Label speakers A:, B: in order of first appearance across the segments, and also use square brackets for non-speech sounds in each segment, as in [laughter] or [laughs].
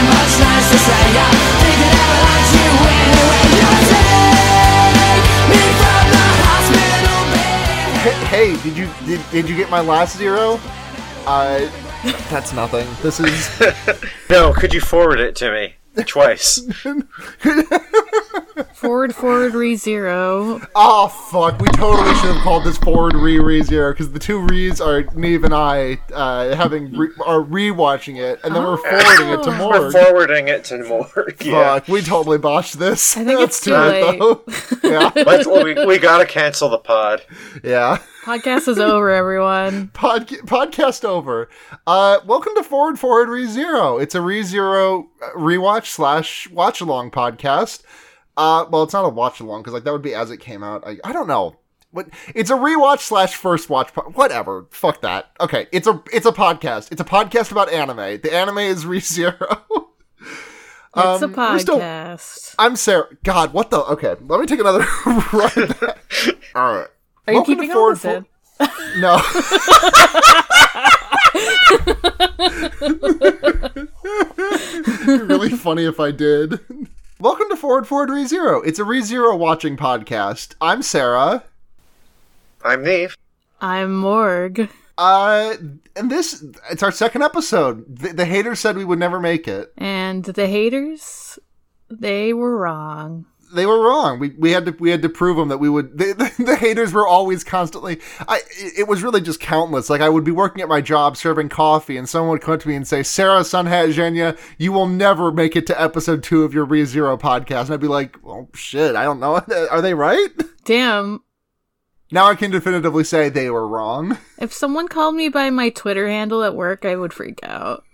A: signs to surrender Think that I will let you win When you take me from the hospital bed
B: Hey, did you did, did you get my last zero? Uh, [laughs] that's nothing. This is
C: Bill, could you forward it to me
B: [laughs]
C: twice?
D: Forward, forward, re zero.
B: oh fuck. We totally should have called this forward re re zero because the two re's are Neve and I uh, having re- are rewatching it and then we're forwarding it to
D: Oh.
C: We're
B: Morg.
C: forwarding it to Morg. [laughs] Yeah,
B: Fuck, we totally botched this. [laughs]
D: I think
B: That's
D: it's too
B: bad,
D: late.
B: though. [laughs] yeah,
C: Let's, we we gotta cancel the pod.
B: yeah.
D: Podcast is
B: [laughs]
D: over, everyone.
B: Pod- podcast over. Uh, welcome to Forward Forward Re Zero. It's a Re Zero rewatch slash watch along podcast. Uh, well, it's not a watch along because like that would be as it came out. I, I don't know. What it's a rewatch slash first watch. Po- whatever. Fuck that. Okay. It's a it's a podcast. It's a podcast about anime. The anime is Re Zero.
D: It's a
B: Um, we're still-
D: podcast.
B: [laughs] I'm Sarah. God, what the? Okay, let me take another [laughs] run. at that. All right.
D: Are you keeping all this in?
B: No. [laughs] It'd be really funny if I did. Welcome to Forward Forward Re Zero. It's a Re Zero watching podcast. I'm Sarah.
C: I'm Neve.
D: I'm Morg.
B: Uh, and this it's our second episode. The, the haters said we would never make it.
D: And the haters, they were wrong.
B: They were wrong. We, we had to we had to prove them that we would. [laughs] The, the, the haters were always constantly. I it it was really just countless. Like I would be working at my job serving coffee, and someone would come up to me and say, "Sarah Sanhajenya, you will never make it to episode two of your Re Zero podcast," and I'd be like, "Well, shit, I don't know. [laughs] Are they right?"
D: Damn.
B: Now I can definitively say they were wrong.
D: If someone called me by my Twitter handle at work, I would freak
B: [laughs]
D: out.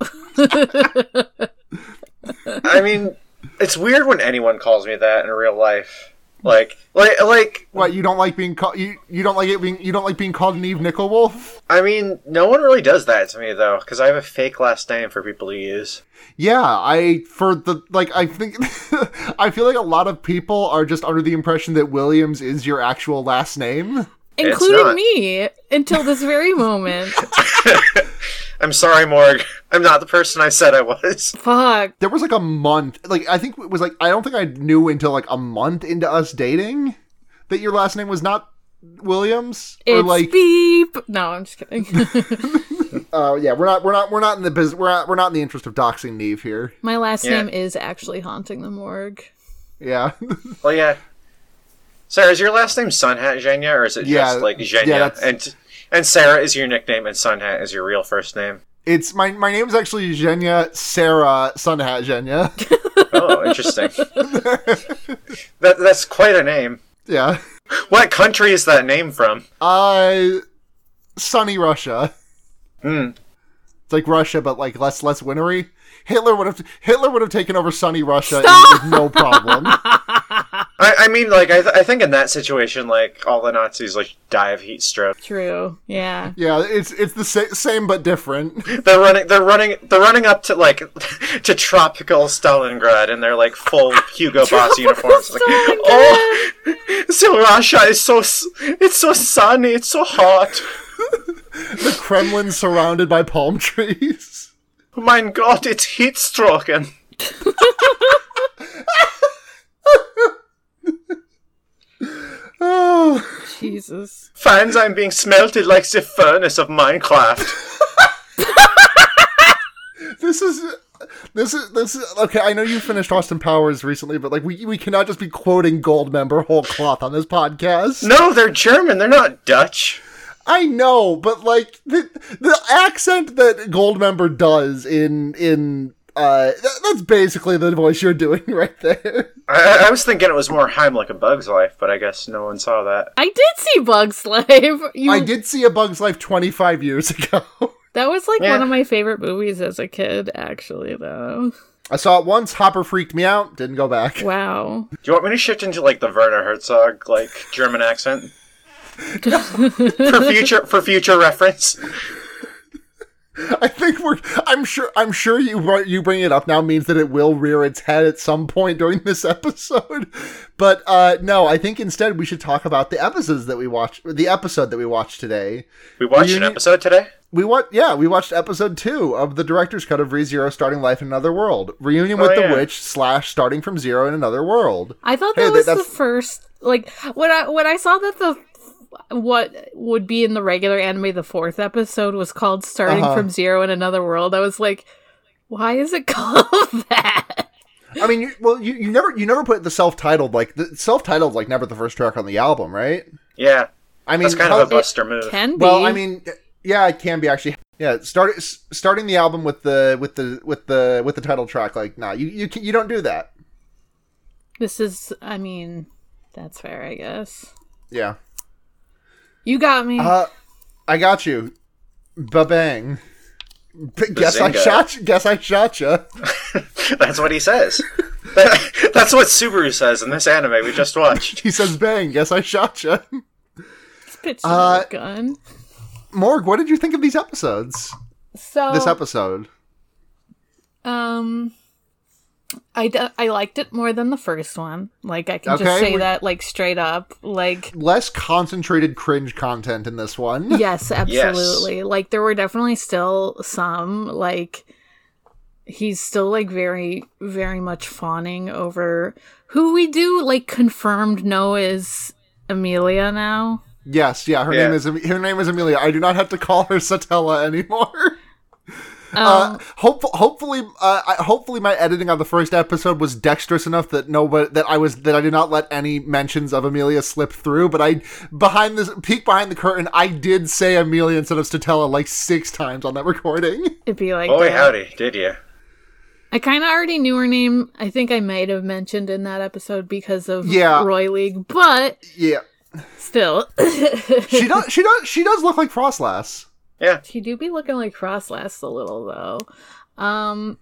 C: I mean, it's weird when anyone calls me that in real life. Like, like, like.
B: What you don't like being called you, you don't like it being you don't like being called an Eve Nickel Wolf?
C: I mean, no one really does that to me though, because I have a fake last name for people to use.
B: Yeah, I for the like I think [laughs] I feel like a lot of people are just under the impression that Williams is your actual last name.
D: Including
C: not.
D: me until this
B: [laughs]
D: very moment.
C: I'm sorry, Morg. [laughs] I'm not the person I said I was. [laughs]
D: Fuck.
B: There was like a month like I think it was like I don't think I knew until like a month into us dating that your last name was not Williams
D: It's
B: or like
D: beep. No, I'm just kidding.
B: [laughs]
D: [laughs]
B: uh yeah we're not we're not we're not in the business we're not we're not in the interest of doxing Neve here
D: my last
C: Yeah.
D: name is actually haunting the morgue.
B: yeah [laughs]
C: Well, yeah. Sarah, is your last name Sunhat Zhenya, or is it
B: Yeah,
C: just like
B: yeah,
C: Zhenya?
B: that's-
C: and and Sarah is your nickname, and Sunhat is your real first name.
B: It's my my name is actually Zhenya Sarah Sunhat Zhenya. [laughs]
C: Oh, interesting. that that's quite a name.
B: yeah.
C: What country is that name from?
B: Uh sunny Russia.
C: Hmm.
B: It's like Russia but like less less wintry. Hitler would have Hitler would have taken over sunny Russia
D: Stop!
B: with no problem. [laughs]
C: I, I mean, like, I, th- I think in that situation, like, all the Nazis, like, die of heat stroke.
D: True. Yeah.
B: yeah, it's it's the sa- same but different. [laughs]
C: They're running, they're running, they're running up to, like, [laughs] to tropical Stalingrad in their, like, full Hugo
D: [laughs]
C: Boss uniforms. Like,
B: [laughs]
C: oh, so Russia is so, s- it's so sunny, it's so hot.
B: The Kremlin surrounded by palm trees. [sighs]
C: Mein Gott, it's heat stroken.
B: Oh,
D: Jesus.
C: Fans, I'm being smelted like the furnace of Minecraft.
B: this is this is this is okay. I know you finished Austin Powers recently, but like we we cannot just be quoting Gold Member whole cloth on this podcast.
C: No, they're German, they're not Dutch.
B: I know, but like the the accent that Goldmember does in in uh th- that's basically the voice you're doing [laughs] right there.
C: I, I was thinking it was more Heimlich and Bug's Life, but I guess no one saw that.
D: I did see Bugs Life. [laughs] You,
B: I did see a Bug's Life 25 years ago. [laughs]
D: That was like
C: Yeah.
D: one of my favorite movies as a kid, actually, though.
B: I saw it once. Hopper freaked me out. Didn't go back.
D: Wow.
C: Do you want me to shift into like the Werner Herzog like German accent? for future for future reference.
B: [laughs] I think we're. I'm sure. I'm sure you br- you bring it up now means that it will rear its head at some point during this [laughs] episode. But uh, no, I think instead we should talk about the episodes that we watched. The episode that we watched today.
C: We watched an
B: Reuni-
C: episode today.
B: We what? Yeah, we watched episode two of the director's cut of ReZero: Starting Life in Another World, reunion with
C: Oh,
B: the
C: yeah.
B: witch slash starting from zero in another world.
D: I thought
B: Hey,
D: that
B: that-
D: was the
B: that's-
D: first. Like when I when I saw that the what would be in the regular anime the fourth episode was called "Starting
B: Uh-huh.
D: from Zero in Another World," I was like, "Why is it [laughs] called that?"
B: I mean, you, well, you, you never you never put the self titled like the self titled like never the first track on the album, right?
C: Yeah,
B: I mean,
C: that's kind
B: how-
C: of a buster move.
D: Can be.
B: Well, I mean, yeah, it can be actually. Yeah, start s- starting the album with the with the with the with the title track. Like, nah, you you ca- you don't do that.
D: this is. I mean, that's fair, I guess.
B: Yeah,
D: You got me.
B: uh, I got you. Ba bang. Guess I
C: Bazinga.
B: shot. You. Guess I shot you.
C: That's what he says. That- that's what Subaru says in this anime we just watched.
B: He says bang. Guess I shot you.
D: It's pitched
B: uh,
D: a gun.
B: Morg, what did you think of these episodes?
D: So
B: This episode.
D: Um, I, d- I liked it more than the first one. Like I can
B: Okay,
D: just say
B: we-
D: that like straight up.
B: [laughs]
D: Like
B: Less concentrated cringe content in this one.
D: yes, absolutely. Like there were definitely still some like he's still like very very much fawning over who we do like confirmed know is Amelia now.
B: Yes, yeah. Her
C: Yeah.
B: name is her name is Amelia. I do not have to call her [laughs] Satella anymore.
D: Um,
B: Uh, hope, hopefully, uh, I- hopefully, my editing on the first episode was dexterous enough that nobody that I was that I did not let any mentions of Amelia slip through. But I behind this peek behind the curtain, I did say Amelia instead of Statella like six times on that [laughs] recording.
D: it'd be like
B: oh,
C: Boy,
D: that.
C: howdy, did you?
D: I kind of already knew her name. I think I might have mentioned in that episode because of
B: Yeah.
D: Roy League, but
B: Yeah,
D: still. [laughs]
B: she does. She does. She does look like Frostlass.
C: Yeah,
D: She do be looking like Frostlass a little though. Um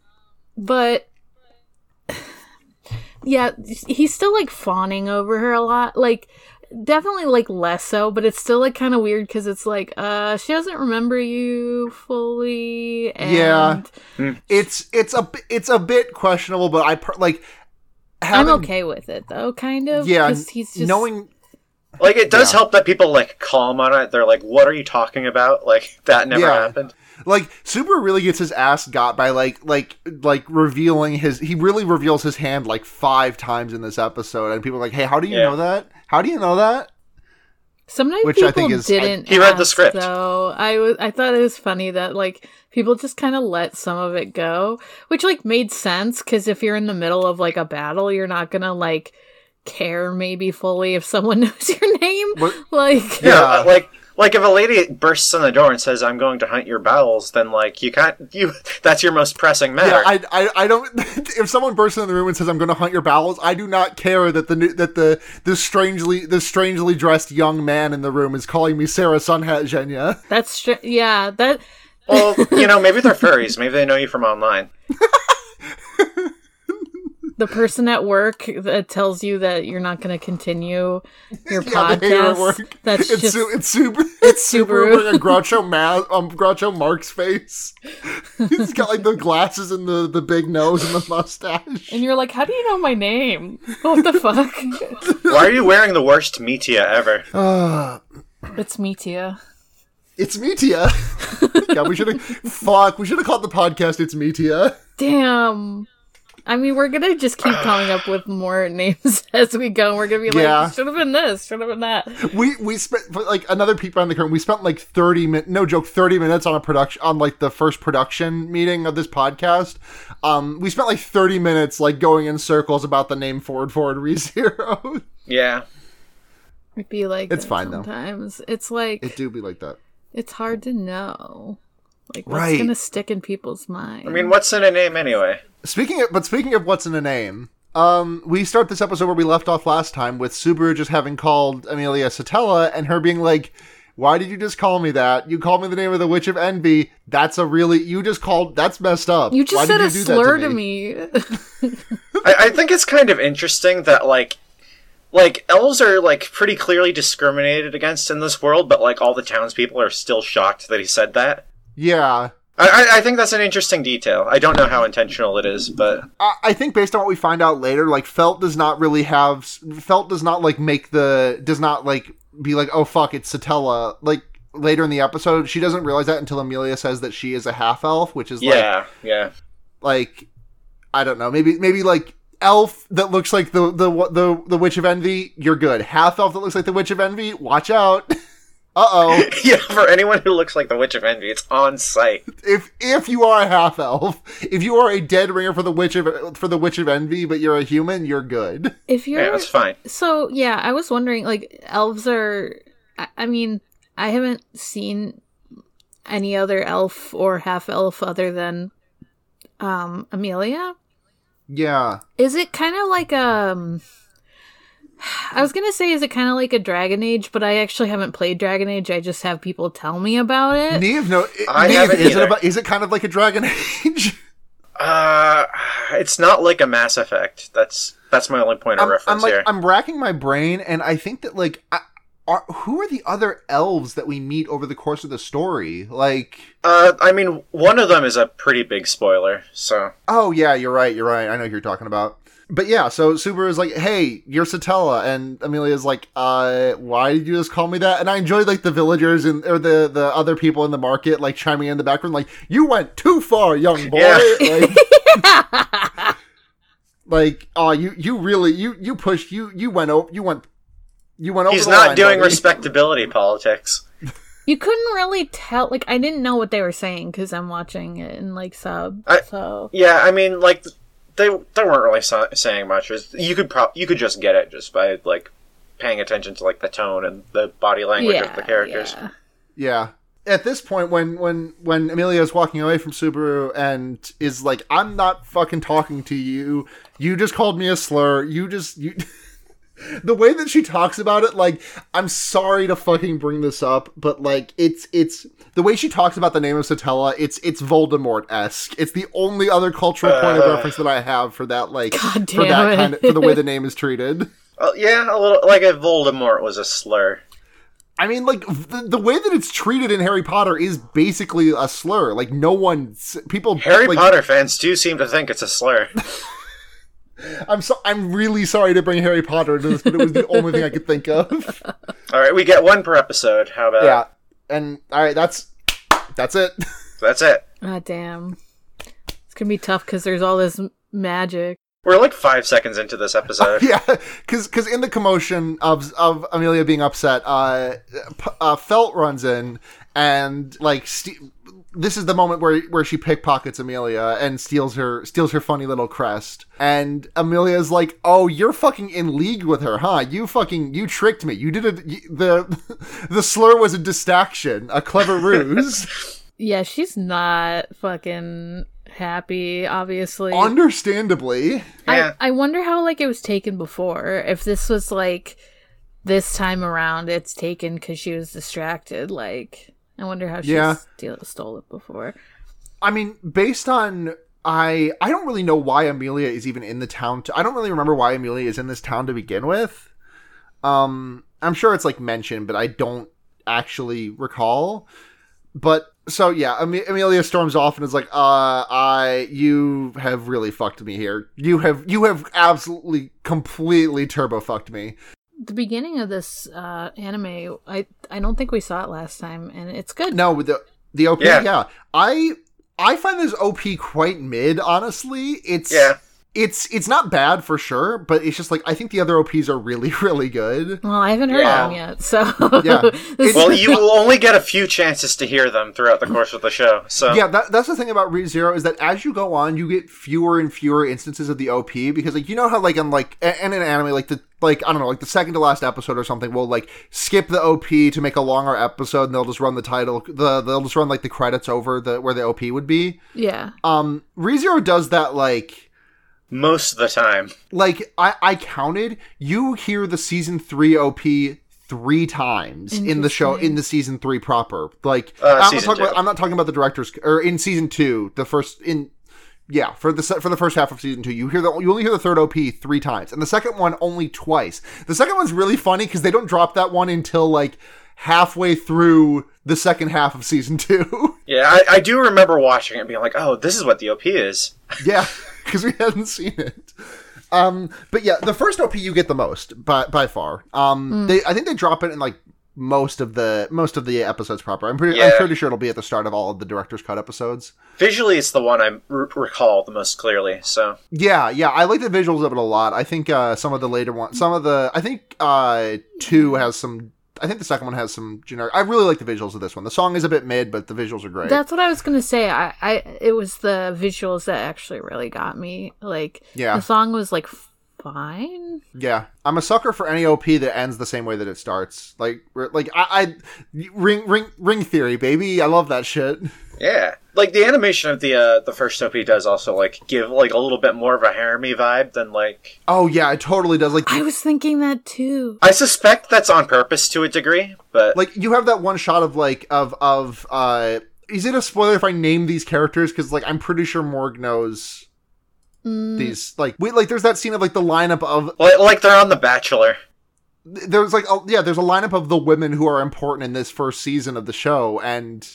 D: but yeah, he's still like fawning over her a lot. Like definitely like less so, but it's still like kind of weird cuz it's like uh she doesn't remember you fully and
B: Yeah. It's it's a b- it's a bit questionable, but I per- like.
D: I'm
B: Having,
D: okay with it though, kind of.
B: Yeah,
D: 'cause he's just
B: knowing
C: like it does
B: Yeah.
C: help that people like call him on it. They're like, "What are you talking about?" Like that never
B: Yeah.
C: happened.
B: like Subaru really gets his ass got by like like like revealing his he really reveals his hand like five times in this episode and people are like hey how do you
C: Yeah.
B: know that how do you know that
D: Sometimes
B: Which I
D: people
B: think is-
D: didn't.
C: He read the
D: ask,
C: script.
D: Though I was, I thought it was funny that like people just kind of let some of it go, which like made sense because if you're in the middle of like a battle, you're not gonna like care maybe fully if someone [laughs] knows your name.
B: What-
D: Like,
B: Yeah.
C: Yeah, like like if a lady bursts in the door and says, "I'm going to hunt your bowels," then like you can't you that's your most pressing
B: yeah
C: matter.
B: I, I I don't [laughs] if someone bursts in the room and says I'm going to hunt your bowels I do not care that the new that the this strangely this strangely dressed young man in the room is calling me Sarah Sunhat Jenya
D: that's str- yeah that
C: well, you know, maybe they're furries. Maybe they know you from online.
D: the person at work that tells you that you're not gonna continue
B: [laughs]
D: your
B: yeah they hate her at
D: podcast.
B: work
D: That's
B: it's
D: just
B: Su- it's super it's Subaru
D: Subaru.
B: wearing [laughs] a Groucho Ma- um, Groucho Marx face [laughs] he's got like the glasses and the the big nose and the mustache. [sighs]
D: and you're like, how do you know my name? What the fuck?
C: Why are you wearing the worst metia ever?
D: [laughs]
B: Ah.
D: it's me, Tia.
B: It's [laughs] Metia. yeah, we should have. Fuck, we should have called the podcast "It's Metia."
D: Damn. I mean, we're gonna just keep coming up with more [laughs] names as we go. We're gonna be like,
B: Yeah.
D: should have been this, should have been that.
B: We we spent for, like another peek behind the curtain. We spent like thirty minutes, no joke, thirty minutes on a production on like the first production meeting of this podcast. Um, we spent like thirty minutes like going in circles about the name Forward Forward [laughs] Rezero.
C: Yeah.
D: It'd be like,
B: It's
D: that
B: fine, though.
D: Sometimes it's like
B: it do be like that.
D: it's hard to know, like what's
B: Right.
D: gonna stick in people's mind.
C: I mean, what's in a name anyway?
B: Speaking of, but speaking of what's in a name, um, we start this episode where we left off last time with Subaru just having called Amelia Satella and her being like, "Why did you just call me that? You called me the name of the Witch of Envy. That's a really you just called. That's messed up.
D: you just
B: Why
D: said
B: did
D: a
B: do that
D: slur to me. [laughs]
C: I, I think it's kind of interesting that like like elves are like pretty clearly discriminated against in this world, but like all the townspeople are still shocked that he said that.
B: Yeah,
C: I, I- I think that's an interesting detail. I don't know how intentional it is, but
B: I I think based on what we find out later, like Felt does not really have Felt does not like make the does not like be like oh fuck it's Satella like later in the episode she doesn't realize that until Amelia says that she is a half elf, which is like
C: yeah, yeah.
B: like I don't know, maybe maybe like elf that looks like the the the the witch of envy, you're good. Half elf that looks like the witch of envy, watch out. [laughs] Uh-oh.
C: [laughs] Yeah, for anyone who looks like the Witch of Envy, it's on site.
B: if if you are a half elf, if you are a dead ringer for the witch of for the witch of envy, but you're a human, you're good.
D: If you're
C: Yeah, that's fine.
D: So yeah, I was wondering, like, elves are. I, I mean, I haven't seen any other elf or half elf other than um Amelia.
B: Yeah.
D: Is it kind of like um? I was gonna say, is it kind of like a Dragon Age? But I actually haven't played Dragon Age. I just have people tell me about it.
B: Neve, no,
C: I
B: Neve,
C: haven't
B: is it
C: either.
B: about, is it kind of like a Dragon [laughs] Age?
C: Uh, it's not like a Mass Effect. That's that's my only point of
B: I'm, I'm
C: reference
B: like
C: here.
B: I'm racking my brain, and I think that like, I, are, who are the other elves that we meet over the course of the story? Like,
C: uh, I mean, one of them is a pretty big spoiler. So
B: oh yeah, you're right, you're right. I know who you're talking about. But yeah, so Subaru is like, "Hey, you're Satella," and Amelia's like, "Uh, why did you just call me that?" And I enjoy like the villagers and or the the other people in the market like chiming in the background, like, "You went too far, young boy."
C: Yeah.
B: Like,
C: [laughs]
B: [laughs] like oh you you really you you pushed you you went over you went you went over
C: he's
B: the
C: not
B: line,
C: doing
B: buddy.
C: respectability politics.
D: you couldn't really tell. Like, I didn't know what they were saying because I'm watching it in like sub.
C: I-
D: so
C: Yeah, I mean, like they they weren't really sa- saying much. It's- You could prob- you could just get it just by like paying attention to like the tone and the body language
D: yeah,
C: of the characters.
D: yeah.
B: yeah
D: [laughs]
B: at this point when when when amelia is walking away from subaru and is like i'm not fucking talking to you you just called me a slur you just you [laughs] the way that she talks about it like i'm sorry to fucking bring this up but like it's it's the way she talks about the name of satella it's it's voldemort-esque it's the only other cultural point of
C: Uh.
B: reference that i have for that like
D: God
B: for
D: damn
B: that
D: it.
B: kind of for the way
D: [laughs]
B: the name is treated
C: Uh, yeah, a little like if Voldemort was a slur.
B: I mean, like the, the way that it's treated in Harry Potter is basically a slur. Like no one, s- people.
C: Harry
B: like,
C: Potter fans do seem to think it's a slur.
B: I'm so I'm really sorry to bring Harry Potter into this, but it was the only thing I could think of.
C: All right, we get one per episode. How
B: [laughs]
C: about
B: Yeah, and all right, that's that's it. [laughs]
C: that's it?
D: [laughs] Ah, damn. It's gonna be tough because there's all this m- magic.
C: We're like five seconds into this
B: [laughs]
C: episode.
B: yeah, because in the commotion of of Amelia being upset, uh, P- uh Felt runs in and like. St- this is the moment where where she pickpockets Amelia and steals her steals her funny little crest. And Amelia's like, "Oh, you're fucking in league with her, huh? You fucking you tricked me. You did a you- the [laughs] the slur was a distraction, a clever ruse."
D: Yeah, she's not fucking happy, obviously.
B: Understandably,
C: Yeah.
D: I, I wonder how like it was taken before. If this was like this time around, it's taken because she was distracted. Like, I wonder how she
B: Yeah.
D: steal- stole it before.
B: I mean, based on I I don't really know why Amelia is even in the town. To, I don't really remember why Amelia is in this town to begin with. Um, I'm sure it's like mentioned, but I don't actually recall. But so yeah, Ame- Amelia storms off and is like, "Uh, I you have really fucked me here. You have you have absolutely completely turbo fucked me."
D: The beginning of this uh, anime, I I don't think we saw it last time, and it's good.
B: No, with the the OP,
C: Yeah.
B: yeah. I I find this OP quite mid, honestly. It's
C: Yeah.
B: it's it's not bad for sure, but it's just like I think the other OPs are really [laughs] really good.
D: Well, I haven't heard
C: Yeah.
D: them yet, so [laughs]
B: Yeah.
D: this
C: Well, you will only get a few chances to hear them throughout the course of the show. So
B: Yeah, that, that's the thing about ReZero is that as you go on, you get fewer and fewer instances of the OP because like you know how like in like a- in an anime like the like I don't know like the second to last episode or something will like skip the OP to make a longer episode and they'll just run the title the they'll just run like the credits over the where the OP would be.
D: yeah.
B: Um, ReZero does that like
C: most of the time,
B: like I, I counted you hear the season 3 op three times in the show in the season 3 proper like
C: Uh,
B: I'm, not
C: season
B: talking about,
C: two.
B: I'm not talking about the director's or in season 2 the first in yeah for the se- for the first half of season 2 you hear the you only hear the third op three times and the second one only twice the second one's really funny cuz they don't drop that one until like halfway through the second half of season two. [laughs]
C: Yeah, I, I do remember watching it and being like, oh, this is what the OP is.
B: yeah, [laughs] because we hadn't seen it. Um, but yeah, the first OP you get the most by by far. Um, they I think they drop it in like most of the most of the episodes proper. I'm pretty I'm
C: Yeah.
B: pretty sure it'll be at the start of all of the director's cut episodes.
C: Visually, it's the one I r- recall the most clearly, so.
B: Yeah, yeah, I like the visuals of it a lot. I think uh, some of the later ones, some of the, I think uh, two has some. I think the second one has some generic. I really like the visuals of this one. The song is a bit mid, but the visuals are great.
D: That's what I was gonna say. I, I it was the visuals that actually really got me. Like
B: Yeah.
D: the song was like fine.
B: yeah, I'm a sucker for any OP that ends the same way that it starts. Like, re- like I, I ring, ring, ring theory, baby. I love that shit.
C: Yeah, like the animation of the uh, the first OP does also like give like a little bit more of a harem-y vibe than like
B: Oh yeah, it totally does. Like,
D: I was thinking that too.
C: I suspect that's on purpose to a degree, but
B: like you have that one shot of like of of. uh Is it a spoiler if I name these characters? Because like I'm pretty sure Morg knows
D: Mm,
B: these like we like there's that scene of like the lineup of
C: like, like they're on The Bachelor.
B: there's like a, yeah there's a lineup of the women who are important in this first season of the show and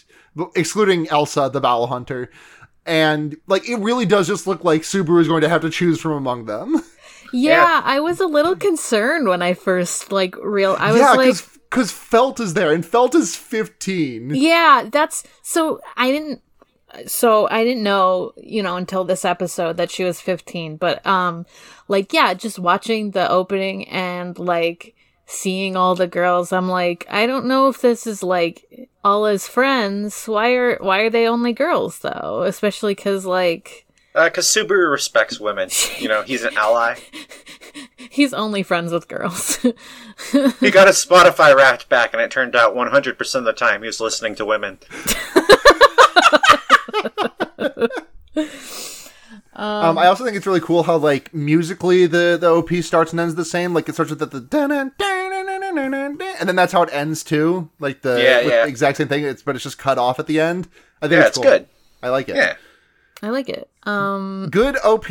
B: excluding Elsa the Bowel Hunter and like it really does just look like Subaru is going to have to choose from among them.
D: yeah, I was a little concerned when I first like real.
B: [laughs]
D: I was
B: yeah,
D: like,
B: because Felt is there and Felt is 15. [laughs]
D: yeah, that's so. I didn't. So I didn't know, you know, until this episode that she was 15. But um, like yeah, just watching the opening and like seeing all the girls, I'm like, I don't know if this is like all his friends. Why are why are they only girls though? Especially because like
C: Because Uh, Subaru respects women, you know, he's an ally.
D: he's only friends with girls. [laughs]
C: He got his Spotify Wrapped back, and it turned out 100% of the time he was listening to women.
B: Um, I also think it's really cool how like musically the the OP starts and ends the same. Like it starts with the, the dun- dun- dun- dun- dun- dun- dun- dun- dun, and then that's how it ends too. Like the
C: Yeah,
B: with
C: yeah.
B: the exact same thing. It's but it's just cut off at the end. I think
C: Yeah,
B: it's,
C: it's
B: cool.
C: good.
B: I like it.
C: Yeah.
D: I like it. Um
B: Good OP.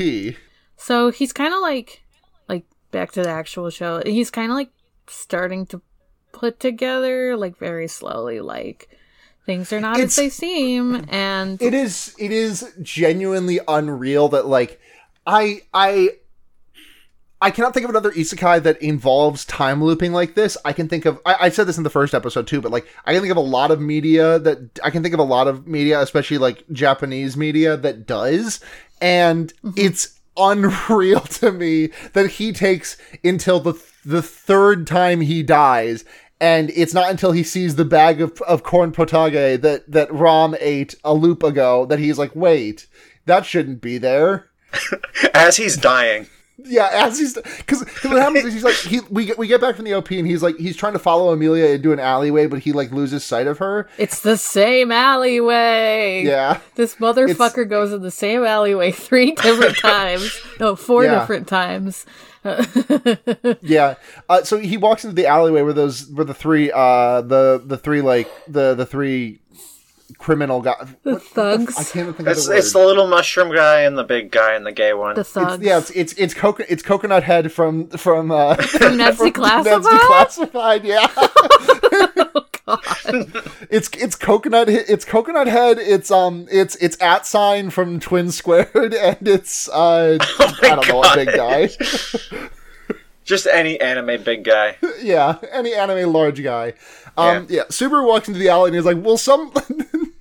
D: so he's kind of like like back to the actual show. He's kind of like starting to put together like very slowly like things are not
B: It's-
D: as they seem and
B: It is it is genuinely unreal that like I I I cannot think of another isekai that involves time looping like this. I can think of I, I said this in the first episode too, but like I can think of a lot of media that I can think of a lot of media, especially like Japanese media that does, and it's unreal to me that he takes until the the third time he dies. And it's not until he sees the bag of, of corn potage that, that Rom ate a loop ago that he's like, wait, that shouldn't be there.
C: As he's dying.
B: [laughs] Yeah, as he's because what happens is he's
C: [laughs]
B: like he we get, we get back from the OP and he's like he's trying to follow Amelia into an alleyway, but he like loses sight of her.
D: it's the same alleyway.
B: Yeah,
D: This motherfucker goes in the same alleyway
B: [laughs]
D: three [laughs] different times. No, four
B: Yeah.
D: different times.
B: yeah. Uh, so he walks into the alleyway where those where the three uh the the three like the the three criminal guy.
D: The thugs.
B: I can't even think of
C: It's,
B: the word.
C: it's the little mushroom guy and the big guy and the gay one.
D: the thugs.
B: It's- yeah, it's it's it's, coco- it's coconut head from from uh,
D: From Ned's
B: Ned's declassified.
D: Declassified?
B: Oh, Yeah. [laughs] It's it's coconut he- it's coconut head it's um it's it's at sign from twin squared [laughs] and it's uh I don't know what
C: God.
B: big guy
C: Just any anime big
B: [laughs]
C: guy. [laughs]
B: yeah any anime large guy um yeah.
C: Yeah.
B: Subaru walks into the alley and he's like well some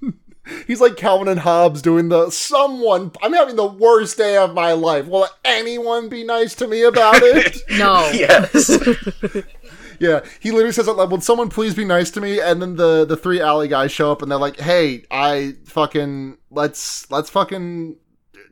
B: [laughs] he's like Calvin and Hobbes doing the someone I'm having the worst day of my life will anyone be nice to me about [laughs] it
D: No.
C: Yes.
B: Yeah, he literally says out loud, "Would someone please be nice to me?" And then the the three alley guys show up and they're like, "Hey, I fucking let's let's fucking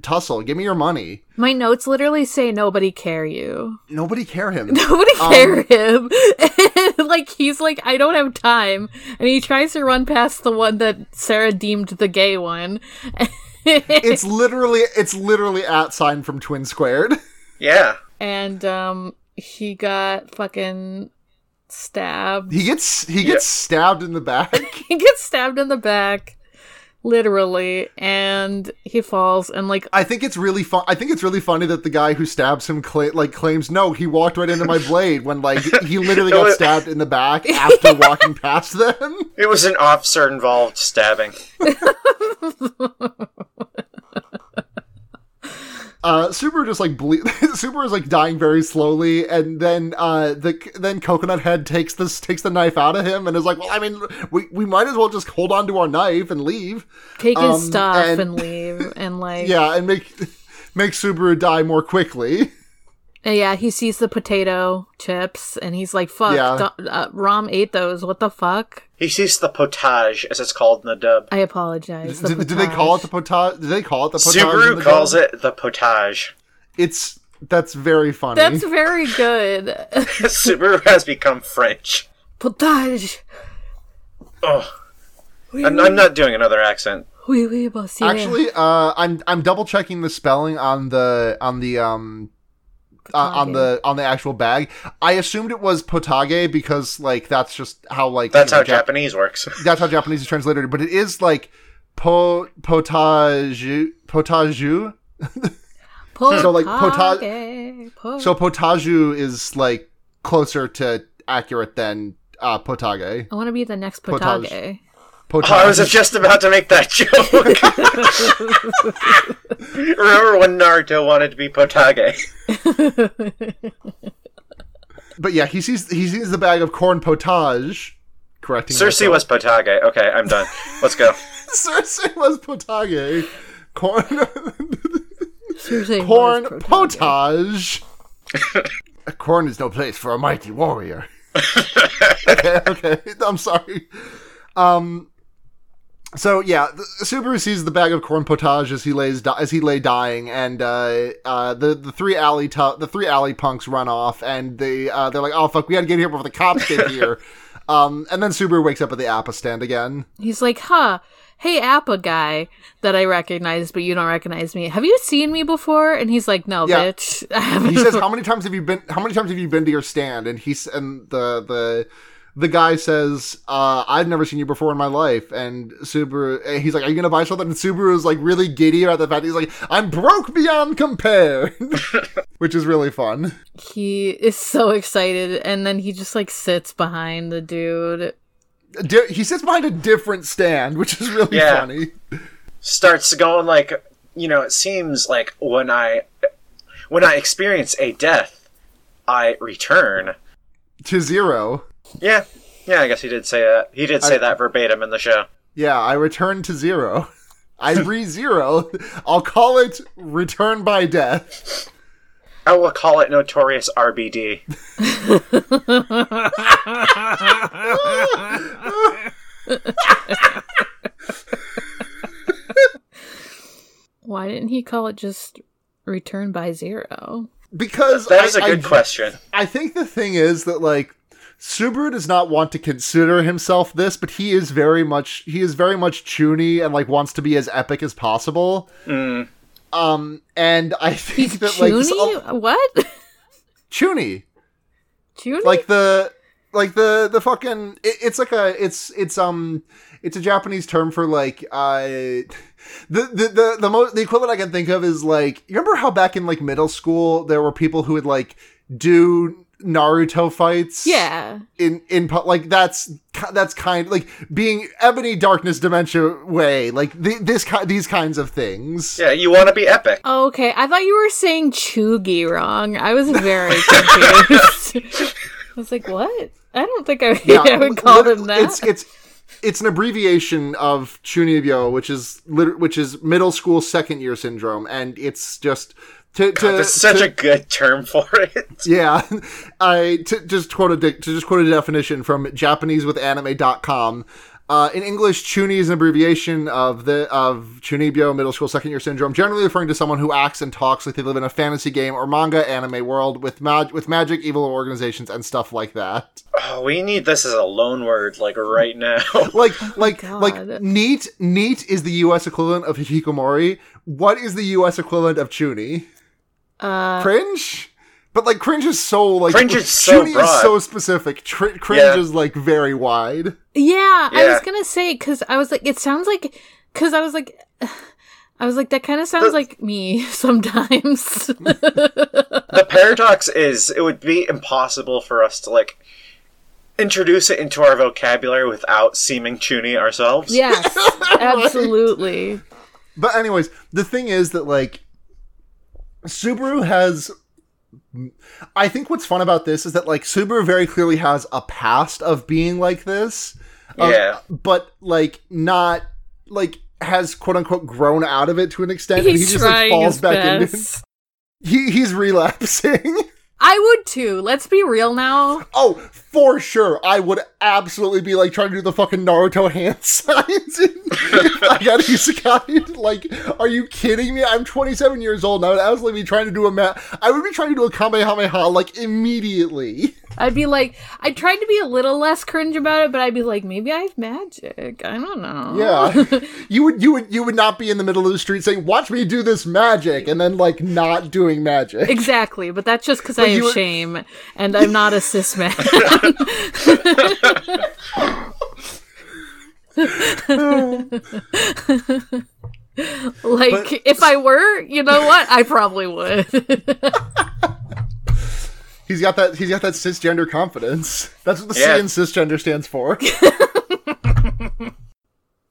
B: tussle. Give me your money."
D: My notes literally say nobody care you.
B: Nobody care him.
D: [laughs] nobody
B: Um,
D: care him [laughs] and, like he's like i don't have time and he tries to run past the one that sarah deemed the gay one
B: it's literally it's literally at sign from Twin Squared. [laughs]
C: yeah.
D: and um he got fucking stabbed [laughs]
B: He gets he gets stabbed in the back.
D: he gets stabbed in the back literally, and he falls and like
B: I think it's really fun. I think it's really funny that the guy who stabs him cla- like claims no, he walked right into my blade when like he literally got stabbed in the back after walking past them.
C: It was an officer involved stabbing.
B: Uh, Super just like ble- [laughs] Super is like dying very slowly, and then uh, the then Coconut Head takes this takes the knife out of him and is like, well, I mean, we we might as well just hold on to our knife and leave.
D: take
B: Um,
D: his stuff
B: and- [laughs]
D: and, leave and like
B: Yeah, and make [laughs] make Subaru die more quickly.
D: Uh, Yeah, he sees the potato chips and he's like, "Fuck,
B: Yeah.
D: Do- uh, Rom ate those. What the fuck?"
C: He sees the potage, as it's called in the dub.
D: I apologize. The
B: Did, did they call it the
D: potage.
B: potage? Did they call it the potage?
C: Subaru calls it the potage. [laughs]
B: It's that's very funny.
D: That's very good.
C: Subaru has become French.
D: [laughs] potage.
C: Oh,
D: Oui,
C: I'm, I'm not doing another accent.
D: oui, oui, boss, yeah.
B: Actually, uh, I'm I'm double checking the spelling on the on the um uh, on the on the actual bag. I assumed it was potage because like that's just how like
C: That's
B: you know,
C: how
B: Jap-
C: Japanese works.
B: that's how Japanese is translated. But it is like po potage potage.
D: potage,
B: so, like,
D: po-
B: So potage is like closer to accurate than uh, potage.
D: I want to be the next
B: Potage.
D: potage.
B: Potage.
C: Oh, I was just about to make that [laughs] joke. Remember when Naruto wanted to be [laughs] Potage?
B: but yeah, he sees he sees the bag of corn potage. Correcting.
C: Cersei
B: myself.
C: was Potage. Okay, I'm done. Let's
B: [laughs]
C: go.
B: Cersei was potage.
C: [laughs]
B: Corn. [laughs]
D: Seriously, what
B: corn
D: is potage?
B: potage. a corn is no place for a mighty warrior. [laughs] okay, okay. I'm sorry. Um. So yeah, the, Subaru sees the bag of corn potage as he lays di- as he lay dying, and uh, uh, the the three alley tu- the three alley punks run off, and they uh, they're like, "Oh fuck, we got to get here before the cops get here." um, and then Subaru wakes up at the Appa stand again.
D: He's like, huh, hey, Appa guy that I recognize, but you don't recognize me. Have you seen me before? And he's like, no,
B: Yeah.
D: bitch. [laughs] I haven't.
B: he says how many times have you been how many times have you been to your stand and he's and the the the guy says uh, i've never seen you before in my life and subaru and he's like are you gonna buy something and subaru is like really giddy about the fact he's like i'm broke beyond compare [laughs] which is really fun
D: he is so excited and then he just like sits behind the dude
B: Di- he sits behind a different stand which is really
C: Yeah.
B: funny
C: starts going like you know it seems like when i when i experience a death i return
B: to zero
C: yeah yeah i guess he did say that he did say
B: I-
C: that verbatim in the show
B: yeah i return to zero
C: [laughs]
B: i re-zero i'll call it return by death
C: [laughs] i will call it notorious [laughs] rbd
D: why didn't he call it just return by zero
B: because
C: that is a
B: I-
C: good
B: I-
C: question
B: I think the thing is that like Subaru does not want to consider himself this, but he is very much he is very much chuny and like wants to be as epic as possible. Um, and I [laughs] think
D: he's
B: that like
D: Chuny?
B: so-
D: what [laughs]
B: chuny
D: Chuny?
B: like the like the the fucking it, it's like a it's it's um it's a Japanese term for like uh the the the the most the equivalent I can think of is like you remember how back in like middle school there were people who would like do Naruto fights
D: yeah
B: in in pu- like that's ki- that's kind like being ebony darkness dementia way like the, this ki- these kinds of things
C: yeah you want to be epic
D: oh, okay i thought you were saying chugi wrong i was very [laughs] confused i was like what i don't think i, [laughs] I would call
B: lit-
D: them that
B: it's it's it's an abbreviation of chunibyo which is lit- which is middle school second year syndrome and it's just to, to
C: that's such
B: to-
C: a good term for it
B: [laughs] Yeah, I to just quote a dic- to just quote a definition from JapaneseWithAnime.com. Uh, in English, chuni is an abbreviation of the of chunibyo, middle school second year syndrome, generally referring to someone who acts and talks like they live in a fantasy game or manga anime world with mag- with magic, evil organizations, and stuff like that.
C: oh, we need this as a loan word like right now [laughs]
B: Like like like
D: Oh God.
B: neat neat is the U.S. equivalent of hikikomori. What is the U.S. equivalent of chuni?
D: uh
B: cringe but like cringe is so like
C: Cringe is so
B: Shuni
C: broad.
B: is so specific Tr- cringe
C: Yeah.
B: is like very wide
D: Yeah, I
C: Yeah.
D: was gonna say because I was like, it sounds like because I was like, [sighs] I was like, that kind of sounds like me [laughs] sometimes.
C: the paradox is it would be impossible for us to like introduce it into our vocabulary without seeming chuny ourselves.
D: [laughs] yes, [laughs] absolutely.
B: But anyways, the thing is that like Subaru has I think what's fun about this is that like Subaru very clearly has a past of being like this. Um,
C: Yeah.
B: but like not like has quote unquote grown out of it to an extent and he
D: He's
B: just like
D: trying
B: falls
D: his
B: back into it.
D: best.
B: He he's relapsing. [laughs]
D: I would too. Let's be real now.
B: oh, for sure. I would absolutely be like trying to do the fucking Naruto hand [laughs] signs in if I got isekai. Like, are you kidding me? I'm 27 years old and I would absolutely be trying to do a ma- I would be trying to do a Kamehameha like
D: [laughs]
B: immediately.
D: I'd be like, I tried to be a little less cringe about it, but I'd be like, maybe I have magic. I don't know.
B: Yeah. you would you would you would not be in the middle of the street saying, "Watch me do this magic," and then like not doing magic.
D: Exactly, but that's just because I have
B: you were-
D: shame and I'm not a cis man. like,
B: But-
D: if I were, you know what? I probably would.
B: He's got that he's got that cisgender confidence. [laughs] That's what the
C: Yeah.
B: C in cisgender stands for. [laughs]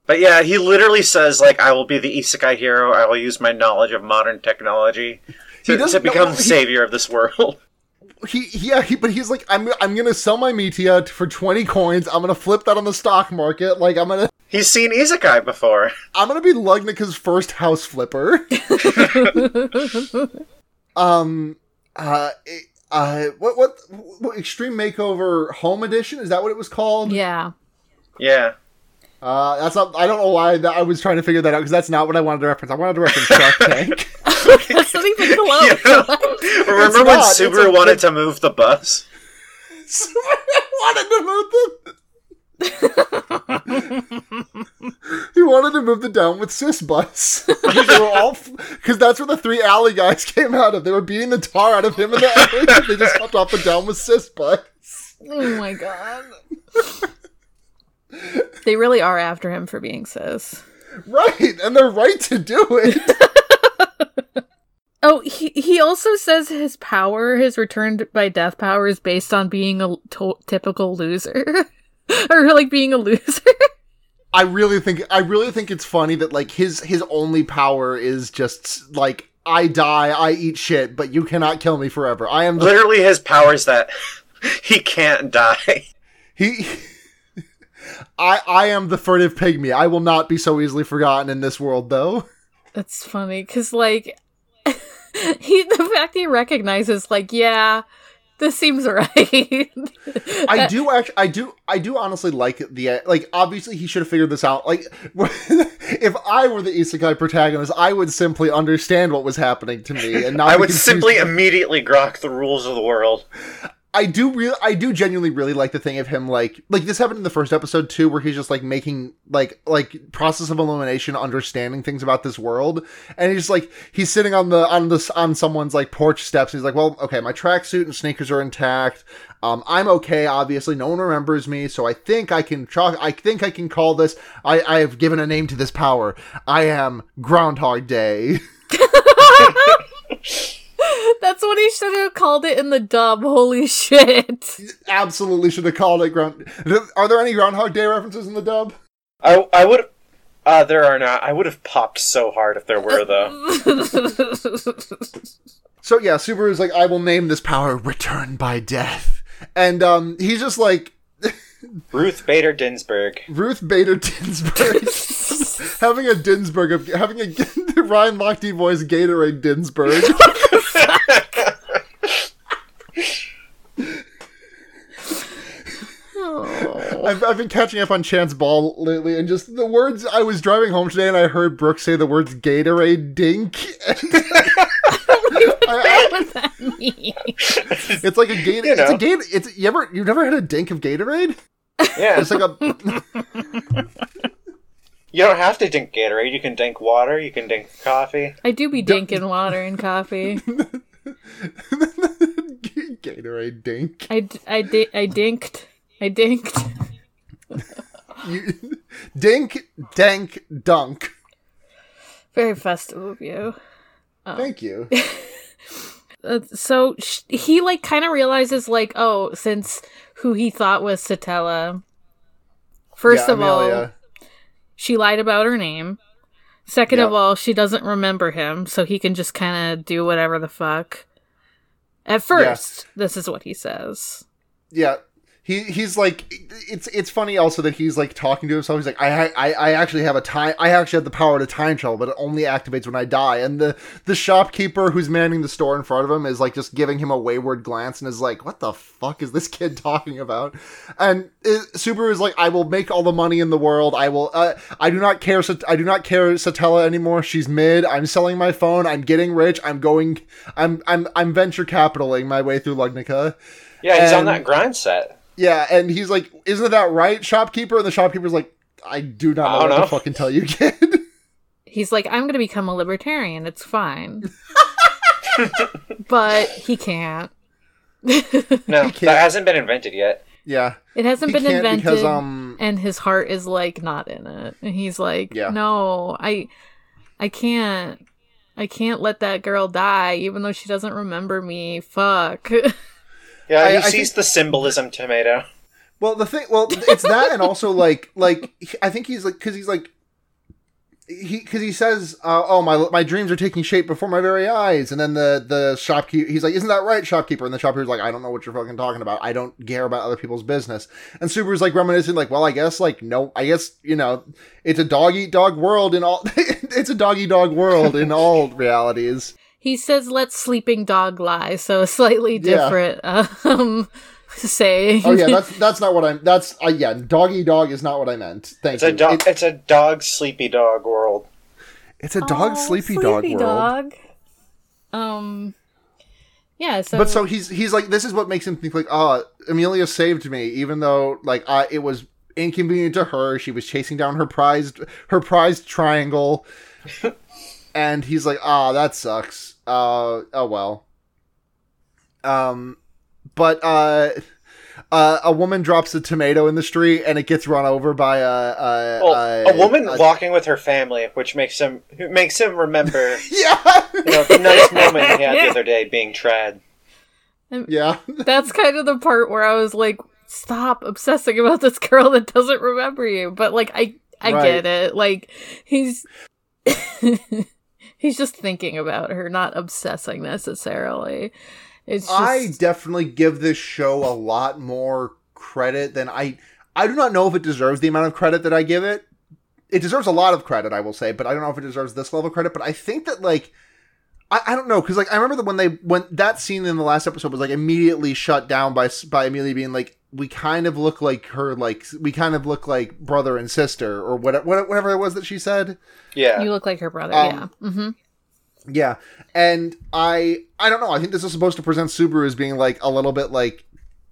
C: But yeah, he literally says like I will be the isekai hero. I will use my knowledge of modern technology to, to
B: doesn't know-
C: become
B: he-
C: savior of this world. [laughs]
B: he yeah he, but he's like I'm I'm gonna sell my Metia for twenty coins. I'm gonna flip that on the stock market. Like I'm gonna
C: He's seen isekai before. [laughs]
B: I'm gonna be Lugnika's first house flipper. [laughs] um uh it- uh what, what what extreme makeover home edition is that what it was called?
D: yeah.
C: Yeah.
B: Uh, that's not. I don't know why that, I was trying to figure that out because that's not what I wanted to reference. I wanted to reference Shark Tank.
D: [laughs]
B: [laughs]
D: That's not even close.
C: You know? Remember when
B: not, it's
C: Subaru
B: a-
C: wanted to move the bus?
B: I wanted to move them. [laughs] he wanted to move the down with cis bus. [laughs] 'Cause they were all because that's where the three alley guys came out of. They were beating the tar out of him in the alley. [laughs] 'cause they just hopped off the down with cis bus.
D: Oh my god. they really are after him for being cis.
B: Right, and they're right to do it.
D: Oh, he he also says his power, his returned by death power, is based on being a to- typical loser, [laughs] or like being a loser.
B: I really think I really think it's funny that like his his only power is just like I die, I eat shit, but you cannot kill me forever. I am the
C: Literally, his powers that [laughs] he can't die.
B: He, [laughs] I, I am the furtive pygmy. I will not be so easily forgotten in this world, though.
D: That's funny because like [laughs] he the fact he recognizes like yeah, this seems [laughs] right.
B: I do actually, I do, I do honestly like the like. Obviously, he should have figured this out. Like, [laughs] if I were the isekai protagonist, I would simply understand what was happening to me, and not
C: I
B: be
C: would
B: confused.
C: simply immediately grok the rules of the world.
B: I do real I do genuinely really like the thing of him like like this happened in the first episode too where he's just like making like like process of elimination understanding things about this world and he's just like he's sitting on the on this on someone's like porch steps and he's like well okay my tracksuit and sneakers are intact um I'm okay obviously no one remembers me so I think I can chalk I think I can call this I I have given a name to this power I am Groundhog Day [laughs]
D: That's what he should have called it in the dub. Holy shit!
B: absolutely should have called it ground are there any Groundhog Day references in the dub.
C: I I would. Uh, there are not. I would have popped so hard if there were,
D: uh,
C: though.
B: So yeah, Subaru's like, I will name this power Return by Death. And um he's just like
C: Ruth Bader Ginsburg.
B: Ruth Bader [laughs] Dinsburg having a Dinsburg of having a [laughs] Ryan Lochte voice Gatorade
C: [laughs]
B: Dinsburg.
D: Oh.
B: I've, I've been catching up on Chance Ball lately, and just the words I was driving home today, and I heard Brooke say the words Gatorade Dink. [laughs] I-
D: What does that mean?
B: I- it's like a Gatorade.
C: You
B: It's a
C: know.
B: Gator. It's you ever you've never had a dink of Gatorade?
C: Yeah,
B: It's like a [laughs]
C: you don't have to drink Gatorade. You can drink water. You can drink coffee.
D: I do be drinking water and coffee.
B: Gatorade Dink.
D: I, d- I, di- I dinked. I dinked.
B: [laughs] You, dink, dank, dunk.
D: Very festive of you.
B: Thank you.
D: Uh, so sh- he like kind of realizes like oh since who he thought was Satella first
B: Yeah,
D: of all
B: Amelia.
D: she lied about her name second of
B: Yep.
D: all she doesn't remember him so he can just kind of do whatever the fuck at first this is what he says
B: yeah he he's like it's it's funny also that he's like talking to himself he's like i i i actually have a time i actually have the power to time travel but it only activates when i die and the the shopkeeper who's manning the store in front of him is like just giving him a wayward glance and is like what the fuck is this [laughs] kid talking about and uh, subaru is like i will make all the money in the world i will uh, i do not care Sat- i do not care satella anymore she's mid i'm selling my phone i'm getting rich i'm going i'm i'm i'm venture capitaling my way through lugnica
C: Yeah, he's on
B: And-
C: that
B: [laughs]
C: grind set.
B: yeah, and he's like, "Isn't that right, shopkeeper?" And the shopkeeper's like, "I do not know
C: I don't
B: what
C: know."
B: to fucking tell you, [laughs] kid."
D: he's like i'm gonna become a libertarian it's fine
B: [laughs]
D: but he can't it
C: No,
B: can't.
C: that hasn't been invented yet.
B: yeah,
D: hasn't
B: he
D: been
B: can't
D: invented
B: because um,
D: and his heart is like not in it and he's like
B: Yeah.
D: no i i can't i can't let that girl die even though she doesn't remember me fuck [laughs]
C: Yeah,
B: I-
C: he
B: I
C: sees
B: think-
C: the symbolism tomato.
B: well, the thing, well, it's that, and also like, like he- I think he's like, because he's like, he because he says, uh, "Oh my, my dreams are taking shape before my very eyes," and then the the shopkeeper, he's like, "Isn't that right, shopkeeper?" And the shopkeeper's like, "I don't know what you're fucking talking about. I don't care about other people's business." And Subaru's like reminiscing, like, "Well, I guess, like, no, I guess you know, it's a dog eat dog world in all, [laughs] it's a dog eat dog world in all realities."
D: he says let sleeping dog lie so [laughs] a slightly
B: Yeah.
D: different um [laughs] saying
B: Oh yeah, that's that's not what I'm. That's uh, yeah, doggy dog is not what I meant. Thank
C: It's
B: you.
C: a dog.
B: It-
C: It's a dog sleepy dog world.
B: it's
D: [laughs]
B: a dog sleepy, dog world.
D: um yeah so,
B: But so he's he's like this is what makes him think like ah Amelia saved me even though like I it was inconvenient to her she was chasing down her prized her prized [laughs] triangle and he's like ah that sucks uh oh well um but uh, uh a woman drops a tomato in the street and it gets run over by a a,
C: Well,
B: Oh, a,
C: a woman
B: a-
C: walking with her family, which makes him who makes him remember
B: [laughs] yeah
C: you
B: [laughs]
C: know, the nice moment he had the other day being tried.
B: yeah
D: that's kind of the part where i was like stop obsessing about this girl that doesn't remember you but like i i
B: Right.
D: get it like he's [laughs] he's just thinking about her not obsessing necessarily it's just
B: I definitely give this show a lot more credit than I. I do not know if it deserves the amount of credit that I give it. It deserves a lot of credit, I will say, but I don't know if it deserves this level of credit. But I think that like, I, I don't know because like I remember that when they when that scene in the last episode was like immediately shut down by s- by Amelia being like, we kind of look like her, like we kind of look like brother and sister or whatever whatever it was that she said.
C: Yeah,
D: you look like her brother
B: Um,
D: yeah hmm
B: Yeah, and I I don't know. I think this is supposed to present Subaru as being like a little bit like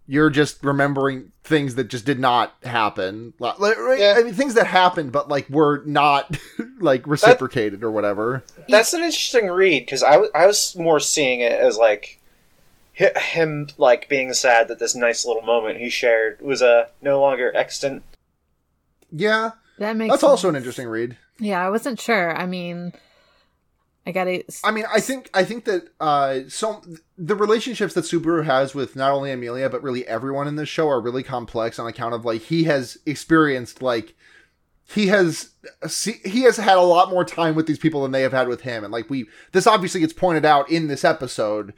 B: you're just remembering things that just did not happen. Like, right?
C: Yeah.
B: I mean, things that happened, but like were not [laughs] like reciprocated or whatever.
C: that's an interesting read because I wa- I was more seeing it as like hi- him like being sad that this nice little moment he shared was uh, no longer extant.
B: Yeah,
D: that makes
B: that's
D: sense.
B: also an interesting read.
D: yeah i wasn't sure i mean i gotta
B: I mean, I think I think that uh, so the relationships that Subaru has with not only Amelia but really everyone in this show are really complex on account of like he has experienced like he has see, he has had a lot more time with these people than they have had with him, and like we this obviously gets pointed out in this episode,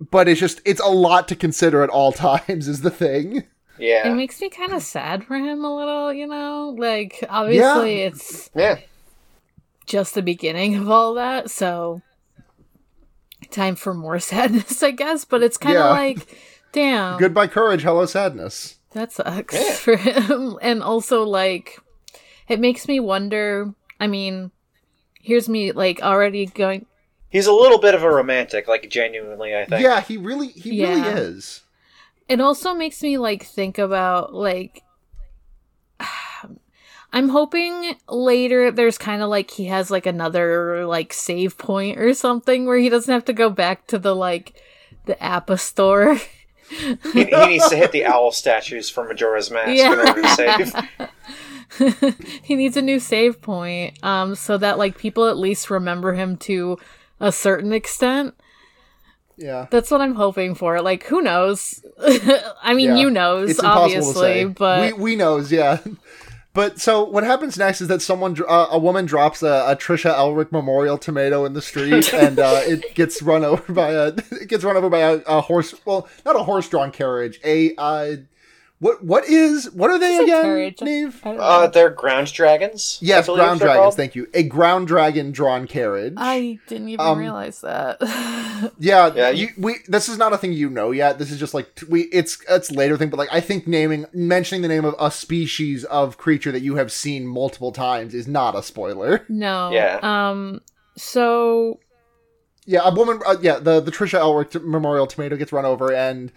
B: but it's just it's a lot to consider at all [laughs] times is the thing.
C: Yeah,
D: it makes me kind of sad for him a little you know like obviously it's
C: yeah.
D: just the beginning of all that. So, time for more [laughs] sadness, I guess. But it's kind of
B: Yeah.
D: like, damn,
B: Goodbye courage, hello sadness.
D: that sucks
C: Yeah.
D: [laughs] for him. And also, like, it makes me wonder. I mean, here's me, like, already going.
C: He's a little bit of a romantic, like genuinely. I think.
B: Yeah, he really he
D: Yeah.
B: really is.
D: It also makes me, like, think about, like, [sighs] I'm hoping later there's kind of like he has like another like save point or something where he doesn't have to go back to the like the Appa store [laughs]
C: He, he needs to hit the owl statues from Majora's Mask in order to save.
D: he needs a new save point um so that like people at least remember him to a certain extent
B: Yeah.
D: that's what i'm hoping for like who knows [laughs] i mean
B: Yeah.
D: you knows
B: It's impossible to
D: obviously
B: say.
D: but
B: we we knows, yeah. [laughs] But so what happens next is that someone, dr- uh, a woman, drops a, a Trisha Elric memorial tomato in the
D: [laughs]
B: street, and uh, it gets run over by a [laughs] it gets run over by a, a horse. Well, not a horse drawn carriage. A uh, what what is what are they
D: It's a
B: again?
D: carriage.
B: Neve?
D: I don't know.
C: Uh, they're ground dragons. I
B: Yes,
C: believe
B: ground
C: they're
B: dragons.
C: called.
B: Thank you. A ground dragon drawn carriage.
D: I didn't even
B: Um,
D: realize that. [laughs]
B: Yeah,
C: Yeah,
B: you, we. This is not a thing you know yet. This is just like t- we. It's it's later thing, but like I think naming mentioning the name of a species of creature that you have seen multiple times is not a spoiler.
D: no.
C: Yeah.
D: Um. So
B: Yeah, a woman. Uh, yeah, the the Trisha Elric t- Memorial Tomato gets run over, and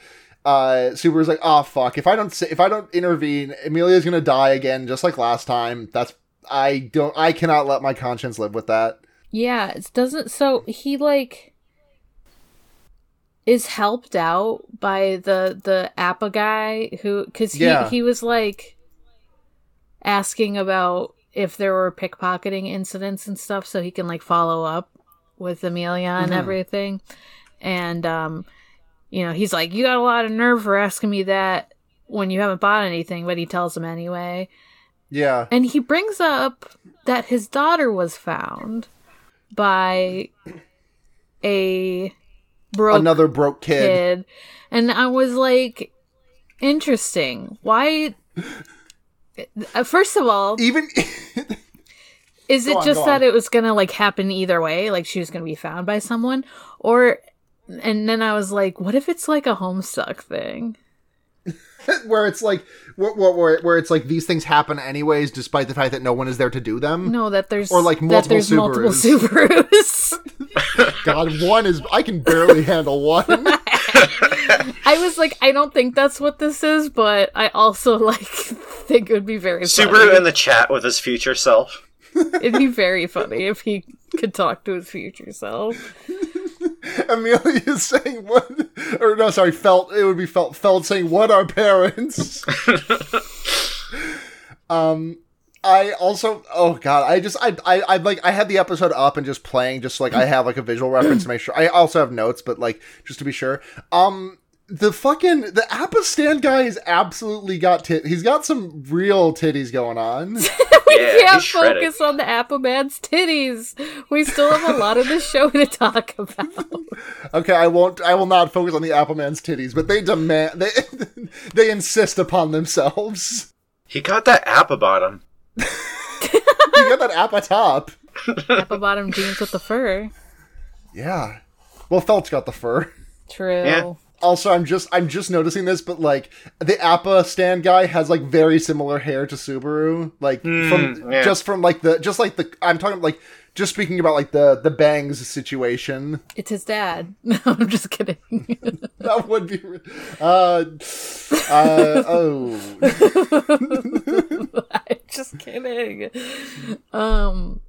B: uh, Subaru's like, "Ah, fuck! If I don't sa- if I don't intervene, Amelia's gonna die again, just like last time. That's I don't. I cannot let my conscience live with that."
D: yeah, it doesn't. So he like is helped out by the the Appa guy who because he
B: Yeah.
D: he was like asking about if there were pickpocketing incidents and stuff, so he can like follow up with Amelia and
B: Mhm.
D: everything, and um, you know, he's like, "You got a lot of nerve for asking me that." When you haven't bought anything, but he tells him anyway.
B: Yeah,
D: And he brings up that his daughter was found by a broke
B: another broke kid.
D: kid. And I was like, interesting. Why? Uh, First of all,
B: Even [laughs]
D: is it
B: Go on,
D: just
B: go
D: that
B: on.
D: it was gonna like happen either way? Like she was gonna be found by someone? Or. And then I was like, what if it's like a homestuck thing?
B: where it's like where, where- where, where it's like these things happen anyways despite the fact that no one is there to do them
D: No, that there's
B: Or, like,
D: that there's multiple
B: multiple
D: Subarus. [laughs]
B: god one is i can barely [laughs] handle one
D: I was like, I don't think that's what this is, but I also [laughs] like think it would be very
C: Subaru in
D: funny.
C: the chat with his future
D: [laughs]
C: self.
D: It'd be very funny if he could talk to his future self.
B: [laughs] amelia is saying what or no sorry felt it would be felt felt saying what are parents um i also oh god i just I, I i like i had the episode up and just playing just like i have like a visual reference to make sure i also have notes but like just to be sure um the fucking the Apistan guy has absolutely got tit. He's got some real titties going on.
C: Yeah,
D: Can't
C: he's shredded.
D: focus on the Apple Man's titties. We still have a lot of the show to talk about.
B: Okay, I won't. I will not focus on the Apple Man's titties, but they demand. They [laughs] they insist upon themselves.
C: He got that app about him.
B: You got that Appa top.
D: Apple bottom jeans with the fur.
B: Yeah. Well, Felt's got the fur.
D: True.
C: Yeah.
B: Also, I'm just I'm just noticing this, but like the Appa stand guy has like very similar hair to Subaru, like from
C: yeah.
B: just from like the just like the I'm talking like just speaking about like the the bangs situation. [laughs]
D: It's his dad. [laughs] No, I'm just kidding. [laughs]
B: That would be re- uh uh oh
D: I'm just kidding. Um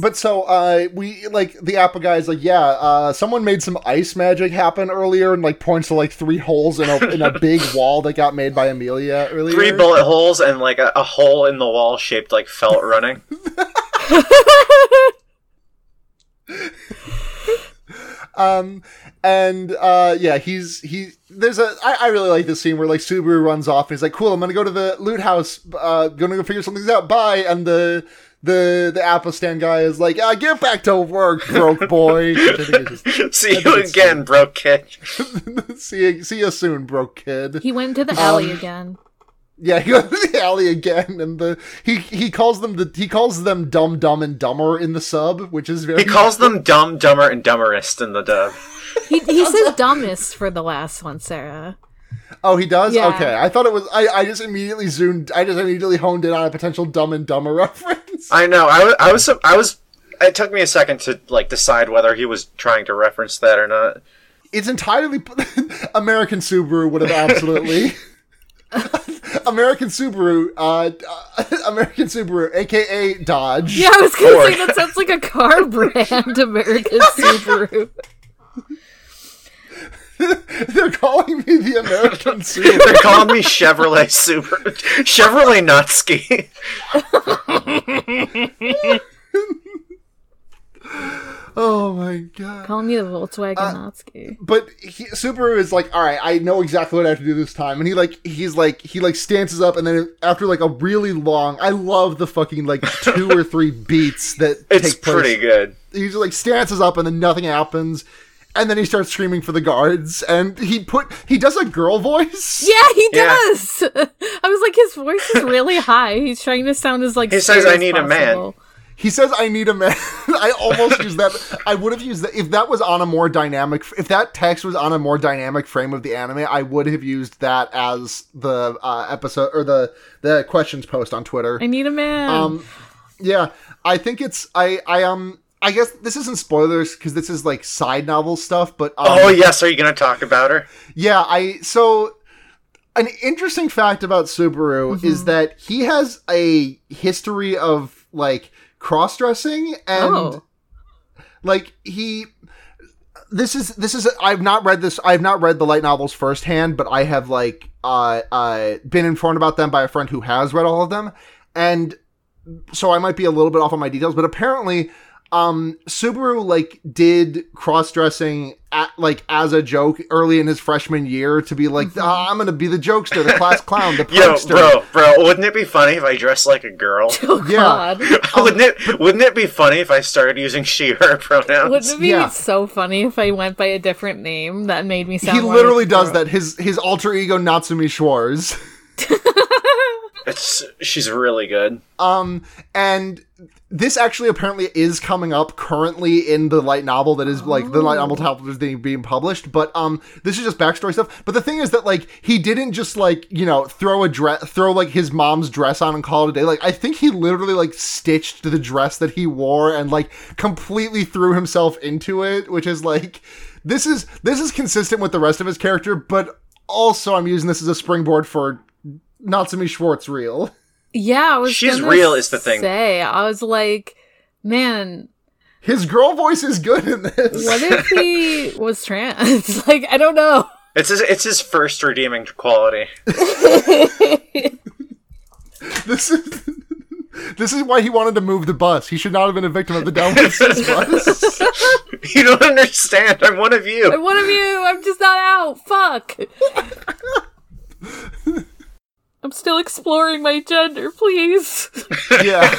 B: But so uh we like the Apple guy's like, yeah, uh someone made some ice magic happen earlier and like points to like three holes in a in a big wall that got made by Amelia earlier.
C: Three bullet holes and like a, a hole in the wall shaped like felt running.
B: um and uh yeah, he's he there's a I, I really like this scene where like Subaru runs off and he's like, Cool, I'm gonna go to the loot house, uh gonna go figure some things out, bye and the the the Apple stand guy is like, ah, get back to work, broke boy. Which I think is just-
C: [laughs] See you again, bro kid.
B: [laughs] see you, see you soon, broke kid.
D: he went to the
C: Um,
D: alley again.
B: Yeah, he goes [laughs] to the alley again, and the he he calls them the he calls them dumb, dumb, and dumber in the sub, which is very
C: He calls them dumb, dumber, and dumberest in the dub.
D: He, he says dumbest for the last one, Sarah.
B: oh he does
D: Yeah.
B: okay. I thought it was I I just immediately zoomed I just immediately honed in on a potential dumb and dumber [laughs] reference.
C: I know. I was. I was. I was. It took me a second to like decide whether he was trying to reference that or not.
B: It's entirely [laughs] American Subaru would have
C: [laughs]
B: absolutely. American Subaru, uh, [laughs] American Subaru, aka Dodge.
D: Yeah, I was gonna
C: Ford.
D: say that
C: [laughs]
D: sounds like a car brand, American Subaru.
B: [laughs] They're calling me the
C: [laughs]
B: American Super.
C: They're calling
B: [laughs]
C: me Chevrolet Super Chevrolet
B: [laughs]
C: Nutski.
B: Oh my god.
D: Call me the Volkswagen
C: Uh,
D: Natsuki.
B: but he, Subaru is like, all right, I know exactly what I have to do this time, and he like he's like he like stances up, and then after like a really long, I love the fucking like two or
C: [laughs]
B: three beats that
C: It's
B: take place.
C: pretty good.
B: He just like stances up, and then nothing happens, and then he starts screaming for the guards, and he put he does a girl voice.
D: Yeah, he
C: Yeah.
D: does. [laughs] I was like, his voice is
C: [laughs]
D: really high. He's trying to sound as like
C: He says,
D: serious
C: "I need a man."
D: possible.
B: He says, "I need a man." [laughs] I almost used that. I would have used that if that was on a more dynamic. If that text was on a more dynamic frame of the anime, I would have used that as the uh, episode or the the questions post on Twitter.
D: I need a man.
B: Um, yeah, I think it's I I um I guess this isn't spoilers because this is like side novel stuff. But um,
C: Oh yes, are you gonna talk about her?
B: yeah, I so an interesting fact about Subaru
D: Mm-hmm.
B: is that he has a history of like cross dressing and
D: oh,
B: like he this is this is I've not read this I've not read the light novels firsthand, but I have like uh uh been informed about them by a friend who has read all of them. And so I might be a little bit off on my details, but apparently um Subaru like did cross dressing at like as a joke early in his freshman year to be like
D: Mm-hmm.
B: "Ah, I'm gonna be the jokester, the class clown, the
C: [laughs] Yo,
B: prankster.
C: bro, bro, wouldn't it be funny if I dressed like
B: [laughs]
C: a girl? [laughs]
D: oh
B: yeah.
D: god.
C: wouldn't it wouldn't it be funny if I started using she her pronouns?
D: [laughs] Wouldn't it be
B: Yeah.
D: so funny if I went by a different name that made me sound
B: He
D: more
B: literally
D: like a
B: does
D: girl?
B: that. His his alter ego Natsumi [laughs] Schwartz.
C: It's she's really good.
B: Um, and this actually apparently is coming up currently in the light novel that is like the light novel top is being being published. But um, this is just backstory stuff. But the thing is that like he didn't just like you know throw a dress, throw like his mom's dress on and call it a day. Like I think he literally like stitched the dress that he wore and like completely threw himself into it, which is like this is this is consistent with the rest of his character, but also I'm using this as a springboard for Natsumi Schwartz reel.
D: Yeah, I was
C: She's
D: gonna
C: real is the thing.
D: Say, I was like, man,
B: His girl voice is good in this.
D: what if
C: [laughs]
D: he was trans? [laughs] like, I don't know.
C: It's his, it's his first redeeming quality.
B: This is [laughs] this is why he wanted to move the bus. He should not have been a victim of the downward
D: [laughs]
B: bus.
C: [laughs] You don't understand. I'm one of
D: i
C: you.
D: one of you. I'm just not out. Fuck. I'm still exploring my gender, please.
B: yeah.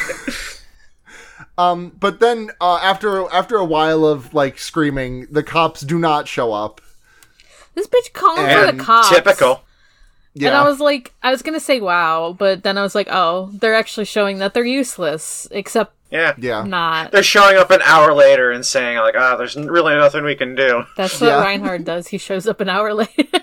B: Um, but then uh, after after a while of like screaming, the cops do not show up.
D: This bitch calling for
B: And
D: the cops.
C: Typical.
B: Yeah,
D: And I was like, I was gonna say wow, but then I was like, oh, they're actually showing that they're useless, except
C: Yeah.
B: yeah.
D: not.
C: They're showing up an hour later and saying like, "Ah, there's n- really nothing we can do."
D: That's what
B: Yeah.
D: Reinhard does. He shows up an hour [laughs] late.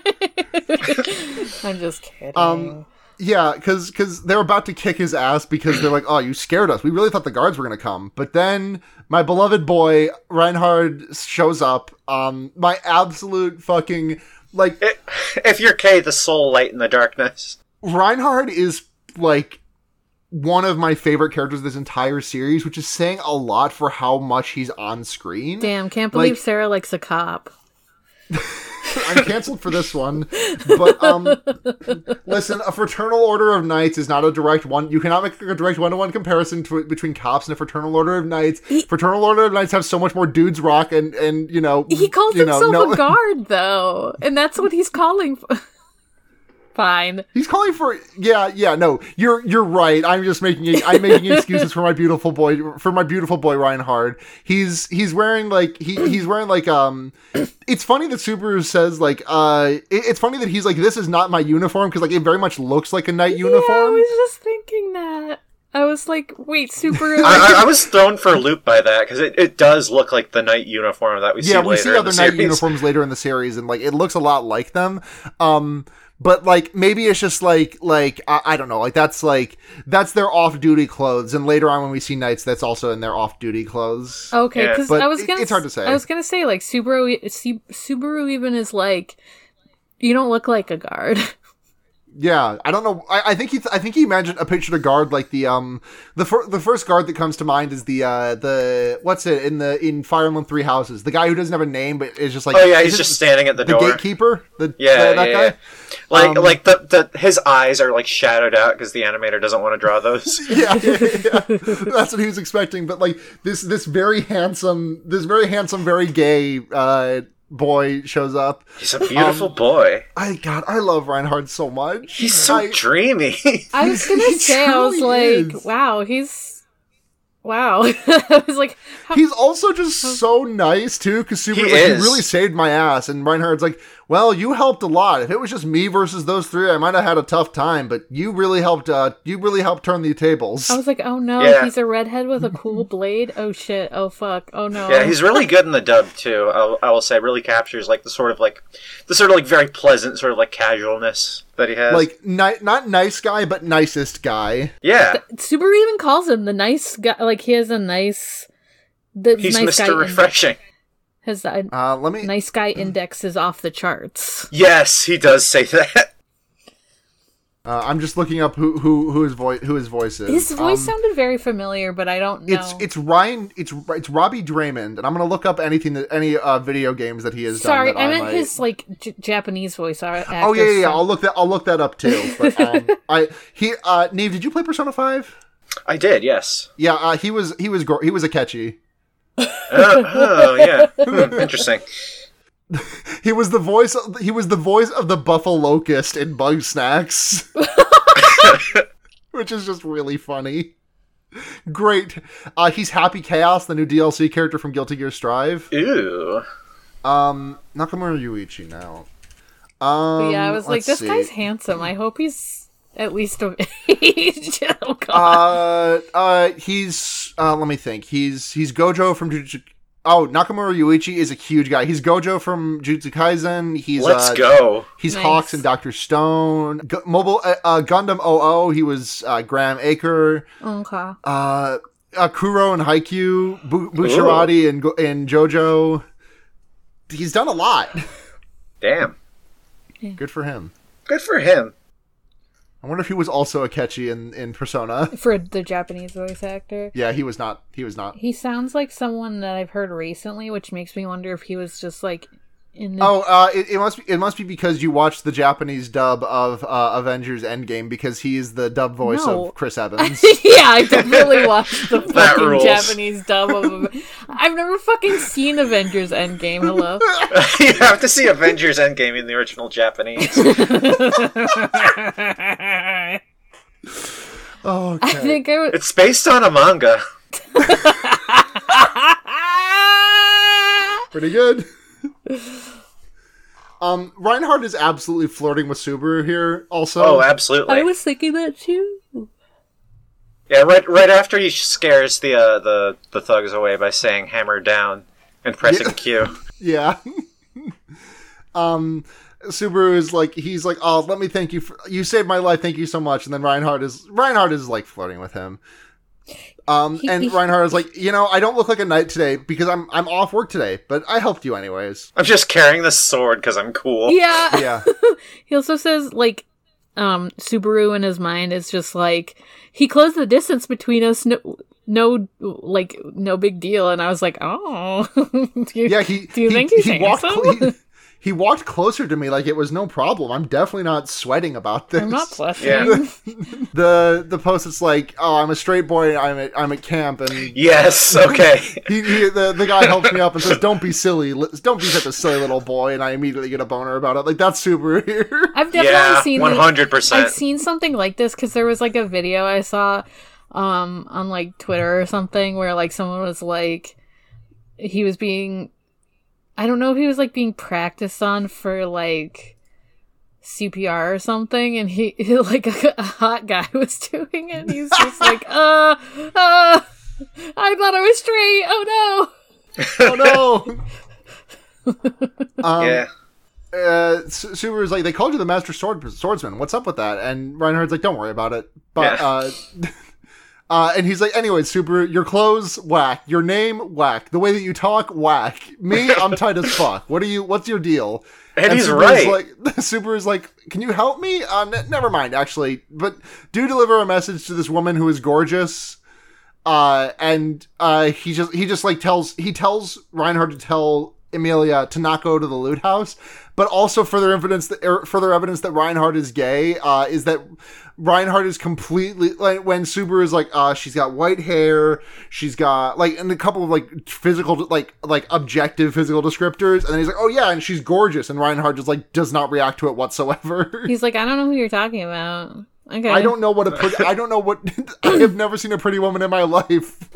D: I'm just kidding.
B: Um, Yeah, because they're about to kick his ass because they're like, oh, you scared us. We really thought the guards were gonna come, but then my beloved boy Reinhard shows up. Um, my absolute fucking like
C: It, if you're K, the soul light in the darkness.
B: Reinhard is like one of my favorite characters of this entire series, which is saying a lot for how much he's on screen.
D: Damn, can't believe
B: like-
D: Sarah likes a cop.
B: I'm canceled for this one, but um, listen, a fraternal order of knights is not a direct one. You cannot make a direct one-to-one comparison to, between cops and a fraternal order of knights. fraternal order of knights have so much more dudes rock and and you know
D: He calls
B: Mm, you know,
D: himself
B: no- [laughs]
D: a guard, though, and that's what he's calling for. [laughs] Fine.
B: He's calling for yeah, yeah, no. You're you're right. I'm just making I'm making excuses for my beautiful boy for my beautiful boy Reinhard. He's he's wearing like he he's wearing like um it's funny that Subaru says like uh it- it's funny that he's like this is not my uniform because like it very much looks like a knight
D: Yeah, I
B: uniform.
D: was just thinking that. I was like, wait,
B: [laughs]
D: Subaru.
C: I, I, I was thrown for a loop by that because it, it does look like the night uniform that we see
B: Yeah,
C: later
B: we see
C: in
B: other
C: the
B: knight
C: series.
B: uniforms later in the series, and like it looks a lot like them. Um, but like maybe it's just like like I, I don't know, like that's like that's their off duty clothes, and later on when we see knights, that's also in their off duty clothes.
D: Okay,
C: Yeah.
D: because
B: But
D: I was
B: it-
D: gonna.
B: it's hard to
D: s-
B: say.
D: I was gonna say like Subaru. Su- Subaru even is like, you don't look like a guard. [laughs]
B: Yeah, I don't know. I, I think he. I think he imagined a picture of guard like the um the fir- the first guard that comes to mind is the uh the what's it in the in Fire Emblem Three Houses the guy who doesn't have a name but is just like
C: Oh yeah,
B: is
C: he's
B: it
C: just standing at the,
B: the
C: door.
B: gatekeeper the
C: Yeah,
B: the- that
C: yeah,
B: guy
C: yeah. Like
B: Um,
C: like the, the his eyes are like shadowed out because the animator doesn't want to draw those.
B: yeah, yeah, yeah. that's what he was expecting. But like this, this very handsome, this very handsome, very gay uh, boy shows up. [laughs]
C: He's a beautiful boy.
B: I God, I love Reinhard so much.
C: He's so
B: I-
C: dreamy. [laughs]
D: I was gonna
B: [laughs] He
D: say, I was
B: truly
D: like,
B: is.
D: wow, he's wow. [laughs] I was like, how-
B: He's also just so nice too, because Super like,
C: He
B: he
C: is.
B: really saved my ass. And Reinhard's like, "Well, you helped a lot. If it was just me versus those three, I might have had a tough time. But you really helped. Uh, you really helped turn the tables."
D: I was like, oh no,
C: Yeah.
D: he's a redhead with a cool blade. Oh shit. Oh fuck. Oh no.
C: yeah, he's really good in the dub too. I'll, I will say, really captures like the sort of like the sort of like very pleasant sort of like casualness that he has.
B: like ni- not nice guy, but nicest guy.
C: yeah,
D: Subaru even calls him the nice guy. Like he has a nice. The
C: he's
D: nice guy
C: Mr.
D: index-
C: Refreshing.
D: Has the
B: Uh, let me.
D: nice guy index is off the charts.
C: Yes, he does say that. [laughs]
B: Uh, I'm just looking up who who who his voice who his voice is.
D: His voice
B: Um,
D: sounded very familiar, but I don't know.
B: It's it's Ryan it's it's Robbie Draymond, and I'm gonna look up anything that any uh, video games that he has
D: Sorry,
B: done. that
D: I meant
B: might-
D: his like J- Japanese voice. Ar- actor
B: [laughs] Oh yeah, yeah, yeah.
D: sound-
B: I'll look that. I'll look that up too.
D: [laughs]
B: But um, I he uh, Neve, did you play Persona Five?
C: I did. Yes.
B: Yeah, uh, he was he was gor- he was a catchy.
C: Uh, oh
D: [laughs]
C: yeah. Hmm, interesting.
B: He was the voice. Of, he was the voice of the Buffalo Locust in Bug Snacks, [laughs] which is just really funny. Great. Uh, he's Happy Chaos, the new DLC character from Guilty Gear Strive.
C: Ooh.
B: Um, Nakamura Yuichi now. Um,
D: But yeah, I was like,
B: let's
D: this
B: see.
D: guy's handsome. I hope he's at least of [laughs] age. [laughs] oh god.
B: Uh, uh, he's. Uh, let me think. He's he's Gojo from Jujutsu. Oh, Nakamura Yuichi is a huge guy. He's Gojo from Jujutsu Kaisen. He's
C: Let's
B: uh,
C: go.
B: He's
D: Nice.
B: Hawks and Doctor Stone. Gu- Mobile uh, uh, Gundam OO. He was uh, Graham Aker.
D: okay.
B: Uh, uh, Kuro and Haikyuu. Bu- Bushirati and Go- and JoJo. He's done a lot.
C: Damn.
B: Good for him.
C: Good for him. [laughs]
B: I wonder if he was also a catchy in in Persona.
D: For the Japanese voice actor.
B: Yeah, he was not. He was not.
D: He sounds like someone that I've heard recently, which makes me wonder if he was just like in the
B: Oh, uh, it, it must be. It must be because you watched the Japanese dub of uh, Avengers Endgame because he is the dub voice
D: No.
B: of Chris
D: [laughs]
B: Evans.
D: [laughs] yeah, I
B: [laughs]
D: definitely watched the
C: That
D: fucking
C: rules.
D: Japanese dub of. I've never fucking seen Avengers Endgame. Hello,
B: [laughs]
C: you have to see Avengers Endgame in the original Japanese.
D: [laughs]
B: oh,
D: I
B: okay.
D: think I was.
C: it's based on a manga.
B: pretty good. um, Reinhardt is absolutely flirting with Subaru here. Also,
C: Oh, absolutely.
D: [laughs] I was thinking that too.
C: Yeah, right. Right after he scares the uh, the the thugs away by saying "hammer down" and pressing Q.
B: yeah. [laughs] um, Subaru is like he's like, oh, let me thank you. For, you saved my life. Thank you so much. And then Reinhardt is Reinhardt is like flirting with him. Um,
D: He-
B: and
D: he-
B: Reinhardt is like, you know, I don't look like a knight today because I'm I'm off work today, but I helped you anyways.
C: I'm just carrying this sword because I'm cool.
D: Yeah. [laughs]
B: Yeah.
D: He also says like um Subaru in his mind is just like he closed the distance between us no no like no big deal and I was like, "Oh." [laughs] do you,
B: Yeah, he.
D: Do you
B: he,
D: think he's
B: he walked,
D: handsome?
B: cl- he, he walked closer to me like it was no problem. I'm definitely not sweating about this.
D: I'm not
C: [laughs]
D: blushing.
C: Yeah.
B: the the post that's like, "Oh, I'm a straight boy. I'm at I'm at camp," and he,
D: [laughs]
C: Yes. Okay.
B: he the, the guy helps me up and says, "Don't be silly. li- Don't be such a silly little boy." And I immediately get a boner about it. Like that's super here.
D: I've definitely
C: yeah.
D: seen
C: One
D: this-
C: hundred
D: I've
C: percent.
D: seen something like this cuz there was like a video I saw um on like Twitter or something where like someone was like he was being I don't know if he was like being practiced on for like CPR or something, and he [laughs] like a, hot guy [laughs] was doing it. And he's
B: [laughs]
D: just like, uh, uh, I thought I was straight. Oh
B: oh no. um,
C: Yeah.
B: [laughs] uh, Su- Subaru's like, they called you the master sword swordsman. What's up with that? And Reinhardt's like, don't worry about it. But
C: Yeah.
B: uh, [laughs] Uh, and he's like, anyway, Subaru, your clothes whack, your name whack, the way that you talk whack. Me, I'm tight as fuck. What are you? What's your deal?
C: And he's
B: Subaru's
C: right.
B: Like [laughs] Subaru's like, can you help me? Uh, n- never mind, actually. But do deliver a message to this woman who is gorgeous. Uh, and uh, he just he just like tells he tells Reinhard to tell Emilia to not go to the loot house. But also further evidence that er, further evidence that Reinhard is gay uh, is that Reinhard is completely like when Subaru is like, uh, she's got white hair, she's got like and a couple of like physical like like objective physical descriptors, and then he's like, oh yeah, and she's gorgeous, and Reinhard just like does not react to it whatsoever.
D: He's like, I don't know who you're talking about.
B: [laughs]
D: Okay.
B: I
D: [laughs]
B: don't know what a pretty, I don't know what [laughs] I have never seen a pretty woman in my life.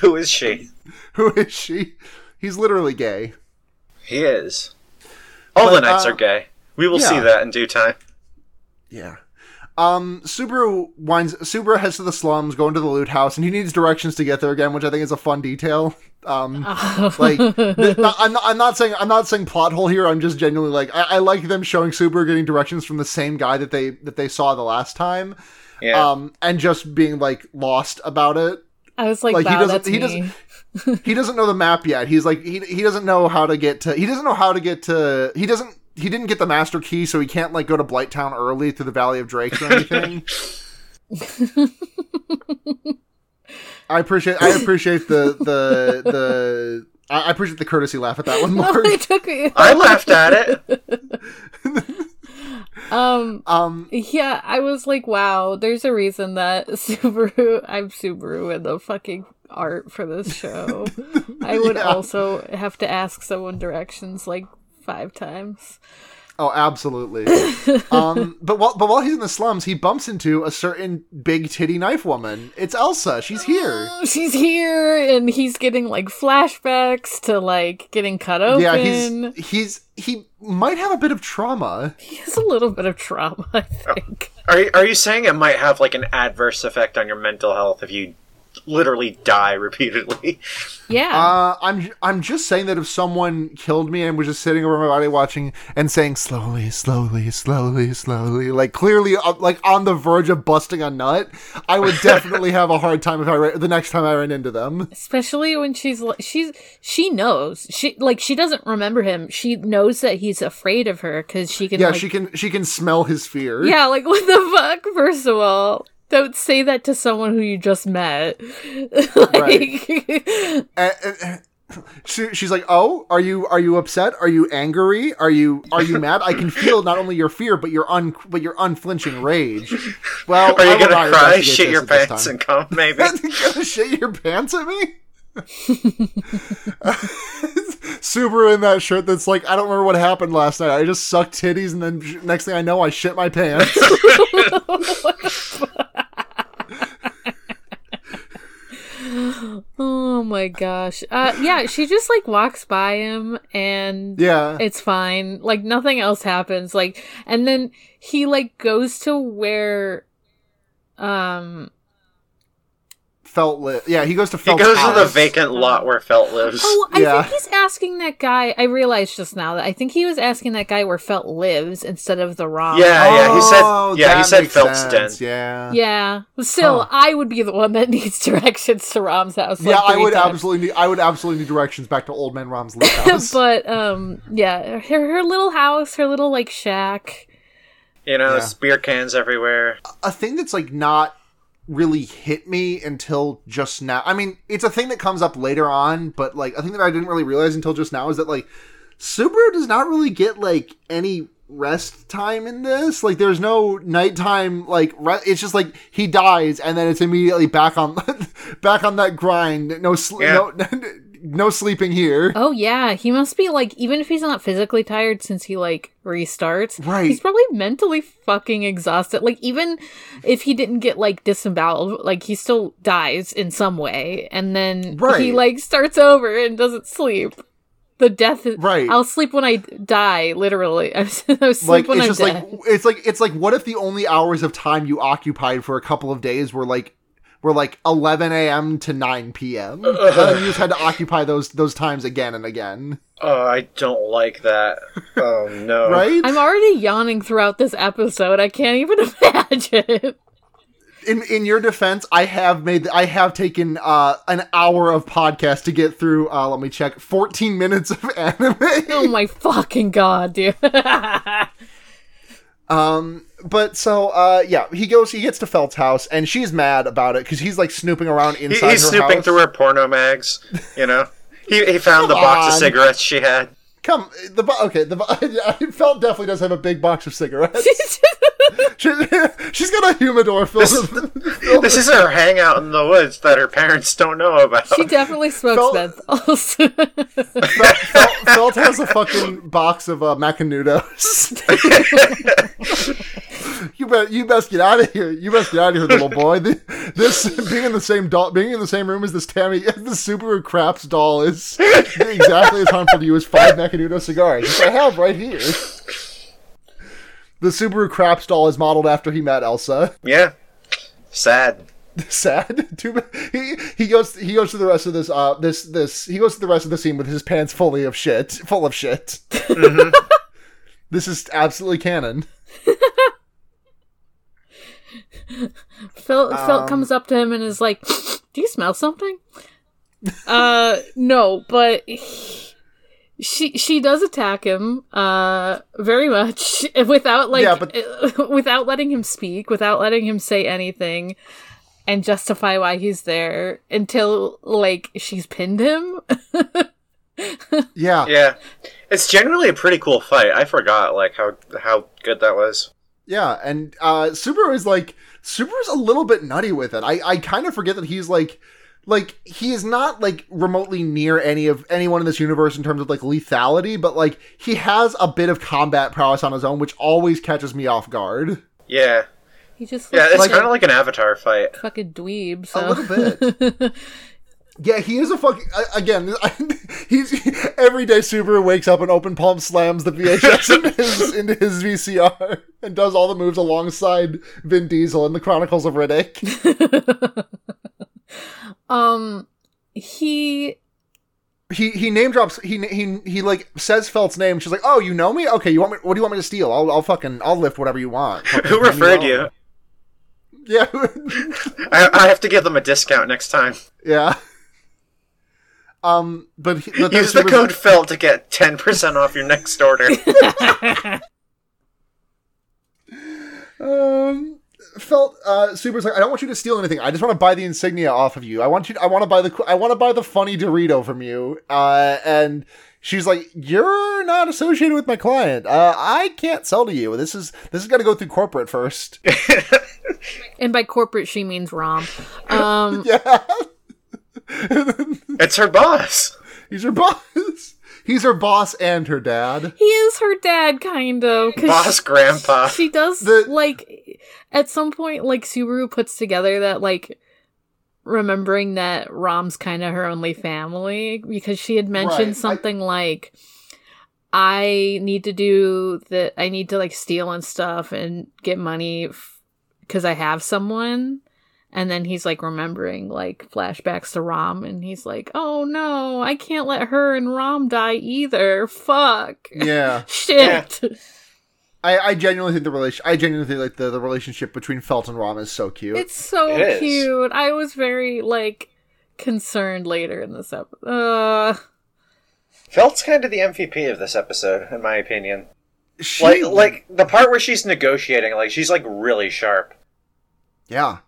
C: Who is she?
B: [laughs] Who is she? He's literally gay.
C: He is. All the
B: But,
C: knights
B: uh,
C: are gay. We will see
B: yeah.
C: that in due time.
B: Yeah. Um, Subaru winds. Subaru heads to the slums, going to the loot house, and he needs directions to get there again, which I think is a fun detail. Um, like, th- not- I'm, not, I'm not saying I'm not saying plot hole here. I'm just genuinely like I, I like them showing Subaru getting directions from the same guy that they that they saw the last time,
C: Yeah.
B: um, and just being like lost about it.
D: I was like,
B: like, he
D: wow,
B: doesn't-
D: that's
B: he
D: me. [laughs]
B: doesn't- he doesn't know the map yet. He's like he he doesn't know how to get to he doesn't know how to get to he doesn't he didn't get the master key, so he can't like go to Blighttown early through the Valley of Drakes or anything. I appreciate I appreciate the the the I I appreciate the courtesy laugh at that one more.
D: it took me.
C: I laughed at
B: [laughs]
C: it.
D: Um.
B: Um
D: Yeah, I was like, wow, there's a reason that [laughs] Subaru, I'm Subaru in the fucking art for this show. I
B: [laughs]
D: would
B: Yeah.
D: also have to ask someone directions like five times. [laughs]
B: Oh, absolutely. um, but while but while he's in the slums, he bumps into a certain big titty knife woman. It's Elsa. She's here.
D: Oh, she's here, and he's getting like flashbacks to like getting cut open.
B: Yeah, he's he's he might have a bit of trauma.
D: He has a little bit of trauma, [laughs] I think.
C: Are you, are you saying it might have like an adverse effect on your mental health if you literally
B: [laughs]
C: die repeatedly?
D: Yeah.
B: Uh, I'm I'm just saying that if someone killed me and was just sitting over my body watching and saying slowly, slowly, slowly, slowly, like clearly, uh, like on the verge of busting a nut, I
C: [laughs]
B: would definitely have a hard time if I ra- the next time I ran into them.
D: especially when she's li- she's she knows she like she doesn't remember him she knows that he's afraid of her because she can
B: Yeah,
D: like,
B: she can she can smell his fear.
D: yeah like [laughs] what the fuck first of all don't say that to someone who you just met [laughs] right.
B: And- and- she, she's like, "Oh, are you are you upset? Are you angry? Are you are you mad? I
C: [laughs]
B: can feel not only your fear, but your un but your unflinching rage."
C: [laughs]
B: Well,
C: Are
B: I
C: you
B: will
C: gonna
B: not
C: cry,
B: investigate
C: shit
B: this
C: your
B: at this
C: pants,
B: time.
C: and come?
B: [laughs]
C: Maybe.
B: gonna shit your pants at me? [laughs] Subaru in that shirt that's like, I don't remember what happened last night. I just sucked titties, and then next thing I know, I shit my pants.
D: [laughs] oh my gosh uh yeah she just like walks by him and
B: yeah.
D: it's fine like nothing else happens like and then he like goes to where um
B: Felt lit. Yeah, he goes to
C: He
B: Felt
C: goes to the
B: Palace.
C: vacant lot where Felt lives.
D: oh i
B: Yeah.
D: think he's asking that guy i realized just now that i think he was asking that guy where felt lives instead of the wrong
C: Yeah, yeah, he said-
B: Oh,
C: yeah, he
B: that
C: said
B: makes
C: Felt's
B: sense.
C: den.
B: Yeah.
D: yeah still
B: Huh.
D: i would be the one that [laughs] needs directions to rom's house like,
B: Yeah, I
D: three
B: would
D: times.
B: absolutely need I would absolutely need directions back to old man Rom's lake house.
D: but um yeah her, her little house her little like shack
C: You know,
B: Yeah.
C: there's beer cans everywhere.
B: a thing that's like not really hit me until just now. I mean, it's a thing that comes up later on, but like a thing that I didn't really realize until just now is that like Subaru does not really get like any rest time in this. Like there's no nighttime like re- it's just like he dies and then it's immediately back on [laughs] back on that grind. No sl-
C: Yeah.
B: no [laughs] no sleeping here.
D: Oh yeah, he must be like even if he's not physically tired since he like restarts,
B: Right.
D: He's probably mentally fucking exhausted. Like even if he didn't get like disemboweled, like he still dies in some way, and then he
B: Right.
D: like starts over and doesn't sleep. The death is
B: Right.
D: I'll sleep when I die. Literally, [laughs] I'm sleep
B: like
D: when
B: it's
D: I'm
B: just
D: dead.
B: like it's like it's like what if the only hours of time you occupied for a couple of days were like were like 11 a.m. to 9
C: [laughs]
B: p.m. and then you just had to occupy those those times again and again,
C: Oh, I don't like
B: [laughs]
C: that. Oh no.
B: right?
D: I'm already yawning throughout this episode. I can't even [laughs] imagine.
B: in in your defense, I have made I have taken uh, an hour of podcast to get through. Uh, let me check, fourteen [laughs] minutes of anime.
D: Oh my fucking god, dude. [laughs]
B: Um, but so uh, yeah, he goes. He gets to Felt's house, and she's mad about it because he's like snooping around
C: He-
B: inside.
C: he's
B: her
C: snooping
B: house.
C: through her porno mags. You know, he he found the box
B: on.
C: of cigarettes she had.
B: Come the bo- okay the bo- [laughs] yeah, Felt definitely does have a big box of
C: [laughs]
B: cigarettes. she, [laughs] she's got a humidor filled. [laughs] with-
C: This is her hangout in the woods that her parents don't know about.
D: she definitely smokes
B: Felt-
D: [laughs] menthols.
B: Felt, Felt- Felt has a fucking box of uh, Macanudos. [laughs] you bet. You best get out of here. You best get out of here, little boy. Th- This being in the same doll, being in the same room as this Tammy, [laughs] the Subaru Craps doll is exactly as harmful to you as five Macanudo cigars, which I have right here. The Subaru Craps doll is modeled after he met Elsa.
C: yeah, sad.
B: sad. [laughs] Too ba- he he goes he goes to the rest of this uh this this he goes to the rest of the scene with his pants fully of shit, [laughs] full of shit. this is absolutely canon.
D: Phil
B: Um,
D: Phil comes up to him and is like, "Do you smell something?" uh, no, but he- she she does attack him uh very much [laughs] without like
B: Yeah, but-
D: [laughs] without letting him speak, without letting him say anything and justify why he's there until like she's pinned him. [laughs]
B: Yeah, yeah,
C: Yeah, it's generally a pretty cool fight. I forgot like how how good that was.
B: And uh Subaru is like Subaru's a little bit nutty with it. I I kind of forget that he's like. Like he is not like remotely near any of anyone in this universe in terms of like lethality, but like he has a bit of combat prowess on his own, which always catches me off guard.
C: Yeah,
D: He just
C: yeah,
D: looks
C: it's
D: like
C: kind of
D: a
C: like an Avatar
B: [laughs]
C: fight.
D: fucking dweeb. So.
B: A little bit. yeah, he is a fucking. I- Again, [laughs] he's every day. Subaru wakes up and open palm slams the
C: [laughs]
B: VHS into his, into his VCR and does all the moves alongside Vin Diesel in the Chronicles of Riddick.
D: [laughs] um, he
B: He he name drops. He he he like says Felt's name. She's like, "Oh, you know me? Okay, you want me? What do you want me to steal? I'll I'll fucking I'll lift whatever you
C: [laughs]
B: want." Fucking
C: Who
B: hand me
C: referred
B: all-
C: you?
B: Yeah.
C: I, I have to give them a discount next time.
B: yeah. [laughs] Um, but, he, but then
C: [laughs] Use the
B: Subaru's-
C: code Phil to get ten percent off your
B: [laughs]
C: next order.
B: Um, felt uh, Subaru's like, I don't want you to steal anything. I just want to buy the insignia off of you. I want you. I want to buy the. I want to buy the funny Dorito from you. Uh, and she's like, you're not associated with my client. Uh, I can't sell to you. This is this is got to go through corporate first.
C: [laughs]
D: and by corporate she means Rom. Um. [laughs]
B: yeah,
C: it's her boss.
B: he's her boss. He's her boss and her dad.
D: he is her dad kind of
C: Boss
D: because
C: grandpa.
D: [laughs] she does
B: The-
D: like at some point like subaru puts together that like remembering that rom's kind of her only family because she had mentioned
B: Right, I-
D: something like i need to do that i need to like steal and stuff and get money because i have someone and then he's like remembering like flashbacks to Rom, and he's like, "Oh no, I can't let her and Rom die either. Fuck." [laughs]
B: Yeah.
D: Shit.
B: I, I genuinely think the relation. I genuinely think like the, the relationship between Felt and Rom is so cute.
D: It's so
C: It is.
D: cute. I was very like concerned later in this episode. Uh,
C: Felt's kind of the MVP of this episode, in my opinion.
B: She-
C: Like, like the part where she's negotiating, like she's like really sharp.
B: yeah.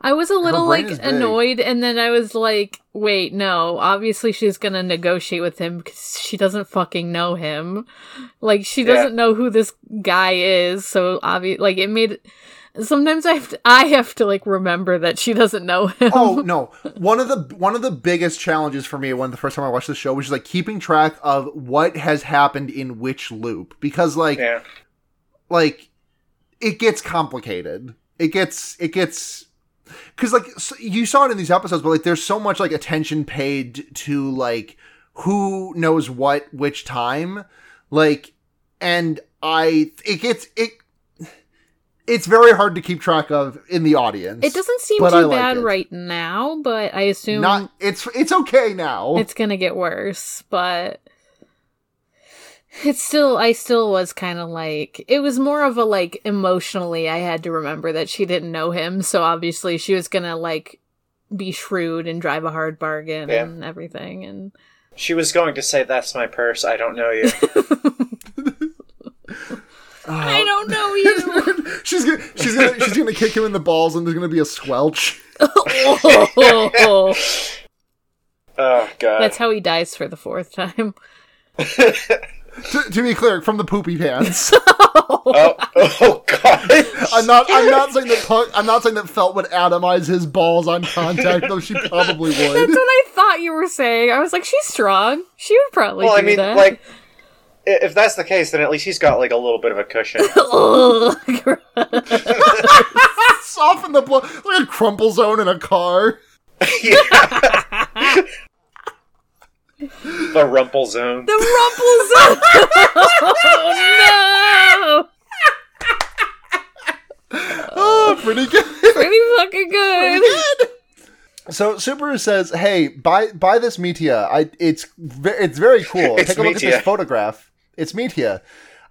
D: I was a little
B: brain
D: like
B: is big.
D: annoyed and then I was like, "Wait, no. Obviously she's going to negotiate with him cuz she doesn't fucking know him. Like she
C: Yeah.
D: doesn't know who this guy is." So obvious like it made Sometimes I have to, I have to like remember that she doesn't know him.
B: oh no one of the one of the biggest challenges for me when the first time i watched the show was just like keeping track of what has happened in which loop because like
C: Yeah,
B: like it gets complicated it gets it gets because like so, you saw it in these episodes but like there's so much like attention paid to like who knows what which time like and i it gets it it's very hard to keep track of in the audience
D: It doesn't seem
B: But I
D: too
B: like
D: bad
B: it.
D: right now, but I assume
B: not it's it's okay now
D: it's gonna get worse but it's still I still was kind of like it was more of a like emotionally I had to remember that she didn't know him, so obviously she was going to like be shrewd and drive a hard bargain
C: Yeah.
D: and everything and
C: She was going to say, "That's my purse. I don't know
D: [laughs]
C: you."
D: I don't know you.
B: [laughs] she's gonna she's gonna she's gonna kick him in the balls and there's gonna be a squelch.
C: [laughs]
D: Oh,
C: oh God.
D: [laughs] that's how he dies for the fourth
C: [laughs]
D: time.
B: To, to be clear, from the poopy [laughs] pants.
C: oh, [laughs] oh God.
B: I'm not I'm not saying that Punk, I'm not saying that Felt would atomize his balls on contact, though she probably
D: That's
B: would.
D: what I thought you were saying. I was like, she's strong. She would
C: [laughs]
D: probably.
C: well,
D: do
C: I mean,
D: that.
C: like, i- if that's the case, then at least he's got like a little bit of a
D: [laughs]
C: cushion.
D: [laughs]
C: [laughs]
D: Ugh.
B: [laughs] Soften the blow like a crumple zone in a car.
C: Yeah. [laughs] the rumple zone.
D: The Rumples. [laughs] oh
B: Oh, [laughs] pretty good.
D: no! Pretty fucking [laughs] good.
B: So Subaru says, "Hey, buy buy this Meteor. I it's ve- it's very cool.
C: It's
B: Take a look at
C: Meteor.
B: this photograph. It's Meteor."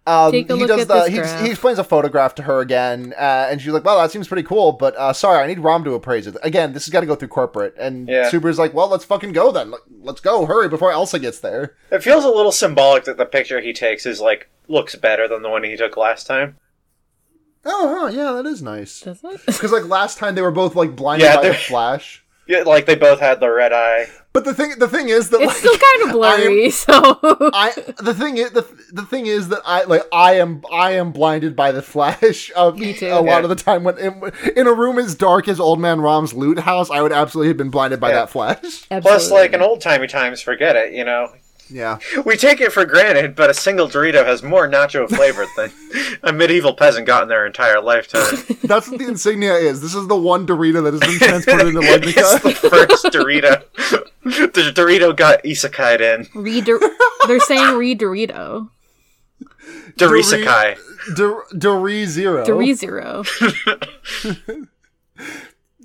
B: Um,
D: Take a
B: he
D: look
B: does
D: at
B: the
D: this
B: he,
D: graph.
B: he explains a photograph to her again, uh, and she's like, "Well, that seems pretty cool, but uh, sorry, I need Rom to appraise it again. This has got to go through corporate." And
C: Yeah.
B: Subaru's like, "Well, let's fucking go then. Like, Let's go, hurry before Elsa gets there."
C: It feels a little symbolic that the picture he takes is like looks better than the one he took last time.
B: Oh, huh, yeah, that is nice.
D: Does it?
B: Because like last time they were both like blinded
C: Yeah,
B: by the
C: they're-
B: flash.
C: Yeah, like they both had the red eye.
B: But the thing the thing is that
D: It's
B: like,
D: still kind
C: [laughs]
D: of blurry. so
B: I the thing is the the thing is that I like I am I am blinded by the flash of
D: Me too.
B: a lot
C: Yeah.
B: of the time when in, in a room as dark as Old Man Rom's loot house I would absolutely have been blinded by
C: Yeah.
B: that flash.
C: Plus, like an old timey times, forget it. You know,
B: Yeah.
C: we take it for granted, but a single Dorito has more nacho
D: [laughs]
C: flavored than a medieval peasant got in their entire lifetime.
B: That's what the insignia is. This is the one Dorito that has
C: [laughs]
B: been transported into
C: it's
D: [laughs]
B: Legnica.
C: the first Dorito. the Dorito got isekai'd in.
D: Redur- they're saying re
C: [laughs]
D: Dorito.
C: Dorisekai.
B: Dor- Dori
C: Oh.
B: Zero.
D: Dori Zero.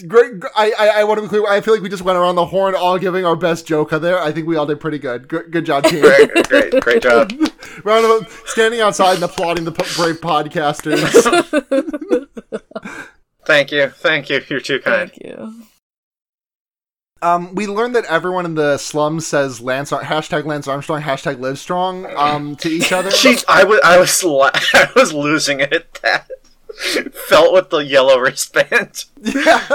B: Great. gr- I, I, I want to be clear. I feel like we just went around the horn all giving our best joke there. I think we all did pretty good. Good, good job, team.
C: Great, great, great job.
B: Round of standing outside and applauding the p- brave podcasters.
C: Thank you, thank you. You're too [laughs] kind.
D: Thank you.
B: Um, we learned that everyone in the slums says Lance Ar- hashtag Lance Armstrong hashtag Live Strong um, to each other.
C: Jeez, I was I was la- [laughs] I was losing it at that. Felt with the yellow wristband.
B: [laughs]
C: [laughs]
B: yeah,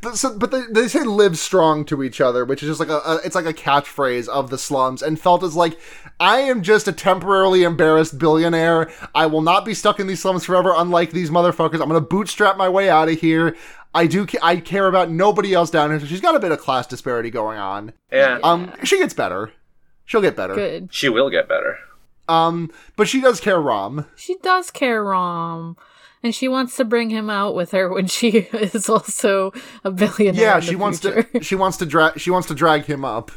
B: but, so, but they, they say Live Strong to each other, which is just like a, a it's like a catchphrase of the slums. And Felt is like, I am just a temporarily embarrassed billionaire. I will not be stuck in these slums forever. Unlike these motherfuckers, I'm gonna bootstrap my way out of here. I do. ca- I care about nobody else down here. So she's got a bit of class disparity going on.
C: Yeah,
D: Uh,
B: Um, she gets better. She'll get better.
D: Good.
C: she will get better.
B: Um, but she does care Rom.
D: She does care Rom. And she wants to bring him out with her when she [laughs] is also a billionaire.
B: yeah
D: in the
B: she wants
D: future. [laughs]
B: to she wants to drag she wants to drag him up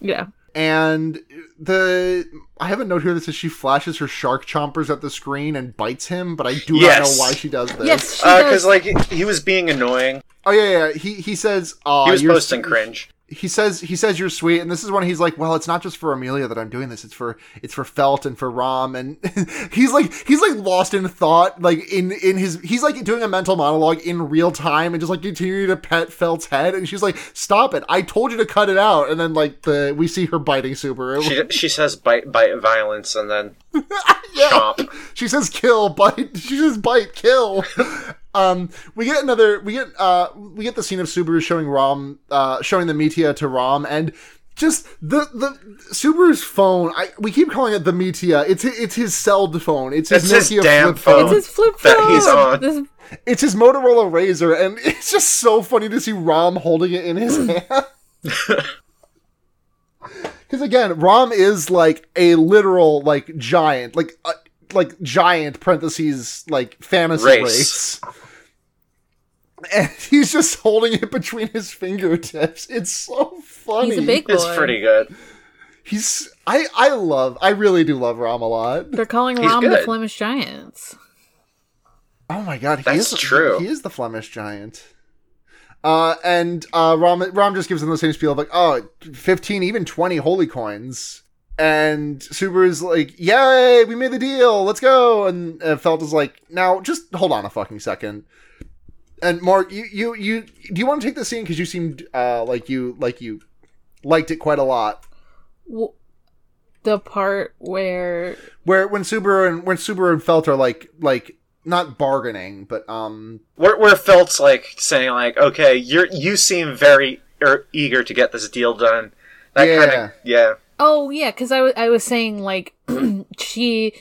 D: yeah.
B: and the i have a note here that says she flashes her shark chompers at the screen and bites him but i do
C: Yes.
B: not know why she does this
D: Yes, she
C: Because
D: does.
C: Uh, like he- he was being annoying.
B: oh yeah yeah he he says uh
C: He was
B: you're
C: posting cringe.
B: he says he says you're sweet and this is when he's like well it's not just for amelia that i'm doing this it's for it's for felt and for rom and [laughs] he's like he's like lost in thought like in in his he's like doing a mental monologue in real time and just like continuing to pet felt's head and she's like stop it i told you to cut it out and then like the we see her biting subaru she,
C: She she says bite bite violence
B: [laughs]
C: and then chomp.
B: says kill bite [laughs] she says bite kill um we get another we get uh we get the scene of subaru showing rom uh showing the meteor to rom and just the the Subaru's phone. I we keep calling it the Meteor. It's hi- it's his cell phone. It's his
C: It's his
B: Nokia
C: damn
B: flip phone.
C: phone.
D: It's his flip
C: um, that
D: phone.
C: he's on.
D: This-
B: It's his Motorola Razor, and [laughs] it's just so funny to see Rom holding it in his hand. Because again, Rom is like a literal like giant, like uh, like giant parentheses like fantasy
C: Race.
B: race. And [laughs] he's just holding it between his fingertips. It's so funny.
D: he's a big boy.
C: It's pretty good.
B: He's I I love I really do love Rom a lot.
D: They're calling
C: He's
D: Rom the
C: good.
D: Flemish Giants.
B: Oh my god, he
C: That's
B: is
C: true.
B: He is the Flemish giant. Uh, and uh, Rom Rom just gives him the same spiel of like, oh, 15, even twenty holy coins. And Subaru's like, "Yay, we made the deal. Let's go." And uh, Felt is like, "Now, just hold on a fucking second. And Mark, you you you do you want to take this scene because you seemed uh, like you like you liked it quite a lot.
D: W- the part where
B: Where when Subaru and when Subaru and Felt are like like not bargaining, but um
C: Where, where Felt's like saying like, okay, you're you seem very er, eager to get this deal done. That
B: Yeah.
C: kind of yeah.
D: Oh yeah, because I wa- I was saying like [clears throat] she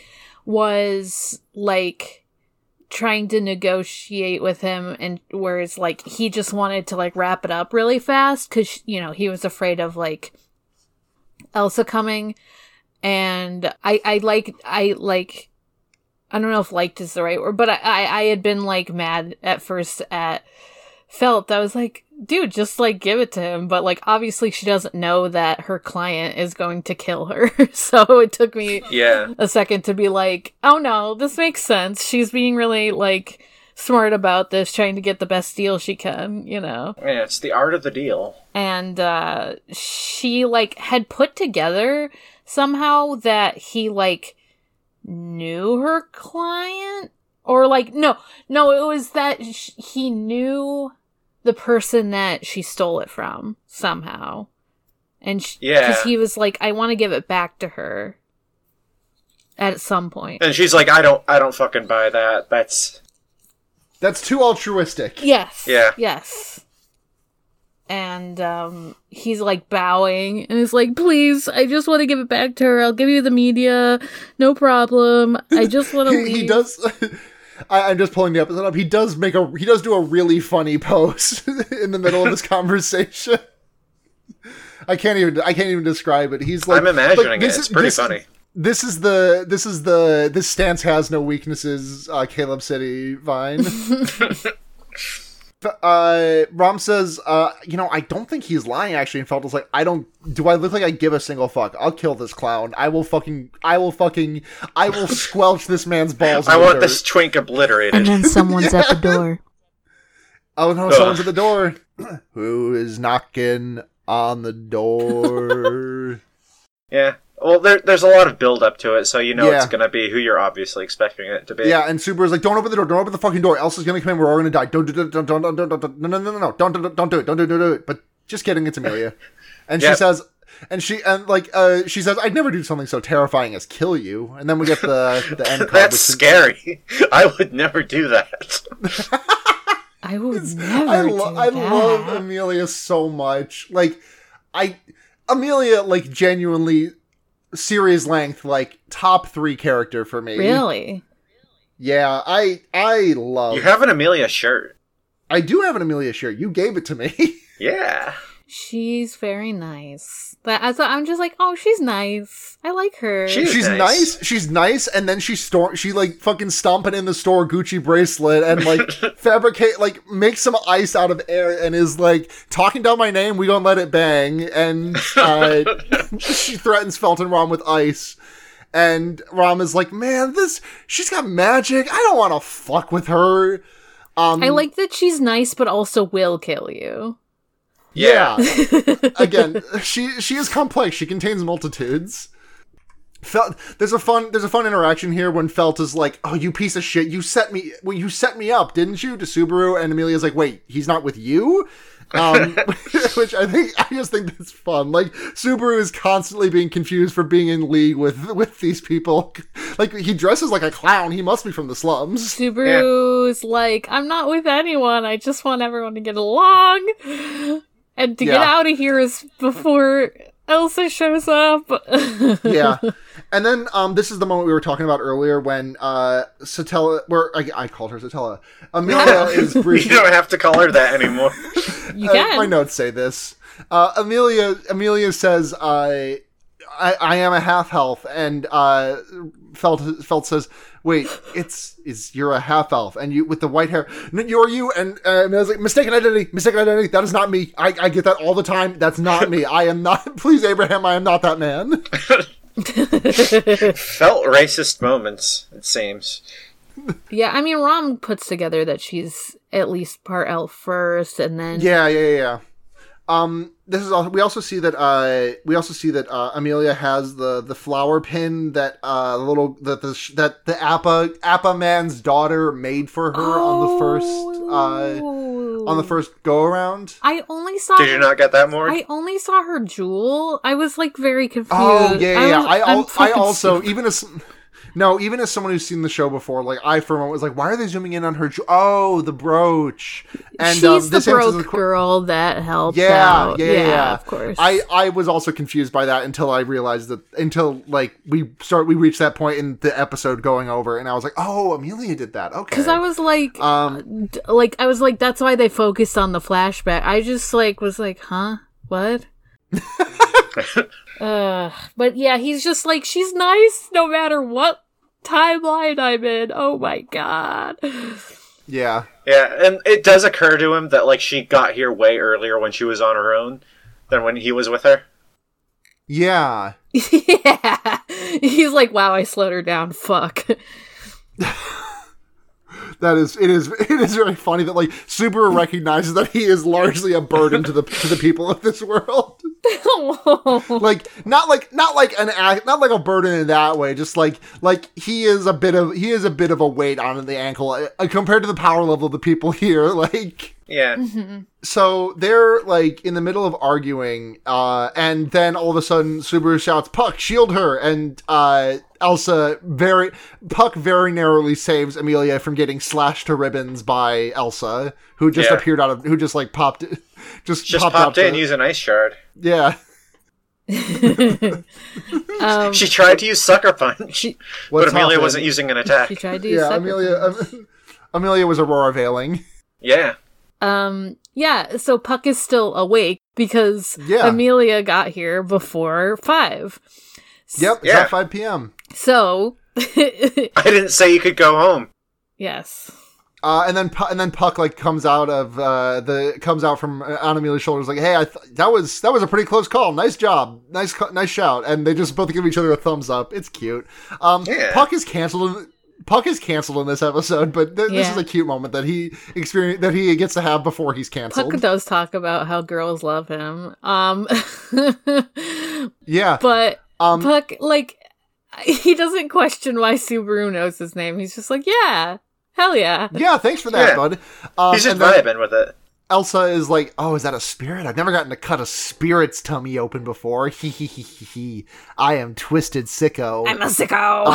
D: was like trying to negotiate with him, and whereas like he just wanted to like wrap it up really fast because you know he was afraid of like Elsa coming, and I I like I like. I don't know if liked is the right word, but I, I, I had been like mad at first at felt that was like, dude, just like give it to him. But like, obviously, she doesn't know that her client is going to kill her. [laughs] so it took me
C: Yeah.
D: a second to be like, oh no, this makes sense. She's being really like smart about this, trying to get the best deal she can, you know?
C: Yeah, it's the art of the deal.
D: And uh, she like had put together somehow that he like knew her client or like no no it was that sh- he knew the person that she stole it from somehow and sh
C: Yeah.
D: he was like i want to give it back to her at some point
C: And she's like, I don't I don't fucking buy that. That's
B: that's too altruistic.
D: Yes.
C: Yeah.
D: Yes. And um, he's like bowing and he's like, please, I just want to give it back to her. I'll give you the media. No problem. I just want
B: [laughs]
D: to
B: he,
D: leave.
B: he does. I, I'm just pulling the episode up. He does make a. He does do a really funny post [laughs] in the middle of this conversation. I can't even. I can't even describe it. He's like.
C: I'm imagining
B: like, this
C: it.
B: is-
C: It's pretty
B: this-
C: funny.
B: This is the. This is the. This stance has no weaknesses. Uh, Caleb City Vine. Uh, Rom says, uh, you know, I don't think he's lying actually. And Felt was like, I don't, do I look like I give a single fuck? I'll kill this clown. I will fucking, I will fucking, I will squelch this man's balls. in
C: I
B: the
C: want
B: dirt."
C: this twink
A: [laughs]
C: obliterated.
D: then someone's at the door.
B: Oh no,
C: Ugh.
B: someone's at the door. [clears throat] Who is knocking on the
C: [laughs]
B: door?
C: yeah. Well, there, there's a lot of build up to it, so you know it's
B: Yeah.
C: gonna be who you're obviously expecting it to be.
B: yeah, and Subaru's like, don't open the door, don't open the fucking door, Elsa's gonna come in, we're all gonna die. Don't do don't don't don't don't don't don't no no no no no don't don't don't do it, don't do it, don't do it. But just kidding, it's
C: [laughs]
B: Amelia. And she
C: Yeah.
B: says and she and like uh she says, I'd never do something so terrifying as kill you and then we get the the end card
C: [laughs] That's
B: which is-
C: scary. [laughs] I would never do that.
D: I would never.
B: I, lo-
D: do
B: I
D: that.
B: love Amelia so much. Like, I Amelia like genuinely series length like top three character for me.
D: Really?
B: Yeah, I I love.
C: You have an Amelia shirt.
B: I do have an Amelia shirt. You gave it to me. [laughs]
C: Yeah.
D: She's very nice. That I thought I'm just like, oh, she's nice. I like her.
C: She-
B: She's nice.
C: nice.
B: She's nice, and then she store she like fucking stomping in the store Gucci bracelet and like fabricate like make some ice out of air and is like talking down my name. We gonna let it bang, and uh, [laughs] she threatens Felton Rom with ice. And Rom is like, man, this she's got magic. I don't want to fuck with her. Um,
D: I like that she's nice, but also will kill you.
C: [laughs]
B: Yeah. Again, she she is complex. She contains multitudes. Felt there's a fun there's a fun interaction here when Felt is like, "Oh, you piece of shit! You set me well, you set me up, didn't you?" To Subaru, and Amelia's like, "Wait, he's not with you." Um, [laughs] which I think I just think that's fun. Like Subaru is constantly being confused for being in league with with these people. [laughs] Like he dresses like a clown. He must be from the slums.
D: Subaru's like, I'm not with anyone. I just want everyone to get along. And to get
B: Yeah.
D: out of here is before Elsa shows up. [laughs]
B: yeah. And then um, this is the moment we were talking about earlier when uh, Satella, where I, I called her Satella. Amelia is
C: [laughs] You
B: briefly.
C: don't have to call her that anymore.
D: you
B: uh,
D: can.
B: my notes say this. Uh, Amelia Amelia says, I, I I am a half health, and uh, Felt Felt says, wait, it's is you're a half elf, and you with the white hair, N- you're you, and uh, Amelia's like mistaken identity, mistaken identity. That is not me. I, I get that all the time. That's not me. I am not. [laughs] Please, Abraham, I am not that man.
C: Felt racist moments, it seems.
D: Yeah, I mean, Rom puts together that she's at least part elf first, and then
B: Yeah, yeah, yeah, yeah. Um, this is all, we also see that uh, we also see that uh, Amelia has the the flower pin that uh, little that the sh- that the Appa Appa man's daughter made for her on the first uh, on the first go around.
D: Oh. I only saw.
C: Did you not get that, Morg?
D: I only saw her jewel. I was like very confused.
B: Oh yeah, yeah. yeah. I
D: I'm
B: al- I
D: fucking
B: also
D: [laughs] stupid.
B: even as no, even as someone who's seen the show before, like I for a moment was like, why are they zooming in on her? Ju- oh, the brooch. And
D: she's
B: um,
D: the
B: this answers
D: broke
B: que-
D: girl that helped.
B: Yeah,
D: out.
B: yeah, yeah, yeah.
D: of course.
B: I I was also confused by that until I realized that until like we start we reached that point in the episode going over, and I was like, oh, Amelia did that. Okay,
D: because I was like,
B: um
D: d- like I was like, that's why they focused on the flashback. I just like was like, huh,
B: [laughs]
D: what? uh, but yeah, he's just like, she's nice no matter what timeline I'm in. Oh my god. [laughs]
B: yeah.
C: Yeah, and it does occur to him that like she got here way earlier when she was on her own than when he was with her.
B: Yeah,
D: yeah, he's like, wow, I slowed her down.
B: [laughs]
D: Fuck. [laughs]
B: that is it is [laughs] it is very funny that like Subaru recognizes that he is largely a burden to the to the people of this world. [laughs]
D: Um,
B: like not like not like an act not like a burden in that way just like like he is a bit of he is a bit of a weight on the ankle uh, compared to the power level of the people here [laughs] like
C: Yeah.
D: Mm-hmm.
B: so they're like in the middle of arguing uh and then all of a sudden subaru shouts puck shield her and uh elsa very puck very narrowly saves amelia from getting slashed to ribbons by elsa who just
C: Yeah.
B: appeared out of who just like popped [laughs] just,
C: Just
B: popped,
C: popped,
B: up
C: in
B: to-
C: using ice shard.
B: yeah
D: um,
C: She tried to use sucker punch,
D: she,
C: but
B: What's
C: Amelia
B: happened?
C: wasn't using an
D: she
C: attack.
D: tried to.
B: yeah
D: sucker
B: amelia [laughs]
D: punch.
B: Am- amelia was aurora veiling
C: Yeah. [laughs]
D: Um, yeah, so Puck is still awake because
B: Yeah.
D: Amelia got here before five.
B: Yep, it's
C: Yeah.
B: at 5 p.m.
D: So, [laughs]
C: I didn't say you could go home.
D: yes.
B: Uh, and then Pu- and then Puck like comes out of uh, the comes out from uh, on Amelia's shoulders like, hey, I th- that was that was a pretty close call. Nice job, nice cu- nice shout. And they just both give each other a thumbs up. It's cute. Um,
C: Yeah.
B: Puck is canceled. In- Puck is canceled in this episode, but th- this
D: Yeah.
B: is a cute moment that he experience that he gets to have before he's
D: Puck
B: canceled.
D: does talk about how girls love him. Um, [laughs]
B: yeah,
D: but
B: um,
D: Puck, like, [laughs] he doesn't question why Subaru knows his name. He's just like, yeah, hell yeah.
B: yeah. Thanks for that,
C: Yeah.
B: bud. Um,
C: He's just
B: and then-
C: vibing with it.
B: Elsa is like, "Oh, is that a spirit? I've never gotten to cut a spirit's tummy open before. [laughs] Hee hee hee hee hee. I am twisted sicko."
D: I'm a sicko.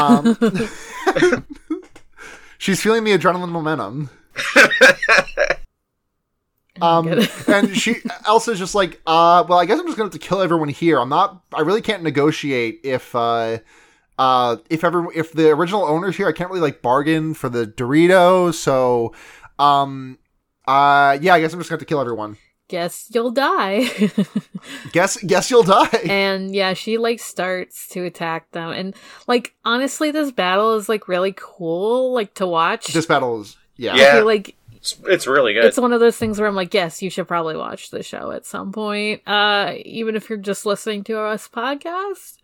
B: um,
D: [laughs]
B: She's feeling the adrenaline momentum. um,
D: Good.
B: and she Elsa's just like, uh, well, I guess I'm just gonna have to kill everyone here. I'm not. I really can't negotiate if. Uh, uh, if ever if the original owner's here, I can't really like bargain for the Dorito. So, um, uh, yeah, I guess I'm just gonna have to kill everyone.
D: [laughs] Guess you'll die. [laughs]
B: Guess guess you'll die.
D: and yeah she like starts to attack them and like honestly this battle is like really cool like to watch
B: This battle is yeah.
D: I
C: Yeah.
D: feel like
C: It's, it's really good.
D: it's one of those things where i'm like yes you should probably watch the show at some point uh even if you're just listening to us podcast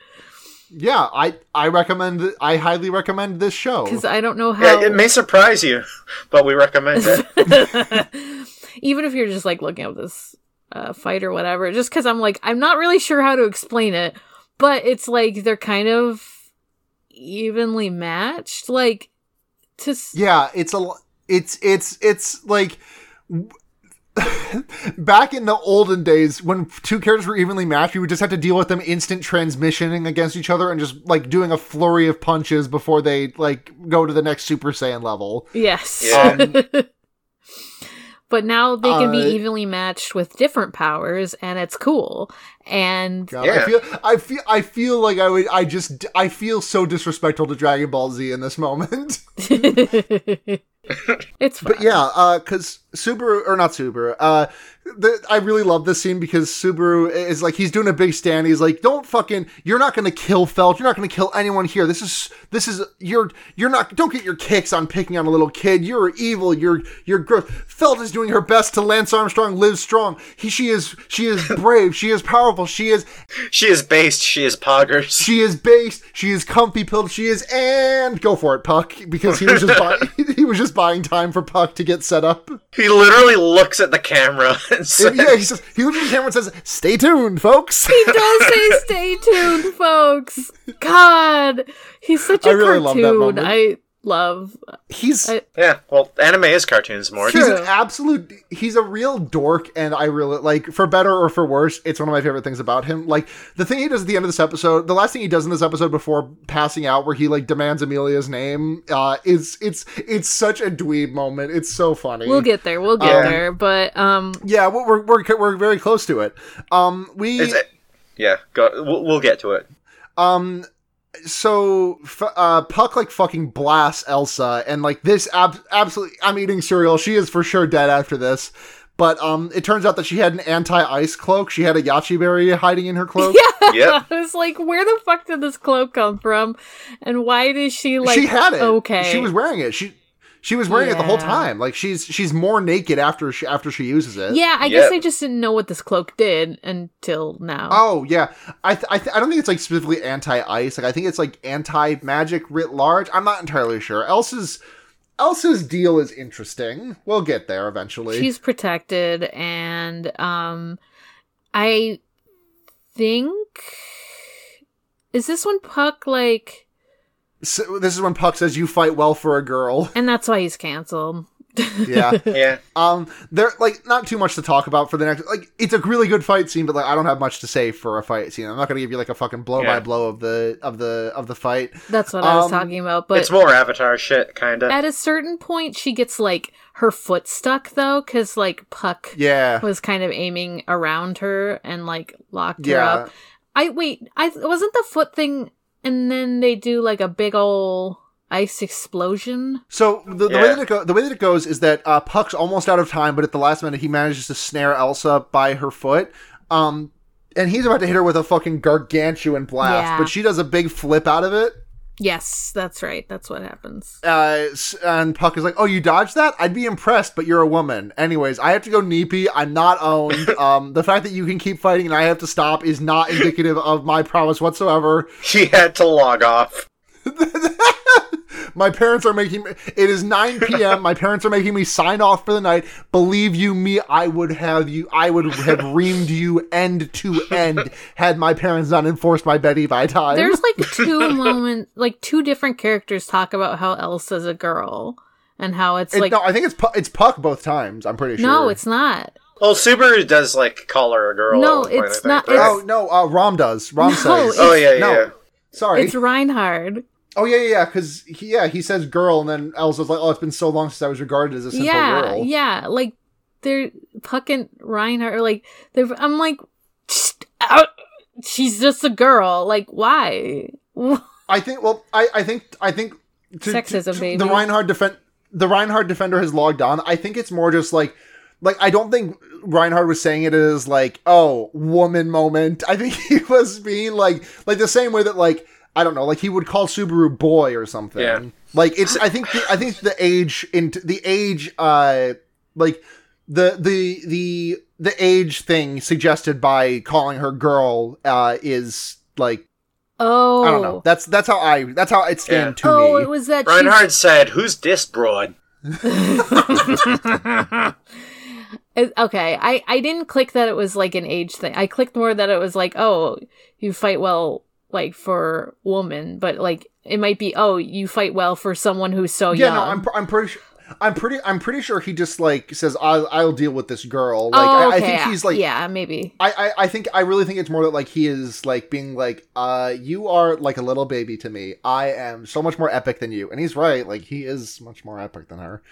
B: Yeah, I I recommend I highly recommend this show.
D: because i don't know how
C: yeah, it may surprise you, [laughs] but we
D: [laughs]
C: recommend it.
D: even if you're just like looking up this uh, fight or whatever, just because I'm like, I'm not really sure how to explain it, but it's like they're kind of evenly matched. Like, to s-
B: Yeah, it's a l- it's it's it's like [laughs] back in the olden days when two characters were evenly matched, you would just have to deal with them instant transmissioning against each other and just like doing a flurry of punches before they like go to the next Super Saiyan level.
D: yes.
C: Yeah.
D: but now they can be
B: Uh,
D: evenly matched with different powers, and it's cool. And [laughs]
B: God, I
C: Yeah.
B: feel I feel I feel like I would I just I feel so disrespectful to Dragon Ball Z in this [laughs] moment.
D: it's fun. [laughs]
B: But yeah, uh, cause Subaru or not Subaru, uh, the, I really love this scene because Subaru is like he's doing a big stand. He's like, "Don't fucking, you're not gonna kill Felt. You're not gonna kill anyone here. This is this is you're you're not. Don't get your kicks on picking on a little kid. You're evil. You're you're gross. Felt is doing her best to Lance Armstrong live strong. He she is she is brave. she is powerful. She is
C: she is based. She is poggers. [laughs]
B: she is based. She is comfy pilled. She is and go for it, Puck, because [laughs] he was just body, he he was just buying time for Puck to get set up.
C: He literally looks at the camera [laughs] and
B: [laughs]
C: says,
B: yeah, he says he looks at the camera and says, "Stay tuned, folks." [laughs]
D: He does say stay tuned, folks. God. He's such a
B: I really love that
D: cartoon.
B: moment.
D: I love
B: He's
D: I-
C: Yeah, well, anime is cartoons more.
D: Sure.
B: he's an absolute he's a real dork and i really like for better or for worse it's one of my favorite things about him like the thing he does at the end of this episode the last thing he does in this episode before passing out where he like demands amelia's name uh is it's it's such a dweeb moment it's so funny
D: We'll get there. We'll get
C: Yeah.
D: there. But um
B: yeah we're, we're we're we're very close to it um we
C: It's it. Yeah, go, we'll, we'll get to it.
B: um so f- uh puck like fucking blasts elsa and like this ab- absolutely i'm eating cereal she is for sure dead after this but um it turns out that she had an anti-ice cloak she had a yachi berry hiding in her cloak
D: [laughs] yeah,
C: Yep.
D: I was like, where the fuck did this cloak come from, and why did she like?
B: she had it
D: Okay,
B: she was wearing it she she was wearing it the whole
D: Yeah.
B: time like she's she's more naked after she after she uses it
D: Yeah, I guess
C: Yep.
D: I just didn't know what this cloak did until now.
B: Oh yeah, I th- I, th- I don't think it's like specifically anti ice. Like I think it's like anti magic writ large. I'm not entirely sure. Elsa's Elsa's deal is interesting. We'll get there eventually.
D: She's protected, and um, I think is this when Puck like,
B: So, this is when Puck says you fight well for a girl. [laughs]
D: and that's why he's canceled. [laughs]
B: Yeah.
C: Yeah.
B: um. There like not too much to talk about for the next. Like it's a really good fight scene, but like I don't have much to say for a fight scene. I'm not gonna give you like a fucking blow
C: Yeah.
B: by blow of the of the of the fight.
D: That's what I was
B: Um,
D: talking about. But Eh.
C: it's more Avatar shit, kind of.
D: at a certain point, she gets like her foot stuck though, because like Puck
B: Yeah.
D: was kind of aiming around her and like locked her
B: Yeah.
D: up. I wait, I wasn't the foot thing, and then they do like a big ol' ice explosion.
B: So the, the way
C: Yeah.
B: that it go- the way that it goes is that uh, Puck's almost out of time, but at the last minute he manages to snare Elsa by her foot, um, and he's about to hit her with a fucking gargantuan blast,
D: Yeah.
B: but she does a big flip out of it,
D: Yes, that's right. That's what happens.
B: uh, s- and Puck is like, "Oh, you dodged that? I'd be impressed, but you're a woman." Anyways, I have to go neepy. I'm not owned. um, the fact that you can keep fighting and I have to stop is not indicative of my prowess whatsoever.
C: he had to log off.
B: My parents are making me, it is 9 p.m. My parents are making me sign off for the night. Believe you me, I would have you, I would have reamed you end to end had my parents not enforced my Betty by time.
D: There's
B: [laughs]
D: like two moments, like two different characters talk about how Elsa's a girl and how it's
B: It-
D: like.
B: no, I think it's Puck, it's Puck both times. I'm pretty sure.
D: no, it's not.
C: Well, Subaru does, like, call her a girl.
D: No,
C: at one point, I
D: it's
C: think,
D: not-
C: right?
B: Oh no, uh, Rom does. Rom
D: No,
B: says.
D: it's-
C: oh, yeah, yeah.
B: no.
C: yeah.
B: Sorry.
D: It's Reinhard.
B: oh yeah, yeah, yeah. Because he, yeah, he says girl, and then Elsa's like, "Oh, it's been so long since I was regarded as a simple
D: Yeah,
B: girl."
D: yeah. Like they're Puck and Reinhard. are, Like they're. I'm like, "Psst, out. she's just a girl. Like why? [laughs]
B: I think. Well, I, I think. I think. To,
D: Sexism,
B: to- to-
D: baby.
B: The Reinhard defend. The Reinhard defender has logged on. I think it's more just like, like I don't think Reinhard was saying it as like, oh, woman moment. I think [laughs] he was being like, like the same way that like I don't know, like he would call Subaru boy or something.
C: Yeah.
B: Like it's. I think. The, I think the age in the age. Uh, like the the the the age thing suggested by calling her girl uh is like
D: Oh,
B: I don't know. That's that's how I that's how it stand to
D: oh,
B: me.
D: it was that. she's-
C: Reinhard said, Who's this broad? [laughs]
D: [laughs]
B: [laughs]
D: It- okay, I I didn't click that it was like an age thing. I clicked more that it was like, oh, you fight well like for woman, but like it might be, oh, you fight well for someone who's so
B: yeah,
D: young.
B: no, I'm pr- I'm pretty sure. I'm pretty. I'm pretty sure he just like says, "I'll I'll deal with this girl." Like
D: oh,
B: I, I
D: okay,
B: think he's like,
D: yeah, maybe.
B: I, I I think I really think it's more that like he is like being like, "Uh, you are like a little baby to me. I am so much more epic than you," and he's right. Like he is much more epic than her.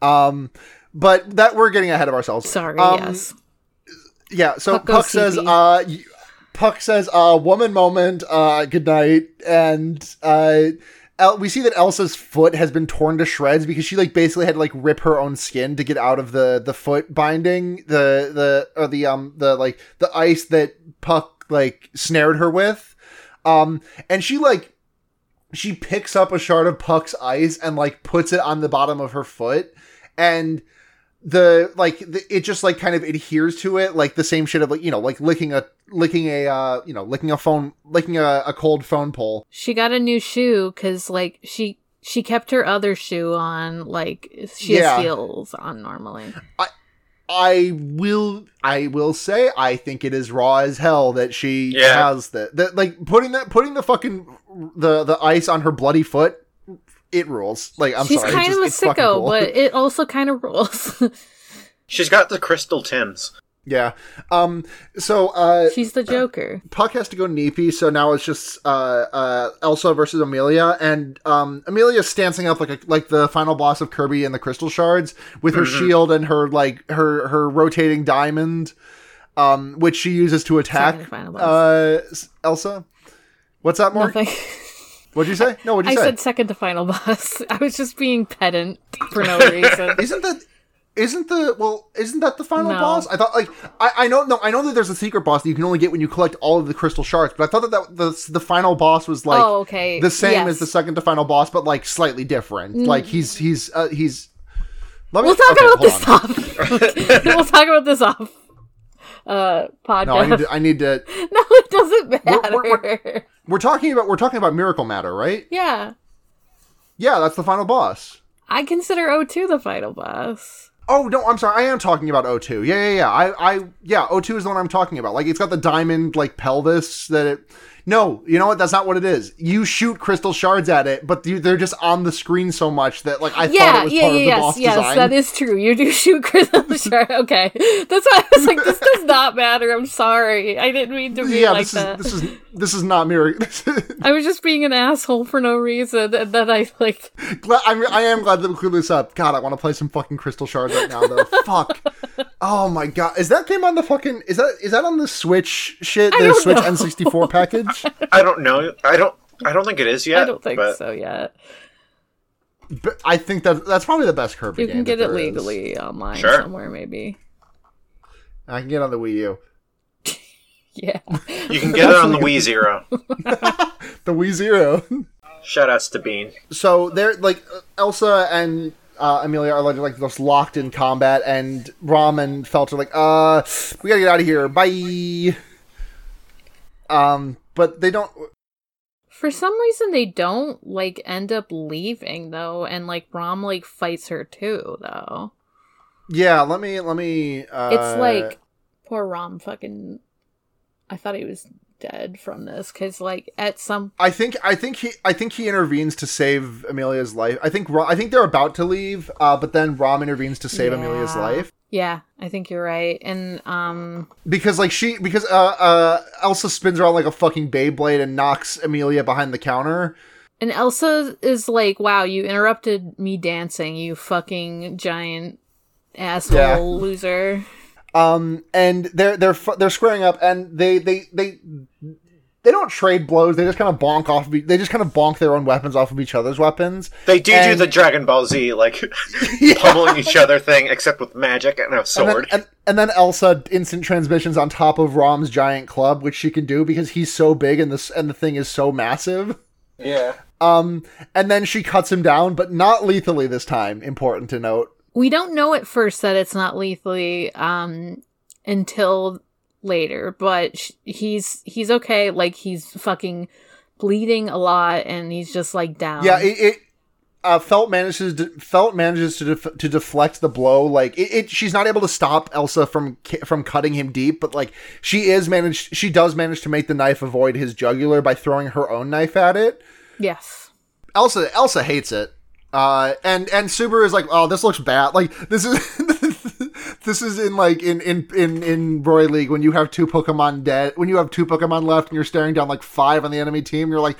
B: Um, but that we're getting ahead of ourselves.
D: Sorry,
B: Um,
D: yes.
B: Yeah, so
D: Pucko
B: Puck says,
D: CP.
B: uh, y- Puck says, uh, woman moment, uh, good night. And, uh, El- we see that Elsa's foot has been torn to shreds because she, like, basically had to, like, rip her own skin to get out of the, the foot binding, the, the, or the, um, the, like, the ice that Puck, like, snared her with. Um, and she, like, she picks up a shard of Puck's ice and, like, puts it on the bottom of her foot. And, the like the, it just like kind of adheres to it like the same shit of like you know like licking a licking a uh you know licking a phone licking a, a cold phone pole
D: She got a new shoe because like she she kept her other shoe on, like she
B: Yeah.
D: has heels on normally.
B: I will I will say I think it is raw as hell that she
C: Yeah.
B: has that that like putting that putting the fucking the the ice on her bloody foot it rules like I'm
D: She's
B: sorry
D: kind
B: it's
D: of a
B: just- it's fucking
D: sicko,
B: cool. Uh,
D: but it also kind of rules. [laughs]
C: She's got the crystal tims.
B: yeah um so uh
D: She's the Joker.
B: Puck has to go neepy, so now it's just uh, uh, Elsa versus Amelia, and um, Amelia's stancing up like a, like the final boss of Kirby and the Crystal Shards with her shield and her like her her rotating diamond, um, which she uses to
D: Second
B: attack
D: final boss.
B: uh, S- Elsa. What's that,
D: [laughs]
B: Mark?
D: Nothing.
B: What'd you say? No, what'd
D: I
B: you say?
D: said second to final [laughs] boss. I was just being pedant for [laughs] no reason.
B: isn't that isn't the well isn't that the final
D: No.
B: boss i thought like I, I know no i know that there's a secret boss that you can only get when you collect all of the crystal shards but i thought that, that the, the final boss was like
D: Oh, okay.
B: the same as
D: Yes. Mm.
B: the second to final boss but like slightly different like he's he's uh, he's let me
D: We'll talk
B: okay,
D: about
B: hold
D: this [laughs]
B: on.
D: off. [laughs] we'll talk about this off uh, podcast.
B: no i
D: No,
B: need
D: [laughs]
B: to, i need to
D: it doesn't matter.
B: We're- we're- we're talking about we're talking about miracle matter right
D: yeah,
B: yeah that's the final boss
D: I consider O2 the final boss.
B: Oh no, I'm sorry. I am talking about O2. Yeah, yeah, yeah. I, I, yeah. O2 is the one I'm talking about. Like, it's got the diamond like pelvis that it. No, you know what? That's not what it is. You shoot crystal shards at it, but you, they're just on the screen so much that like I thought it
D: yeah,
B: was
D: yeah,
B: part
D: yeah,
B: of the
D: yes,
B: boss
D: yes,
B: design.
D: that is true. You do [laughs] shoot Crystal Shard. Okay, that's why I was like, this does not matter. I'm sorry, I didn't mean to be
B: yeah,
D: like
B: this is
D: that.
B: this is [laughs] this is not miracle.
D: I was just being an asshole for no reason, and then I like,
B: I'm, I am glad that we cleared this up. God, I want to play some fucking crystal shards right now
D: [laughs]
B: though. Fuck. Oh my god, is that game on the fucking is that is that on the Switch shit? The
D: don't
B: Switch
D: know.
B: N64
D: [laughs]
B: package.
C: I don't know. I don't. I don't think it is yet.
D: I don't think
C: but
D: so yet.
B: But I think that that's probably the best Kirby
D: You
B: game.
D: can get
B: that
D: it
B: there is.
D: legally online
C: Sure.
D: somewhere, maybe.
B: I can get on the Wii U.
D: Yeah.
C: You can get it on the Wii Zero.
B: The Wii Zero. [laughs]
C: Shoutouts to Bean.
B: so they're like Elsa and uh, Amelia are like, like just locked in combat, and Rom and Felt are like, uh, we gotta get out of here. Bye. Um, but they don't.
D: For some reason, they don't like end up leaving though, and like Rom like fights her too though.
B: Yeah, let me let me. Uh,
D: It's like poor Rom fucking. I thought he was dead from this because like at some
B: I think I think he I think he intervenes to save Amelia's life. I think Ro- I think they're about to leave, uh, but then Rom intervenes to save Amelia's
D: Yeah.
B: life.
D: yeah, I think you're right, and um
B: because like she because uh uh Elsa spins around like a fucking Beyblade and knocks Amelia behind the counter.
D: and Elsa is like, wow, you interrupted me dancing, you fucking giant asshole
B: Yeah.
D: loser.
B: Um and they're they're fu- they're squaring up and they they they they don't trade blows. They just kind of bonk off of e- they just kind of bonk their own weapons off of each other's weapons.
C: They do do
B: And-
C: the Dragon Ball Z like
B: [laughs]
C: pummeling each other thing, except with magic and
B: And
C: a
B: then, uh,
C: sword.
B: and, and then Elsa instant transmissions on top of Rom's giant club, which she can do because he's so big and this and the thing is so massive.
C: yeah.
B: Um, and then she cuts him down, but not lethally this time. Important to note.
D: we don't know at first that it's not lethally um until later but sh- he's he's okay like he's fucking bleeding a lot and he's just like down
B: Yeah, it, it uh, Felt manages to, Felt manages to def- to deflect the blow. Like it, it, she's not able to stop Elsa from ki- from cutting him deep, but like she is managed. She does manage to make the knife avoid his jugular by throwing her own knife at it.
D: yes [laughs]
B: Elsa Elsa hates it. Uh, and and Subaru is like, oh, this looks bad. Like this is. [laughs] This is in like in, in in in Roy League when you have two Pokemon dead when you have two Pokemon left and you're staring down like five on the enemy team. You're like,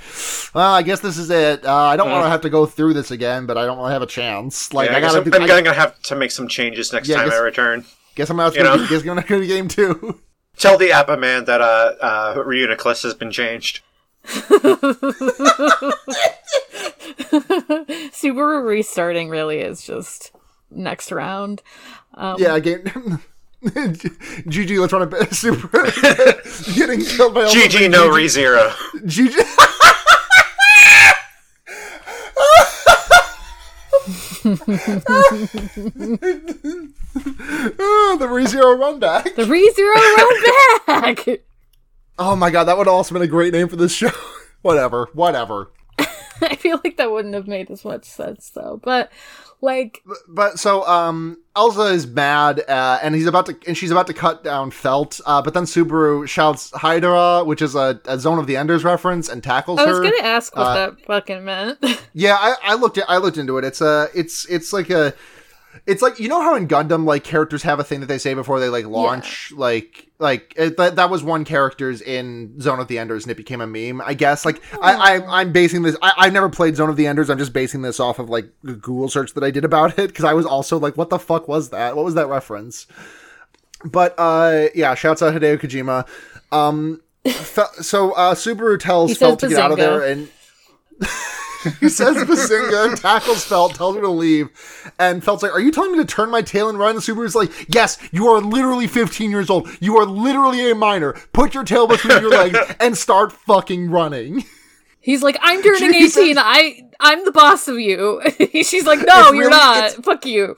B: well, I guess this is it. Uh, I don't want to have to go through this again, but I don't really have a chance. Like
C: Uh-huh. Yeah, I
B: I
C: guess
B: gotta.
C: I'm,
B: do-
C: I'm
B: I
C: gonna have to make some changes next
B: Yeah, I
C: time I,
B: guess-
C: return.
B: guess I'm out.
C: you
B: Guess
C: know.
B: I'm gonna go to game two.
C: Tell the Appa man that uh, uh, Reuniclus has been changed.
D: subaru restarting really is just next round
B: yeah, game. [laughs] GG, let's run a [laughs] bit. Super [laughs] getting killed by Elsa.
C: GG, no
B: [laughs]
C: ReZero.
B: GG. oh, the ReZero run back. [laughs]
D: the rezero run back [laughs]
B: [laughs] Oh my god, that would have also been a great name for this show. whatever, whatever.
D: I feel like that wouldn't have made as much sense though. But like
B: but so um Elsa is mad uh, and he's about to and she's about to cut down Felt uh, but then Subaru shouts Hydra which is a, a Zone of the Enders reference and tackles
D: I was
B: her.
D: gonna ask what
B: uh,
D: that fucking meant. [laughs]
B: Yeah, I, I looked I looked into it. It's a it's it's like a it's like you know how in Gundam like characters have a thing that they say before they like launch like like it, that that was one character's in Zone of the Enders and it became a meme. I guess like I, I I'm basing this I, I've never played Zone of the Enders. I'm just basing this off of like the Google search that I did about it because I was also like what the fuck was that? What was that reference? But uh yeah, shouts out Hideo Kojima. Um, Fe- so uh, Subaru tells
D: He says
B: Felt to get out of
D: Bazinga.
B: there and [laughs] he says Bazinga, tackles Felt, tells her to leave, and Felt's like, "Are you telling me to turn my tail and run?" And Subaru's like, "Yes, you are literally 15 years old. You are literally a minor. Put your tail between your
D: [laughs]
B: legs and start fucking running."
D: He's like, I'm
B: [laughs]
D: turning
B: Jesus.
D: eighteen. I I'm the boss of you. [laughs] She's like, No,
B: It's
D: you're
B: really-
D: not.
B: it's-
D: Fuck you.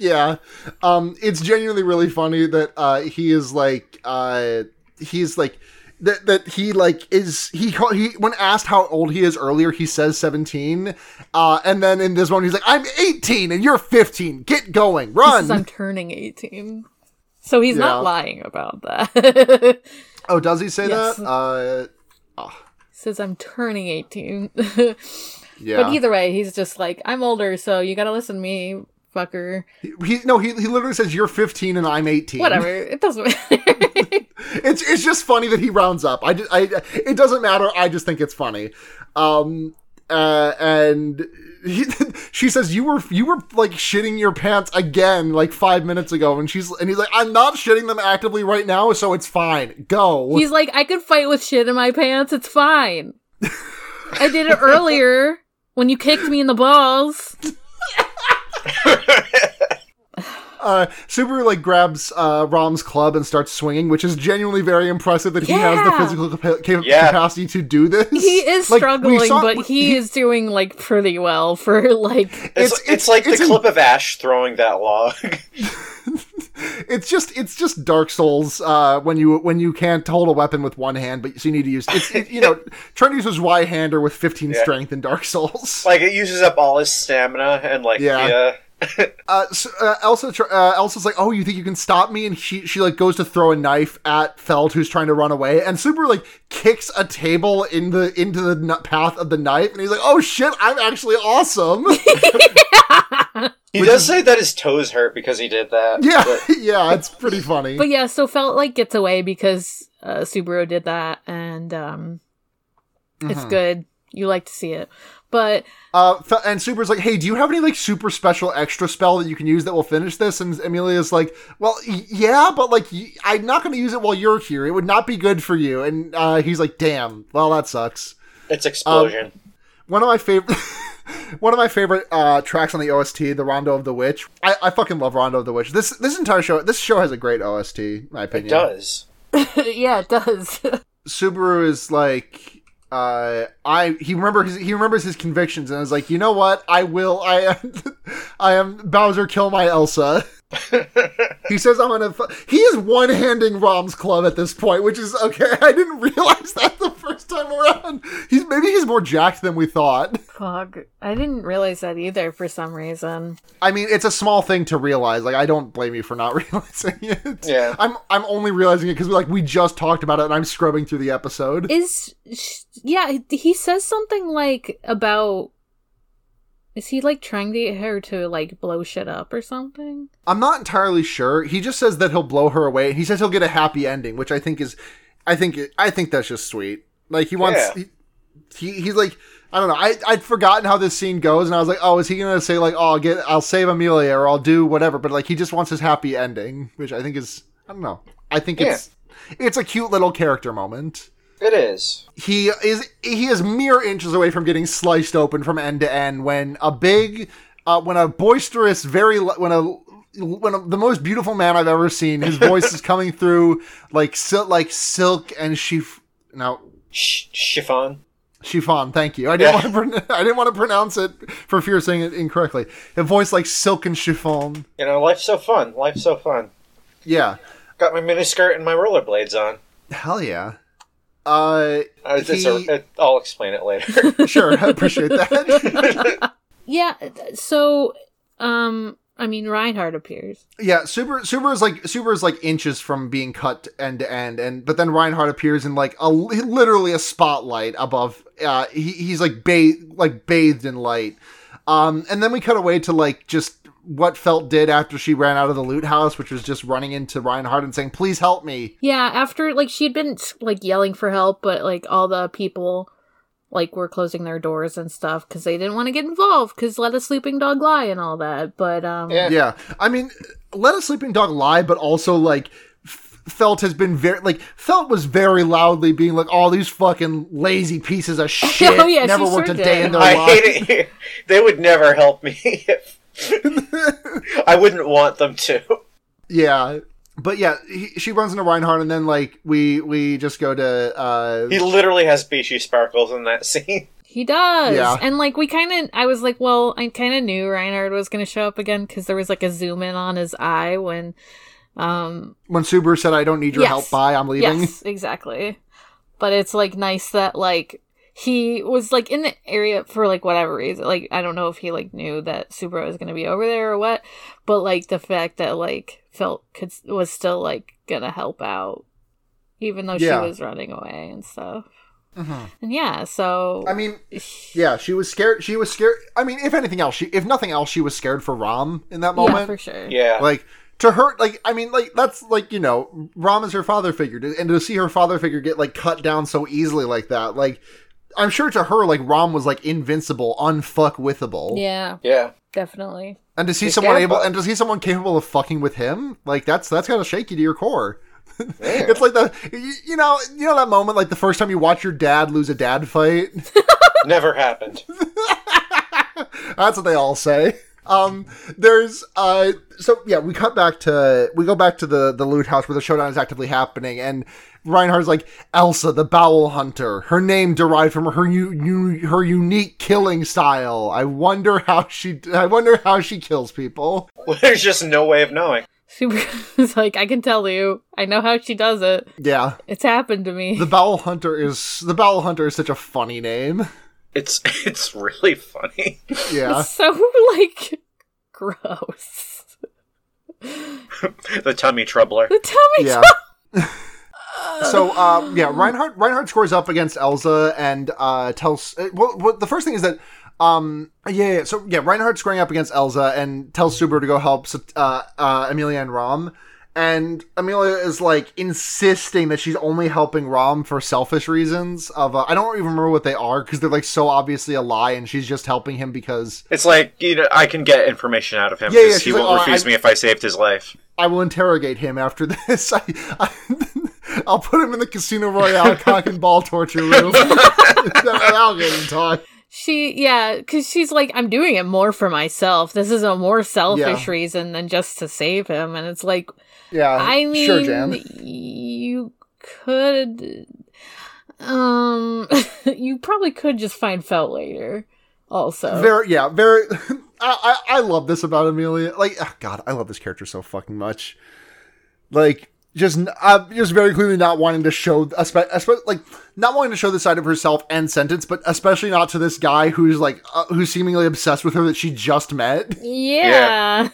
B: yeah um it's genuinely really funny that uh he is like uh he's like that, that he like is he ca- he when asked how old he is earlier he says 17 uh and then in this one he's like i'm 18 and you're 15 get going
D: He says, I'm
B: run
D: turning eighteen. So he's
B: Yeah.
D: not lying about that. [laughs]
B: oh does he say
D: Yes.
B: that uh
D: says I'm turning 18. [laughs]
B: yeah
D: But either way, he's just like, I'm older, so you gotta listen to me, fucker.
B: he no he, he literally says you're 15 and i'm 18 [laughs]
D: Whatever. It doesn't matter. [laughs]
B: It's it's just funny that he rounds up. I, ju- I it doesn't matter. I just think it's funny. Um uh and he, [laughs] she says you were you were like shitting your pants again like 5 minutes ago and she's and he's like I'm not shitting them actively right now so it's fine. Go.
D: he's like, I could fight with shit in my pants,
B: [laughs]
D: it's fine. I did it earlier when you kicked me in the balls.
B: uh Subaru like grabs uh Rom's club and starts swinging which is genuinely very impressive that he has the
D: Yeah.
B: physical capa- cap-
C: Yeah.
B: capacity to do this.
D: He is
B: Like, we
D: struggling,
B: saw- [laughs]
D: but he is doing like pretty well for like
C: It's, it's,
B: It's-
C: like
B: it's
C: the
B: in-
C: clip of Ash throwing that log. [laughs]
B: it's just it's just Dark Souls uh, when you when you can't hold a weapon with one hand, but so you need to use it's it, you
C: [laughs]
B: know Trent uses Y hander with 15
C: Yeah.
B: strength in Dark Souls.
C: like it uses up all his stamina and like
B: Yeah.
C: yeah.
B: Uh, so, uh, Elsa tr- uh, Elsa's like, oh, you think you can stop me? And she she like goes to throw a knife at Feld who's trying to run away, and Subaru like kicks a table in the into the n- path of the knife, and he's like, oh shit, I'm actually awesome. [laughs]
C: He does say that his toes hurt because he did that.
B: yeah,
C: but-
B: yeah, it's pretty funny.
D: But yeah, so Felt like gets away because uh, Subaru did that, and um, it's
B: Mhm.
D: good. You like to see it, but [laughs]
B: Uh, Fe- and Subaru's like, hey, do you have any like super special extra spell that you can use that will finish this? And Amelia's like, well, y- yeah, but like, y- I'm not going to use it while you're here. It would not be good for you. And uh, he's like, damn, well, that sucks.
C: It's explosion.
B: [laughs] One of my favorite. [laughs] One of my favorite uh, tracks on the OST, the Rondo of the Witch. I, I fucking love Rondo of the Witch. This this entire show, this show has a great OST, in my
C: it
B: opinion.
C: does.
D: yeah, it does. [laughs]
B: Subaru is like uh I he remember his, he remembers his convictions and is like, "You know what? I will I [laughs] I am Bowser kill my Elsa." he says I'm going to He is one-handing Rom's club at this point, which is okay. [laughs] I didn't realize that the first time around. He's maybe he's more jacked than we thought.
D: Fuck, I didn't realize that either for some reason.
B: I mean, it's a small thing to realize. Like, I don't blame you for not [laughs] realizing it.
C: Yeah.
B: I'm I'm only realizing it because like we just talked about it, and I'm scrubbing through the episode.
D: Is sh- yeah, he says something like about is he like trying to get her to like blow shit up or something?
B: I'm not entirely sure. He just says that he'll blow her away. He says he'll get a happy ending, which I think is, I think I think that's just sweet. Like he wants,
C: Yeah.
B: he, he he's like I don't know. I I'd forgotten how this scene goes, and I was like, oh, is he gonna say like, oh, I'll get, I'll save Amelia or I'll do whatever? But like, he just wants his happy ending, which I think is, I don't know. I think
C: Yeah.
B: it's, it's a cute little character moment.
C: It is.
B: He is he is mere inches away from getting sliced open from end to end when a big, uh, when a boisterous, very li- when a when a, the most beautiful man I've ever seen. His voice is coming through like sil- like silk and she no
C: Sh- chiffon.
B: chiffon. Thank you. I didn't
C: Yeah.
B: want to pron- I didn't want to pronounce it for fear of saying it incorrectly. A voice like silk and chiffon.
C: You know, life's so fun. Life's so fun.
B: Yeah,
C: Got my miniskirt and my rollerblades on.
B: hell yeah. Uh,
C: Uh, it's
B: He-
C: a, it, I'll explain
B: [laughs]
C: it later.
B: sure, I appreciate that. [laughs]
D: Yeah, th- so um I mean Reinhardt appears.
B: yeah, Super Super is like Super is like inches from being cut end to end, and but then Reinhardt appears in like a literally a spotlight above. Uh, he, he's like bathed like bathed in light. Um, and then we cut away to like just what Felt did after she ran out of the loot house, which was just running into Reinhardt and saying, "Please help me."
D: Yeah, after like she'd been like yelling for help, but like all the people like were closing their doors and stuff cuz they didn't want to get involved cuz let a sleeping dog lie and all that. But um
C: Yeah.
B: yeah i mean let a sleeping dog lie but also like F- felt has been very like felt was very loudly being like all these fucking lazy pieces of shit
D: [laughs] Oh, yeah,
B: never
D: she
B: worked
D: sure
B: a day
D: did.
B: in their
C: I
B: life
C: hate it [laughs] here. They would never help me. [laughs] If... I wouldn't want them to.
B: yeah but yeah he, she runs into reinhardt and then like we we just go to uh
C: He literally has beachy sparkles in that [laughs] scene.
D: He does.
B: Yeah.
D: And like we kind of I was like, well, I kind of knew Reinhard was going to show up again cuz there was like a zoom in on his eye when um
B: when subaru said i don't need your
D: Yes.
B: help bye i'm leaving
D: Yes, exactly. But it's like nice that like he was like in the area for like whatever reason. Like I don't know if he like knew that Subaru was gonna be over there or what, but like the fact that like Felt could was still like gonna help out, even though
B: Yeah.
D: she was running away and stuff.
B: Mhm.
D: And yeah, so
B: [laughs]
D: [sighs]
B: i mean yeah she was scared she was scared i mean if anything else she if nothing else she was scared for ram in that moment
D: yeah, for sure.
C: Yeah.
B: like to her like i mean like that's like you know ram is her father figure to- and to see her father figure get like cut down so easily like that like i'm sure to her like ram was like invincible unfuckwithable
D: Yeah,
C: yeah.
D: definitely.
B: and to see
C: He's
B: someone
C: Gamba.
B: able and to see someone capable of fucking with him like that's that's gotta shake you to your core it's like the you, you know you know that moment like the first time you watch your dad lose a dad fight [laughs]
C: Never happened. [laughs]
B: That's what they all say. Um, there's uh, so yeah, we cut back to we go back to the the loot house where the showdown is actively happening, and Reinhardt's like Elsa, the Bowel Hunter. Her name derived from her u- u- her unique killing style. I wonder how she I wonder how she kills people.
C: There's just no way of knowing.
D: Subaru [laughs] was like, I can tell you, I know how she does it.
B: Yeah,
D: It's happened to me.
B: the Bowel Hunter is the Bowel Hunter is such a funny name.
C: It's [laughs] it's really funny.
B: Yeah,
D: [laughs] It's so [laughs] like gross.
C: the tummy
D: [laughs]
C: troubler.
D: The tummy
B: yeah. [laughs] so uh, yeah, Reinhardt Reinhardt scores up against Elsa and uh, tells. uh, Well, well, the first thing is that. Um. Yeah. yeah so yeah, Reinhardt scoring up against Elsa and tells Subaru to go help uh, uh, Amelia and Rom, and Amelia is like insisting that she's only helping Rom for selfish reasons. Of uh, I don't even remember what they are because they're like so obviously a lie, and she's just helping him because
C: It's like you know I can get information out of him
B: Yeah, yeah,
C: because he
B: she's like,
C: won't
B: "Oh,
C: refuse
B: I-
C: me if I saved his life.
B: I will interrogate him after this. [laughs] I, I, I'll put him in the Casino
D: [laughs]
B: Royale cock and ball torture room. [laughs] I'll get him talk.
D: She, yeah, because she's like, I'm doing it more for myself. This is a more selfish
B: Yeah.
D: reason than just to save him. And it's like,
B: Yeah,
D: I mean,
B: sure, Jan.
D: you could, um, [laughs] you probably could just find Felt later. Also,
B: Very, yeah, very. [laughs] I, I, I love this about Amelia. Like, ah, God, I love this character so fucking much. Like, just, n- uh, just very clearly not wanting to show, espe- espe- like, not wanting to show the side of herself and sentence, but especially not to this guy who's like, uh, who's seemingly obsessed with her that she just met.
D: yeah,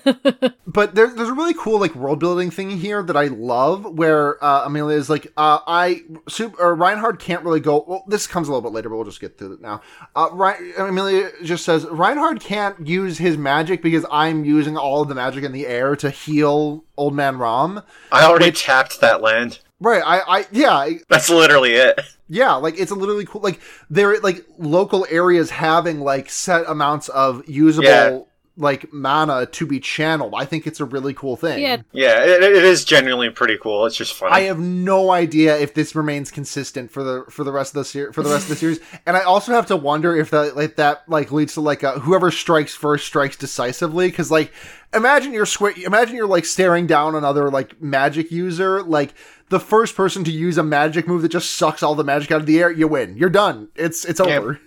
B: but there, there's a really cool like world building thing here that I love, where uh, Amelia is like, uh, I Sup- or Reinhard can't really go. Well, this comes a little bit later, but we'll just get to it now. Uh, Rein- Amelia just says Reinhard can't use his magic because I'm using all of the magic in the air to heal Old Man Rom.
C: I already tapped that land.
B: Right? I, I yeah, I-
C: That's literally it.
B: yeah. Like it's a literally cool. Like there, like local areas having like set amounts of usable.
C: Yeah.
B: Like mana to be channeled. I think it's a really cool thing.
D: [laughs] yeah.
C: Yeah, it, it is genuinely pretty cool. It's just funny.
B: I have no idea if this remains consistent for the for the rest of the ser- for the rest of the series, and I also have to wonder if that like that like leads to like a, whoever strikes first strikes decisively because like imagine you're squ- imagine you're like staring down another like magic user like the first person to use a magic move that just sucks all the magic out of the air you win you're done it's it's
C: Yeah.
B: over.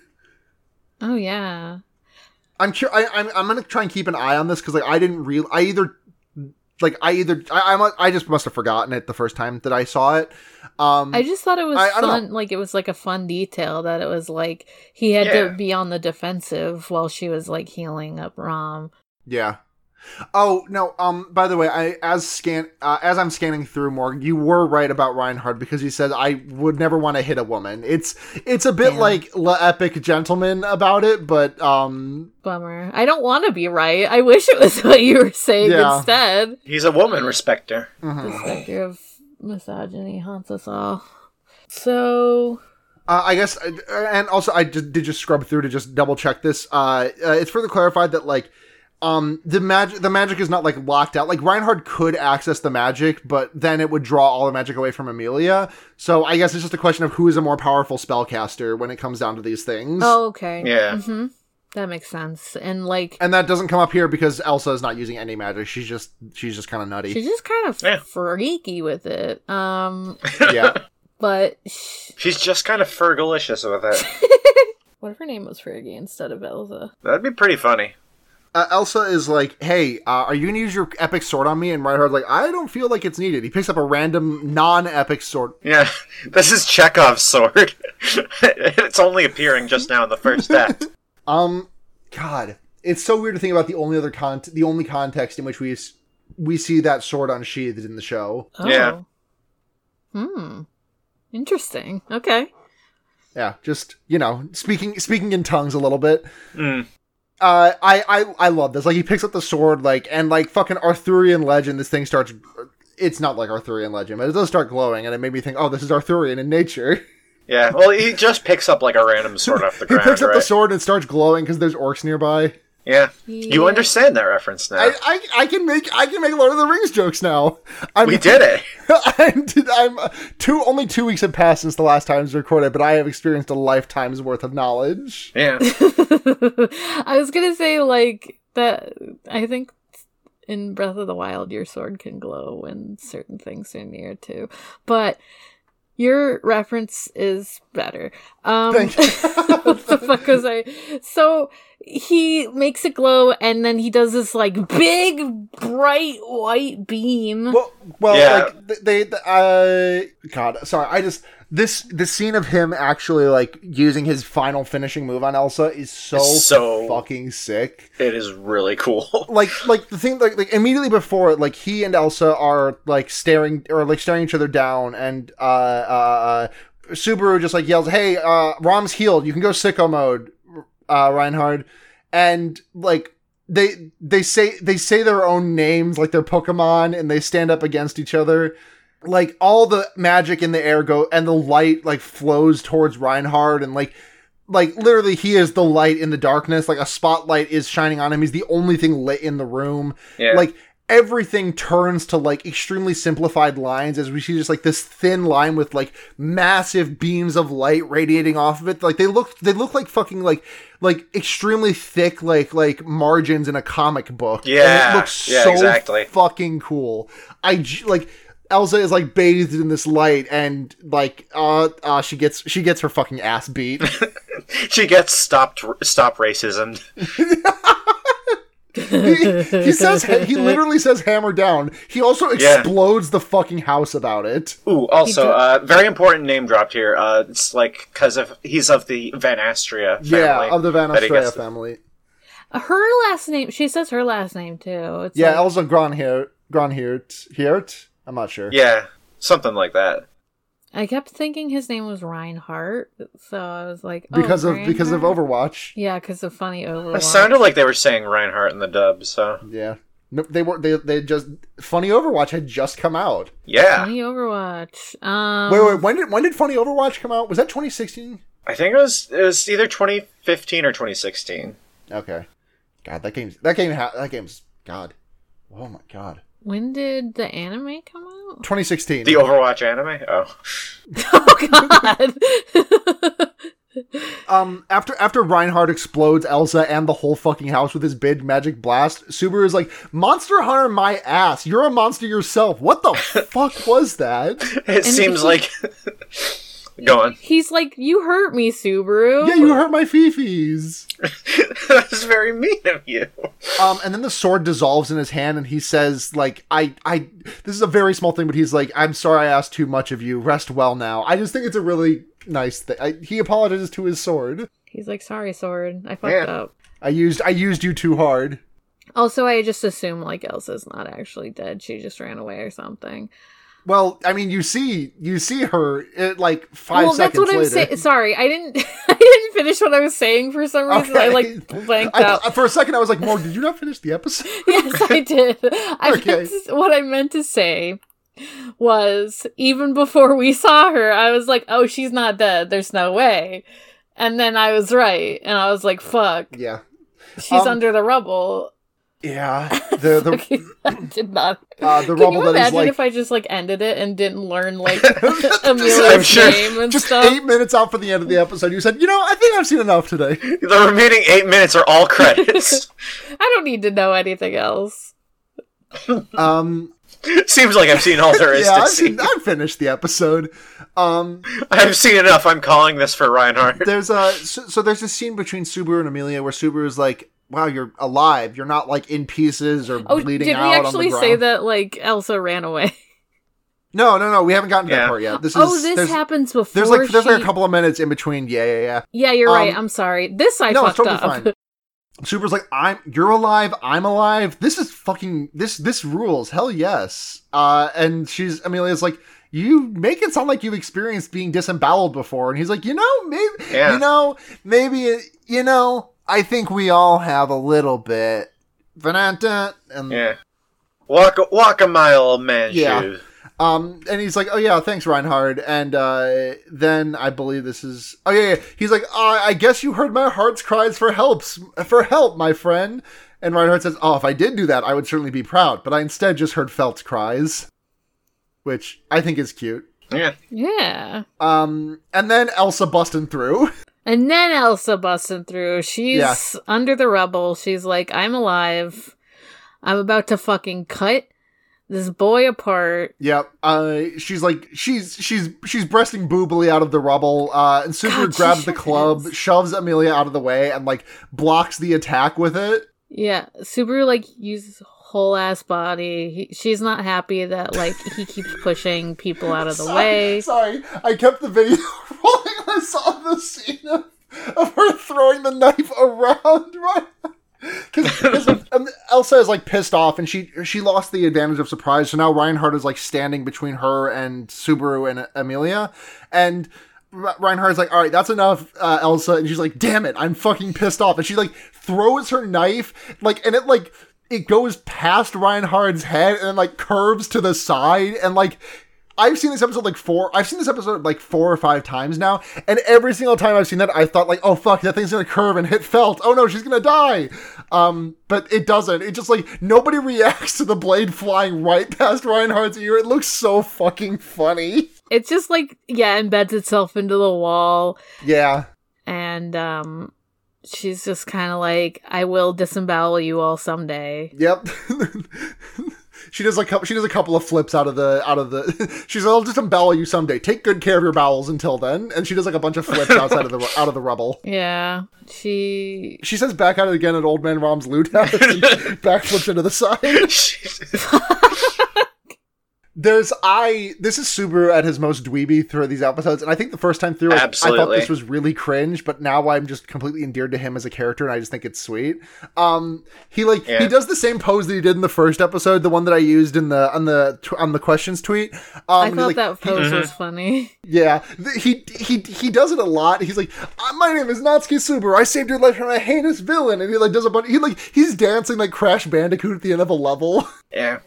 D: oh yeah.
B: I'm cur- I, I'm I'm gonna try and keep an eye on this because like I didn't real I either like I either I I, mu- I just must have forgotten it the first time that I saw it. Um,
D: I just thought it was
B: I- I don't
D: fun. Like it was like a fun detail that it was like he had
C: Yeah.
D: to be on the defensive while she was like healing up Rom.
B: Yeah. Oh no. Um. By the way, I as scan uh, as I'm scanning through more, you were right about Reinhard because he said I would never want to hit a woman. It's it's a bit
D: Damn.
B: like Le Epic Gentleman about it, but um.
D: Bummer. I don't want to be right. I wish it was [laughs] what you were saying
B: Yeah.
D: instead.
C: He's a woman respecter.
B: mhm.
D: The specter of misogyny haunts us all. So
B: Uh, I guess, uh, and also I just did just scrub through to just double check this. Uh, uh, it's further clarified that like, um, the magic the magic is not like locked out. Like Reinhard could access the magic, but then it would draw all the magic away from Amelia. So I guess it's just a question of who is a more powerful spellcaster when it comes down to these things.
D: Oh, okay.
C: Yeah.
D: hmm That makes sense. And like,
B: And that doesn't come up here because Elsa is not using any magic. She's just she's just kind of nutty.
D: she's just kind of
C: Yeah.
D: freaky with it. Um, [laughs]
B: yeah.
D: but sh-
C: She's just kind of fergalicious with it.
D: what if her name was Fergie instead of Elsa?
C: That'd be pretty funny.
B: uh, Elsa is like, "Hey, uh, are you gonna use your epic sword on me?" And Reinhard's like, "I don't feel like it's needed." He picks up a random non-epic sword.
C: Yeah, [laughs] this is Chekhov's sword. [laughs] it's only appearing just now in the first act.
B: Um, God, it's so weird to think about the only other con the only context in which we s- we see that sword unsheathed in the show.
D: Oh.
C: Yeah.
D: Hmm. Interesting. Okay.
B: Yeah, just you know, speaking speaking in tongues a little bit.
C: Mm.
B: Uh, I, I I love this. Like he picks up the sword, like and like fucking Arthurian legend. This thing starts. It's not like Arthurian legend, but it does start glowing, and it made me think, oh, this is Arthurian in nature. [laughs]
C: Yeah, well, he just picks up like a random sword off the
B: he
C: ground,
B: picks up
C: right?
B: the sword and it starts glowing because there's orcs nearby.
C: yeah. you
D: Yeah.
C: understand that reference now.
B: I, I I can make I can make Lord of the Rings jokes now. I'm,
C: we did it.
B: [laughs] I'm, I'm uh, two only two weeks have passed since the last time it was recorded, but I have experienced a lifetime's worth of knowledge.
C: Yeah.
D: [laughs] I was gonna say like that. I think in Breath of the Wild, your sword can glow when certain things are near too, but. Your reference is better. Um,
B: Thank you.
D: [laughs] what the fuck was I? So he makes it glow, and then he does this like big, bright white beam.
B: Well, well,
C: Yeah.
B: like th- they, th uh, God, sorry, I just this this scene of him actually like using his final finishing move on Elsa is so,
C: It's so-
B: fucking sick.
C: It is really cool. [laughs]
B: Like, like the thing, like, like immediately before, it, like he and Elsa are like staring or like staring each other down, and uh, uh, uh Subaru just like yells, "Hey, uh, Rom's healed. You can go sicko mode, uh, Reinhard," and like they they say they say their own names like they're Pokemon, and they stand up against each other. Like all the magic in the air go, and the light like flows towards Reinhard, and like like literally he is the light in the darkness. Like a spotlight is shining on him. He's the only thing lit in the room
C: Yeah.
B: like everything turns to like extremely simplified lines as we see just like this thin line with like massive beams of light radiating off of it like they look they look like fucking like like extremely thick like like margins in a comic book And
C: Yeah,
B: it looks
C: yeah,
B: so
C: exactly.
B: fucking cool i j- like elsa is like bathed in this light and like uh uh she gets she gets her fucking ass beat
C: she gets stopped. Stop racism.
B: he, he says he literally says hammer down he also
C: Yeah.
B: explodes the fucking house about it
C: Ooh, also,
D: He did-
C: uh, very important name dropped here. Uh, it's like because of he's of the Van Astria family.
B: Yeah, of the Van
C: that he
B: Australia
C: gets to-
B: family.
D: Her last name. She says her last name too. It's
B: Yeah,
D: like-
B: Elsa Granhirt. Granhirt. Hirt? I'm not sure.
C: Yeah, something like that.
D: I kept thinking his name was Reinhardt, so I was like, oh,
B: Because of because of
D: Reinhardt?
B: Overwatch.
D: Yeah, because of funny Overwatch.
C: It sounded like they were saying Reinhardt in the dub. So
B: Yeah. No, they were they they just funny Overwatch had just come out.
C: yeah,
D: funny Overwatch. Um,
B: wait, wait, when did when did funny Overwatch come out? Was that 2016?
C: I think it was it was either 2015 or 2016.
B: Okay. God, that game's that game ha- that game's God. Oh my God.
D: when did the anime come
B: [laughs]
D: out?
B: 2016.
C: The Overwatch anime. Oh, [laughs]
D: Oh God! [laughs]
B: Um, after after Reinhardt explodes Elsa and the whole fucking house with his big magic blast, Subaru is like, "Monster Hunter, my ass!
D: [laughs]
B: You're a monster yourself. What the fuck was that?"
C: [laughs] it seems
D: he-
C: like going.
D: He's like, "You hurt me, Subaru."
B: Yeah, you hurt my fifis.
C: [laughs] that was very mean of you.
B: Um, and then the sword dissolves in his hand, and he says, "Like I, I, this is a very small thing, but he's like, I'm sorry I asked too much of you. Rest well now. I just think it's a really nice thing. I, he apologizes to his sword.
D: He's like, "Sorry, sword. I fucked
C: Yeah.
D: up."
B: I used, I used you too hard.
D: Also, I just assume like Elsa's not actually dead. She just ran away or something.
B: Well, I mean, you see, you see her it, like five
D: well, that's
B: seconds
D: what I'm
B: later.
D: saying. Sorry, I didn't. [laughs] I didn't finish what I was saying for some reason. I like
B: Okay.
D: blanked
B: I-
D: out.
B: for a second, I was like, "Morg, did you not finish the
D: [laughs]
B: episode?"
D: yes, I did. I meant
B: Okay.
D: to- what I meant to say was even before we saw her, I was like, "Oh, she's not dead. There's no way." And then I was right, and I was like, "Fuck,
B: yeah,
D: she's
B: Um,
D: under the rubble."
B: yeah. The the
D: [laughs] Okay, I did not.
B: uh, [laughs] the
D: Can
B: rubble
D: you
B: that is
D: imagine
B: like
D: if I just like ended it and didn't
B: [laughs]
D: learn like Amelia's
C: I'm sure-
D: name and
B: just
D: stuff?
B: eight minutes out from the end of the episode. You said, "You know, I think I've seen enough
D: [laughs]
B: today."
C: The remaining eight minutes are all credits.
D: I don't need to know anything else.
B: Um,
C: Seems like I've seen all there is
B: yeah,
C: to
B: I've,
C: see.
B: seen, I've finished the episode. Um,
C: I've seen enough. I'm calling this for Reinhardt.
B: there's a so, so there's this scene between Subaru and Amelia where Subaru's like, "Wow, you're alive. You're not like in pieces or
D: Oh, did
B: bleeding
D: we
B: out on the
D: actually
B: ground."
D: say that like Elsa ran away?
B: No, no, no. We haven't gotten to that
C: Yeah.
B: part yet. This
D: oh,
B: is
D: this
B: there's,
D: happens before.
B: there's like there's like a
D: she-
B: couple of minutes in between. Yeah, yeah, yeah.
D: Yeah, you're
B: Um,
D: right. I'm sorry. This I
B: no, it's
D: fucked
B: totally
D: up.
B: fine. Subaru's like, I'm you're alive, I'm alive. This is fucking this this rules. Hell yes. Uh and she's Amelia's like, you make it sound like you've experienced being disemboweled before. And he's like, you know, maybe
C: Yeah.
B: you know, maybe it- you know, I think we all have a little bit. Ba-da-da. And
C: Yeah. Walk, a- walk a mile, old man.
B: Yeah.
C: Shoe.
B: Um, and he's like, "Oh yeah, thanks, Reinhard." And uh, then I believe this is. Oh yeah, yeah. he's like, uh, "I guess you heard my heart's cries for helps for help, my friend." And Reinhard says, "Oh, if I did do that, I would certainly be proud. But I instead just heard Felt's cries, which I think is cute."
C: Yeah.
D: [laughs]
C: [laughs]
D: Yeah.
B: Um, and then Elsa busting through. [laughs]
D: And then Elsa busting through. She's
B: Yes.
D: under the rubble. She's like, I'm alive. I'm about to fucking cut this boy apart.
B: yep. Uh, she's like, she's she's she's breasting boobily out of the rubble. Uh, and Super
D: God, she
B: grabs the
D: sure
B: club,
D: is.
B: shoves Amelia out of the way, and like blocks the attack with it.
D: Yeah. Subaru like uses his whole ass body. He, she's not happy that like
B: [laughs]
D: he keeps pushing people out of the way.
B: Sorry, I kept the video [laughs] rolling. I saw the scene of, of her throwing the knife around. [laughs] Right.
D: [laughs]
B: Because Elsa is like pissed off, and she she lost the advantage of surprise. So now Reinhardt is like standing between her and Subaru and Amelia, and Re- Reinhardt's like, "All right, that's enough, uh, Elsa." And she's like, "Damn it, I'm fucking pissed off." And she like throws her knife, like, and it like it goes past Reinhardt's head and like curves to the side, and like I've seen this episode like four. I've seen this episode like four or five times now, and every single time I've seen that, I thought like, "Oh fuck, that thing's gonna curve and hit Felt. Oh no, she's gonna die." Um, but it doesn't. It just like nobody [laughs] reacts to the blade flying right past Reinhardt's ear. It looks so fucking funny.
D: It's just like, yeah, embeds itself into the wall.
B: Yeah,
D: And, um,. She's just kind of like, I will disembowel you all someday.
B: Yep. [laughs] she does a couple. She does a couple of flips out of the out of the. [laughs] She's like, I'll just embowel you someday. Take good care of your bowels until then. And she does like a bunch of flips outside of the out of the rubble.
D: Yeah, she
B: She says back at it again at Old Man Rom's loot house.
C: [laughs]
B: And backflips into the side. There's I. This is Subaru at his most dweeby through these episodes, and I think the first time through, I, I thought
C: Absolutely.
B: this was really cringe, but now I'm just completely endeared to him as a character, and I just think it's sweet. Um, he like he
C: Yeah.
B: does the same pose that he did in the first episode, the one that I used in the on the tw- on the questions tweet. Um,
D: I
B: and he,
D: thought
B: like,
D: that pose was
B: Mm-hmm.
D: funny. [laughs]
B: yeah, th- he he he does it a lot. He's like, "Uh, my name is Natsuki Subaru. I saved your life from a heinous villain, and he like does a bunch. He like he's dancing like Crash Bandicoot at the end of a level. [laughs]
C: Yeah.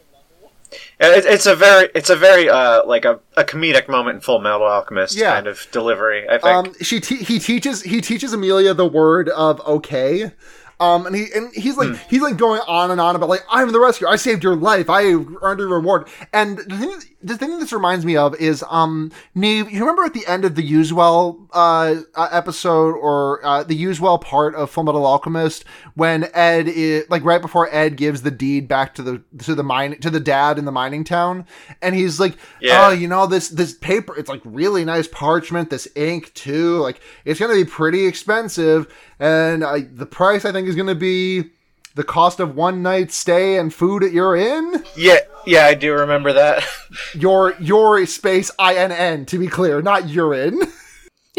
C: Yeah, It, it's a very, it's a very, uh, like a, a comedic moment in Full Metal Alchemist
B: Yeah.
C: kind of delivery. I think.
B: Um, she te- he teaches he teaches Amelia the word of okay. Um, and he and he's like he's like going on and on about like I'm the rescuer. I saved your life. I earned a reward. And the thing is, the thing this reminds me of is um Neve, you remember at the end of the Usewell uh, uh episode or uh, the Usewell part of Full Metal Alchemist when Ed is like right before Ed gives the deed back to the to the mine to the dad in the mining town and he's like
C: Yeah.
B: oh you know this this paper it's like really nice parchment this ink too like it's going to be pretty expensive and I, the price I think is going to be the cost of one night stay and food at your inn
C: Yeah, yeah, I do remember that. [laughs]
B: your your space I N N to be clear, not urine. [laughs]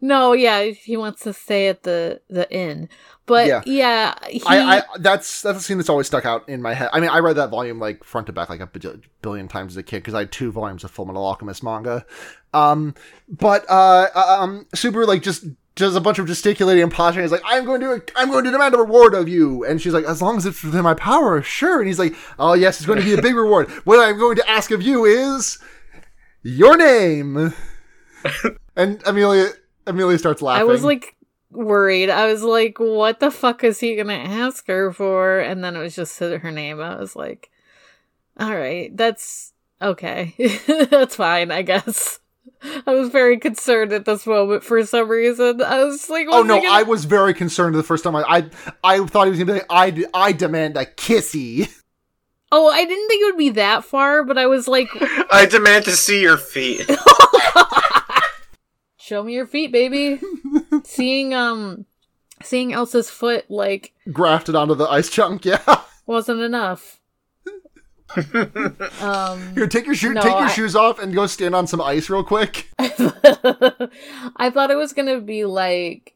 D: No, yeah, he wants to stay at the the inn, but
B: Yeah.
D: yeah, he,
B: I, I that's that's a scene that's always stuck out in my head. I mean, I read that volume like front to back like a bajil- billion times as a kid because I had two volumes of Full Metal Alchemist manga. Um, but uh, um, Subaru like just does a bunch of gesticulating and posturing. He's like, "I'm going to I'm going to demand a reward of you," and she's like, "As long as it's within my power, sure." And he's like, "Oh yes, it's going to be a big reward. What I'm going to ask of you is your name." and Amelia Amelia starts laughing.
D: I was like worried. I was like, what the fuck is he gonna ask her for? And then it was just her name. I was like, all right, that's okay. [laughs] that's fine, I guess. [laughs] I was very concerned at this moment for some reason. I was like,
B: Oh
D: what's
B: no!
D: he gonna-
B: I was very concerned the first time. I I, I thought he was gonna be like, I, d- I demand a kissy. [laughs]
D: oh, I didn't think it would be that far, but I was like,
C: I demand to see your feet.
D: show me your feet, baby. seeing um, seeing Elsa's foot like
B: grafted onto the ice chunk. [laughs] Yeah, [laughs]
D: wasn't enough. um, [laughs]
B: here, take your shoe,
D: No,
B: take your
D: I-
B: shoes off, and go stand on some ice real quick.
D: I thought it was gonna be like,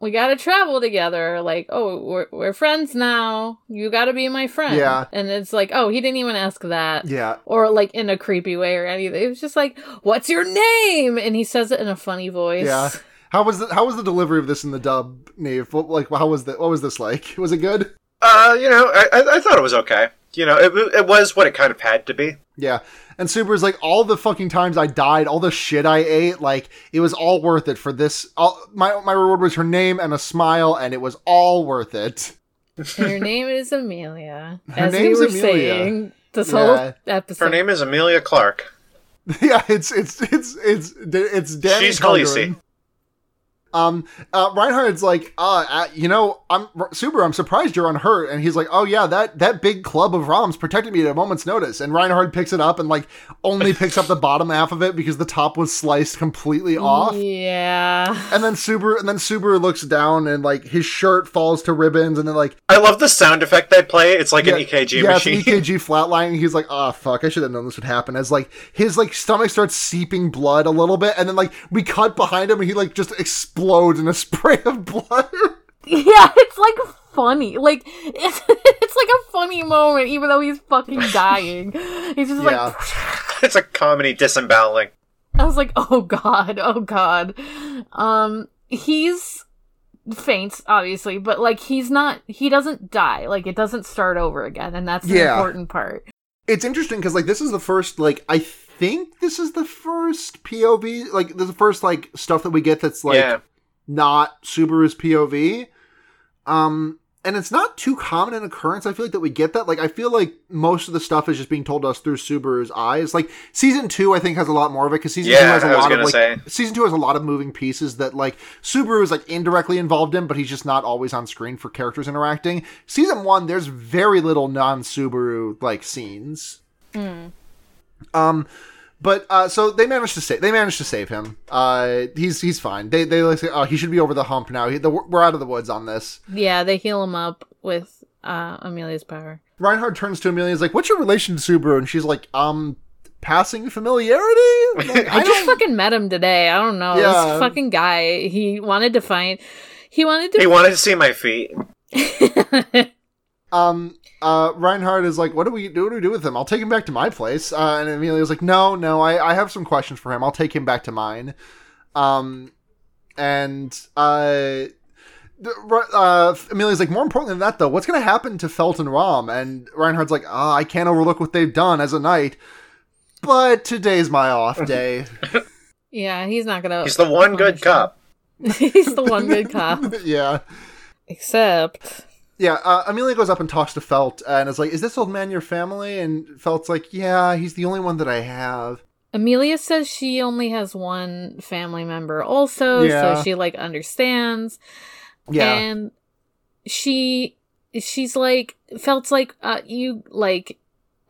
D: we gotta travel together. Like, oh, we're, we're friends now. You gotta be my friend.
B: Yeah.
D: And it's like, oh, he didn't even ask that.
B: Yeah,
D: Or like in a creepy way or anything. It was just like, what's your name? And he says it in a funny voice.
B: yeah. How was the, how was the delivery of this in the dub, Nave? What, like, how was the what was this like? [laughs] Was it good?
C: Uh, you know, I, I, I thought it was okay. You know, it, it was what it kind of had to be.
B: Yeah. And Subaru's like, all the fucking times I died, all the shit I ate, like, it was all worth it for this. All, my, my reward was her name and a smile, and it was all worth it.
D: And her name is Amelia.
B: Her
D: as
B: name's
D: we were
B: Amelia.
D: saying this
B: Yeah.
D: whole episode.
C: Her name is Amelia Clark.
B: [laughs] Yeah, it's it's it's it's it's Danny
C: She's
B: Calderon.
C: Khaleesi.
B: Um, uh, Reinhardt's like, uh, uh, you know, I'm super. I'm surprised you're unhurt. And he's like, oh yeah, that that big club of ROMs protected me at a moment's notice. And Reinhardt picks it up and like only picks up the bottom half of it because the top was sliced completely off.
D: Mm.
B: [laughs]
D: Yeah.
B: And then Subaru, and then Subaru looks down, and like his shirt falls to ribbons, and then like
C: I love the sound effect they play. It's like an
B: yeah,
C: EKG
B: yeah, it's an E
C: machine.
B: EKG flatlining. He's like, oh fuck, I should have known this would happen. As like his like stomach starts seeping blood a little bit, and then like we cut behind him, and he like just explodes in a [laughs] spray of blood.
D: Yeah, it's like funny. Like it's, [laughs] it's like a funny moment, even though he's
B: [laughs]
D: fucking dying. He's just
B: Yeah.
D: like,
C: [laughs] it's a comedy disemboweling.
D: I was like, oh god, oh god. Um, he's faints obviously, but like he's not. He doesn't die. Like it doesn't start over again, and that's the
B: Yeah.
D: important part.
B: it's interesting because like this is the first like I think this is the first POV like this is the first like stuff that we get that's like
C: yeah.
B: not Subaru's POV. Um, and it's not too common an occurrence. I feel like that we get that. Like, I feel like most of the stuff is just being told to us through Subaru's eyes. Like, season two, I think, has a lot more of it because season two
C: Yeah,
B: has a
C: I was
B: lot of
C: gonna
B: like
C: say.
B: season two has a lot of moving pieces that like Subaru is like indirectly involved in, but he's just not always on screen for characters interacting. Season one, there's very little non-Subaru like scenes. Um, but uh, so they managed to save. They managed to save him. Uh, he's he's fine. They they like say, oh, he should be over the hump now. He, the, we're out of the woods on this.
D: Yeah, they heal him up with uh, Amelia's power.
B: Reinhard turns to Amelia. and is like, "What's your relation to Subaru?" And she's like, "Um, passing familiarity." Like,
D: I just fucking met him today. I don't know.
B: Yeah.
D: This fucking guy. He wanted to find. He wanted to
C: He wanted to see my feet.
B: um, uh, Reinhard is like, "What do we do? What do we do with him? I'll take him back to my place." Uh, and Amelia's like, "No, no, I, I have some questions for him. I'll take him back to mine." Um, and uh. the- Re- Uh, Amelia's like, more important than that, though, what's going to happen to Felton Rom? And Reinhard's like, ah, I can't overlook what they've done as a knight, but today's my off day.
D: [laughs] Yeah, he's not gonna.
C: He's the
D: Oh, [laughs]
C: one good
D: punish them.
C: cop.
B: [laughs]
D: he's the one good cop.
B: yeah.
D: Except
B: yeah, uh, Amelia goes up and talks to Felt and is like, "Is this old man your family?" And Felt's like, "Yeah, he's the only one that I have."
D: Amelia says she only has one family member also,
B: Yeah.
D: so she like understands.
B: Yeah,
D: And she she's like Felt's like uh, you like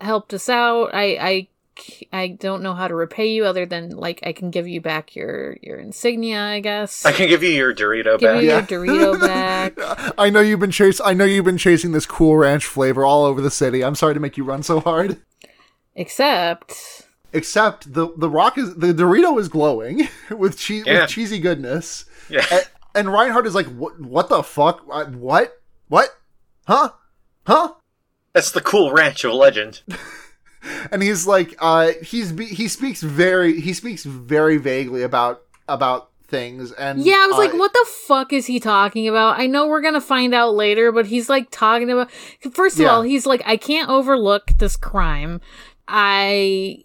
D: helped us out. I I c- I don't know how to repay you other than like I can give you back your your insignia, I guess.
C: I can give you your Dorito
D: Give
C: back.
D: you-
B: yeah.
D: your
B: [laughs]
D: Dorito back.
B: I know you've been chase. I know you've been chasing this cool ranch flavor all over the city. I'm sorry to make you run so hard.
D: Except
B: Except the the rock is the Dorito is glowing [laughs] with, che-
C: Yeah.
B: with cheesy goodness.
C: Yeah.
B: A- and Reinhardt is like, what, what the fuck? Uh, What? What? Huh? Huh?
C: [laughs] That's the cool ranch of
B: [laughs]
C: legend.
B: And he's like, uh, he's be- he speaks very he speaks very vaguely about about things. And
D: Yeah, I was like,
B: uh,
D: what the fuck is he talking about? I know we're gonna find out later, but he's like talking about. First of
B: Yeah.
D: all, he's like, I can't overlook this crime. I,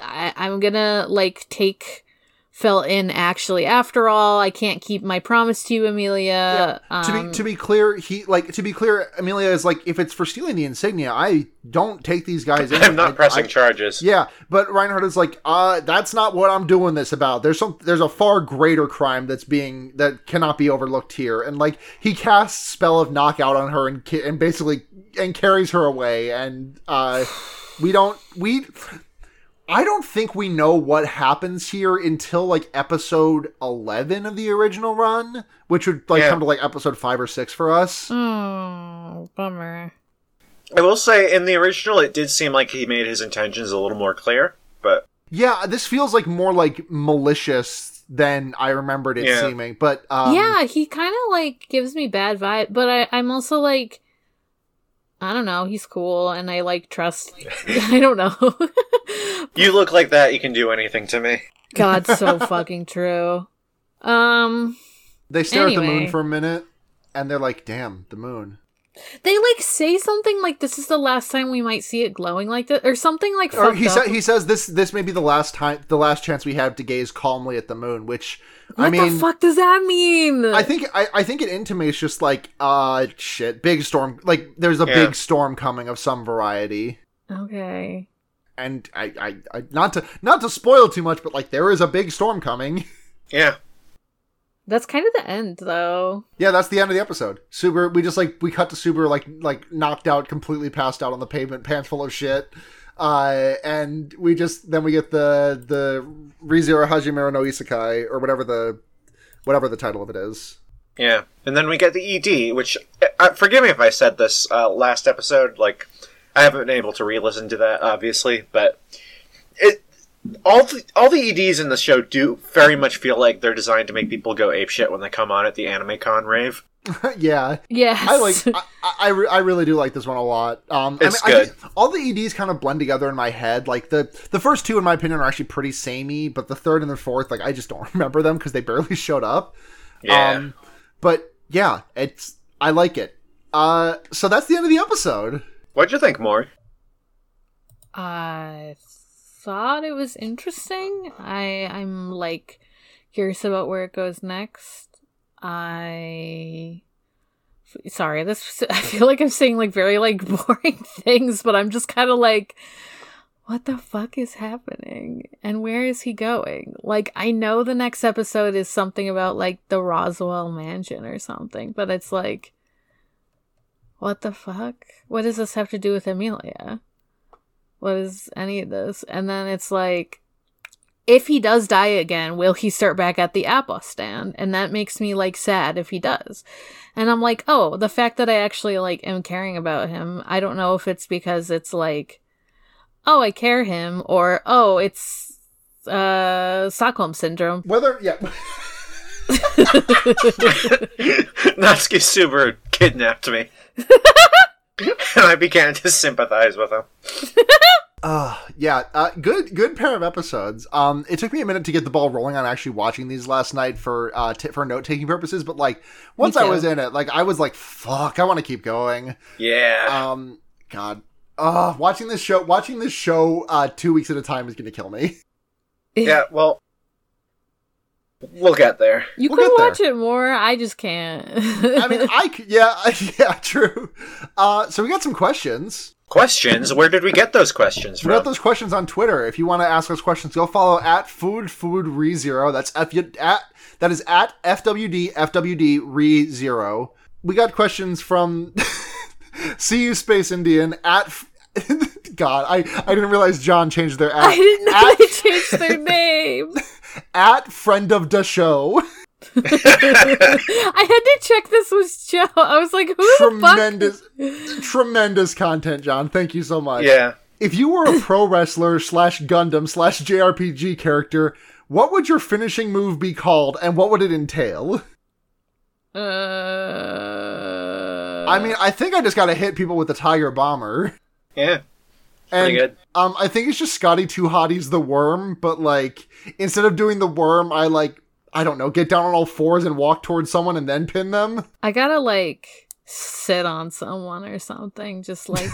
D: I I'm gonna like take Phil in. Actually, after all, I can't keep my promise to you, Amelia.
B: To
D: Um,
B: be to be clear, he like to be clear, Amelia is like, if it's for stealing the insignia, I don't take these guys. in.
C: [laughs] I'm
B: I-
C: not pressing
B: I-
C: charges.
B: Yeah, but Reinhardt is like, uh, that's not what I'm doing this about. There's some, there's a far greater crime that's being that cannot be overlooked here, and like he casts spell of knockout on her and ki- and basically and carries her away, and uh, we don't we. I don't think we know what happens here until like episode eleven of the original run, which would like
C: Yeah.
B: come to like episode five or six for us.
D: oh, bummer.
C: I will say, in the original, it did seem like he made his intentions a little more clear, but
B: Yeah, this feels like more like malicious than I remembered it
C: Yeah.
B: seeming. But um,
D: yeah, he kind of like gives me bad vibe, but I I'm also like. I don't know. He's cool, and I like trust. [laughs] I don't know. [laughs]
C: you look like that, you can do anything to me.
B: [laughs]
D: God, so fucking true. Um,
B: They stare at the moon
D: Anyway.
B: for a minute, and they're like, "Damn, the moon."
D: they like say something like this is the last time we might see it glowing like this, or something like
B: Or
D: fucked
B: he
D: up.
B: sa- he says this this may be the last time, the last chance we have to gaze calmly at the moon. Which
D: what
B: I mean,
D: the fuck does that mean?
B: I think I, I think it intimates just like, uh, shit, big storm. Like there's a
C: Yeah.
B: big storm coming of some variety.
D: okay.
B: And I, I, I, not to not to spoil too much, but like there is a big storm coming.
C: Yeah.
D: That's kind of the end, though.
B: Yeah, that's the end of the episode. Subaru, we just like we cut to Subaru like like knocked out, completely passed out on the pavement, pants full of shit. Uh, and we just then we get the the Rezero Hajimura no Isekai or whatever the whatever the title of it is. [laughs]
C: Yeah, and then we get the ED, which uh, uh, forgive me if I said this uh, last episode. Like, I haven't been able to re-listen to that, obviously, but it all the all the EDs in the show do very much feel like they're designed to make people go apeshit when they come on at the anime con rave.
B: yeah,
D: Yes.
B: I
D: [laughs]
B: like I I, I re- I really do like this one a lot. Um,
C: It's
B: I mean, I
C: good.
B: think all the EDs kind of blend together in my head. Like the the first two, in my opinion, are actually pretty samey, but the third and the fourth, like I just don't [laughs] remember them because they barely showed up.
C: Yeah,
B: Um, but yeah, it's I like it. Uh, so that's the end of the episode.
C: what'd you think, more?
D: I thought it was interesting. I I'm like curious about where it goes next. I sorry, this [laughs] I feel like I'm saying like very like [laughs] boring things, but I'm just kind of like what the fuck is happening and where is he going? Like I know the next episode is something about like the Roswell mansion or something, but it's like what the fuck? What does this have to do with Amelia? what is any of this? And then it's like, if he does die again, will he start back at the Apple stand? And that makes me like sad if he does. And I'm like, oh, the fact that I actually like am caring about him, I don't know if it's because it's like, oh, I care him, or oh, it's uh Stockholm syndrome.
B: Whether yeah, [laughs]
C: [laughs] Natsuki Subaru
B: [laughs]
C: kidnapped me, and I began to sympathize with him.
B: uh, yeah, uh, good good pair of episodes. Um, it took me a minute to get the ball rolling on actually watching these last night for uh t- for note taking purposes, but like once I
D: too.
B: was in it, like I was like, fuck, I want to keep going.
C: Yeah,
B: Um, God. Uh, watching this show, watching this show, uh, two weeks at a time is gonna kill me.
C: yeah. Well, We'll get there.
D: [laughs] You
B: We'll
D: could
B: get there.
D: watch it more. I just can't.
B: I mean, I c- yeah, [laughs] yeah, true. Uh, so we got some questions.
C: Questions? Where did we get those questions
B: We got
C: from?
B: those questions on Twitter. If you want to ask us questions, go follow at food food re zero. That's f at that is at fwd fwd re zero. We got questions from [laughs] cu space indian at. F- [laughs] God, I, I didn't realize John changed their at
D: [laughs] I didn't know
B: at,
D: they
B: [laughs]
D: changed their name.
B: at friend of the show.
D: I had to check this was Joe. [laughs] I was like, who the fuck?
B: tremendous, tremendous content, John. Thank you so much.
C: Yeah.
B: If you
C: [coughs]
B: were a pro wrestler slash Gundam slash JRPG character, what would your finishing move be called, and what would it entail?
D: Uh,
B: I mean, I think I just got to hit people with the Tiger Bomber.
C: Yeah.
B: And,
C: Pretty good.
B: Um, I think it's just Scotty Two Hotties the worm, but like instead of doing the worm, I like I don't know, get down on all fours and walk towards someone and then pin them.
D: I gotta like sit on someone or something,
B: [laughs]
D: just like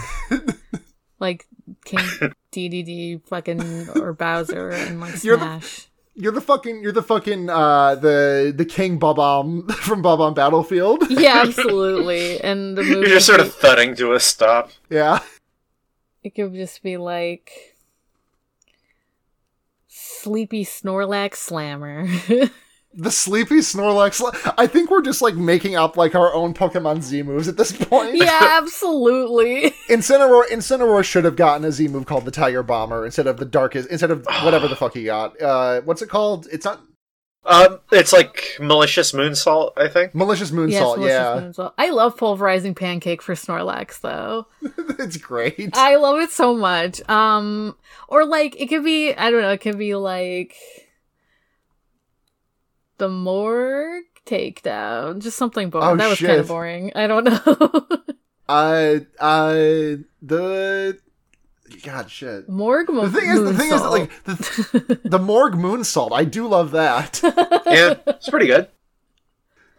D: like King DDD fucking or Bowser and like
B: You're the-
D: Smash.
B: You're the fucking you're the fucking uh the the King Bob-omb [laughs] from Bob on Battlefield.
D: Yeah, absolutely.
B: [laughs]
D: And the movie
C: You're just sort of thudding to a stop.
B: Yeah.
D: it could just be like sleepy Snorlax Slammer. [laughs]
B: The sleepy Snorlax. li- I think we're just like making up like our own Pokemon Z moves at this [laughs] point.
D: yeah, absolutely.
B: Incineroar. Incineroar should have gotten a Z move called the Tiger Bomber instead of the darkest. Instead
D: [sighs]
B: of whatever the fuck he got. Uh, what's it called? It's not
C: Um, it's like malicious moonsault, I think.
B: malicious
D: Yes,
B: moonsault.
D: Malicious
B: yeah,
D: Moonsault. I love pulverizing pancake for Snorlax though.
B: [laughs] it's great.
D: I love it so much. Um, or like it could be I don't know. It could be like the morgue takedown, just something boring.
B: Oh,
D: that was kind
B: shit.
D: of boring. I don't [laughs] know.
B: Uh, uh, the God shit.
D: morgue.
B: The thing is, the thing is, that, like
D: [laughs]
B: the the morgue moonsault. I do love that.
C: Yeah, it's pretty good.
B: [laughs]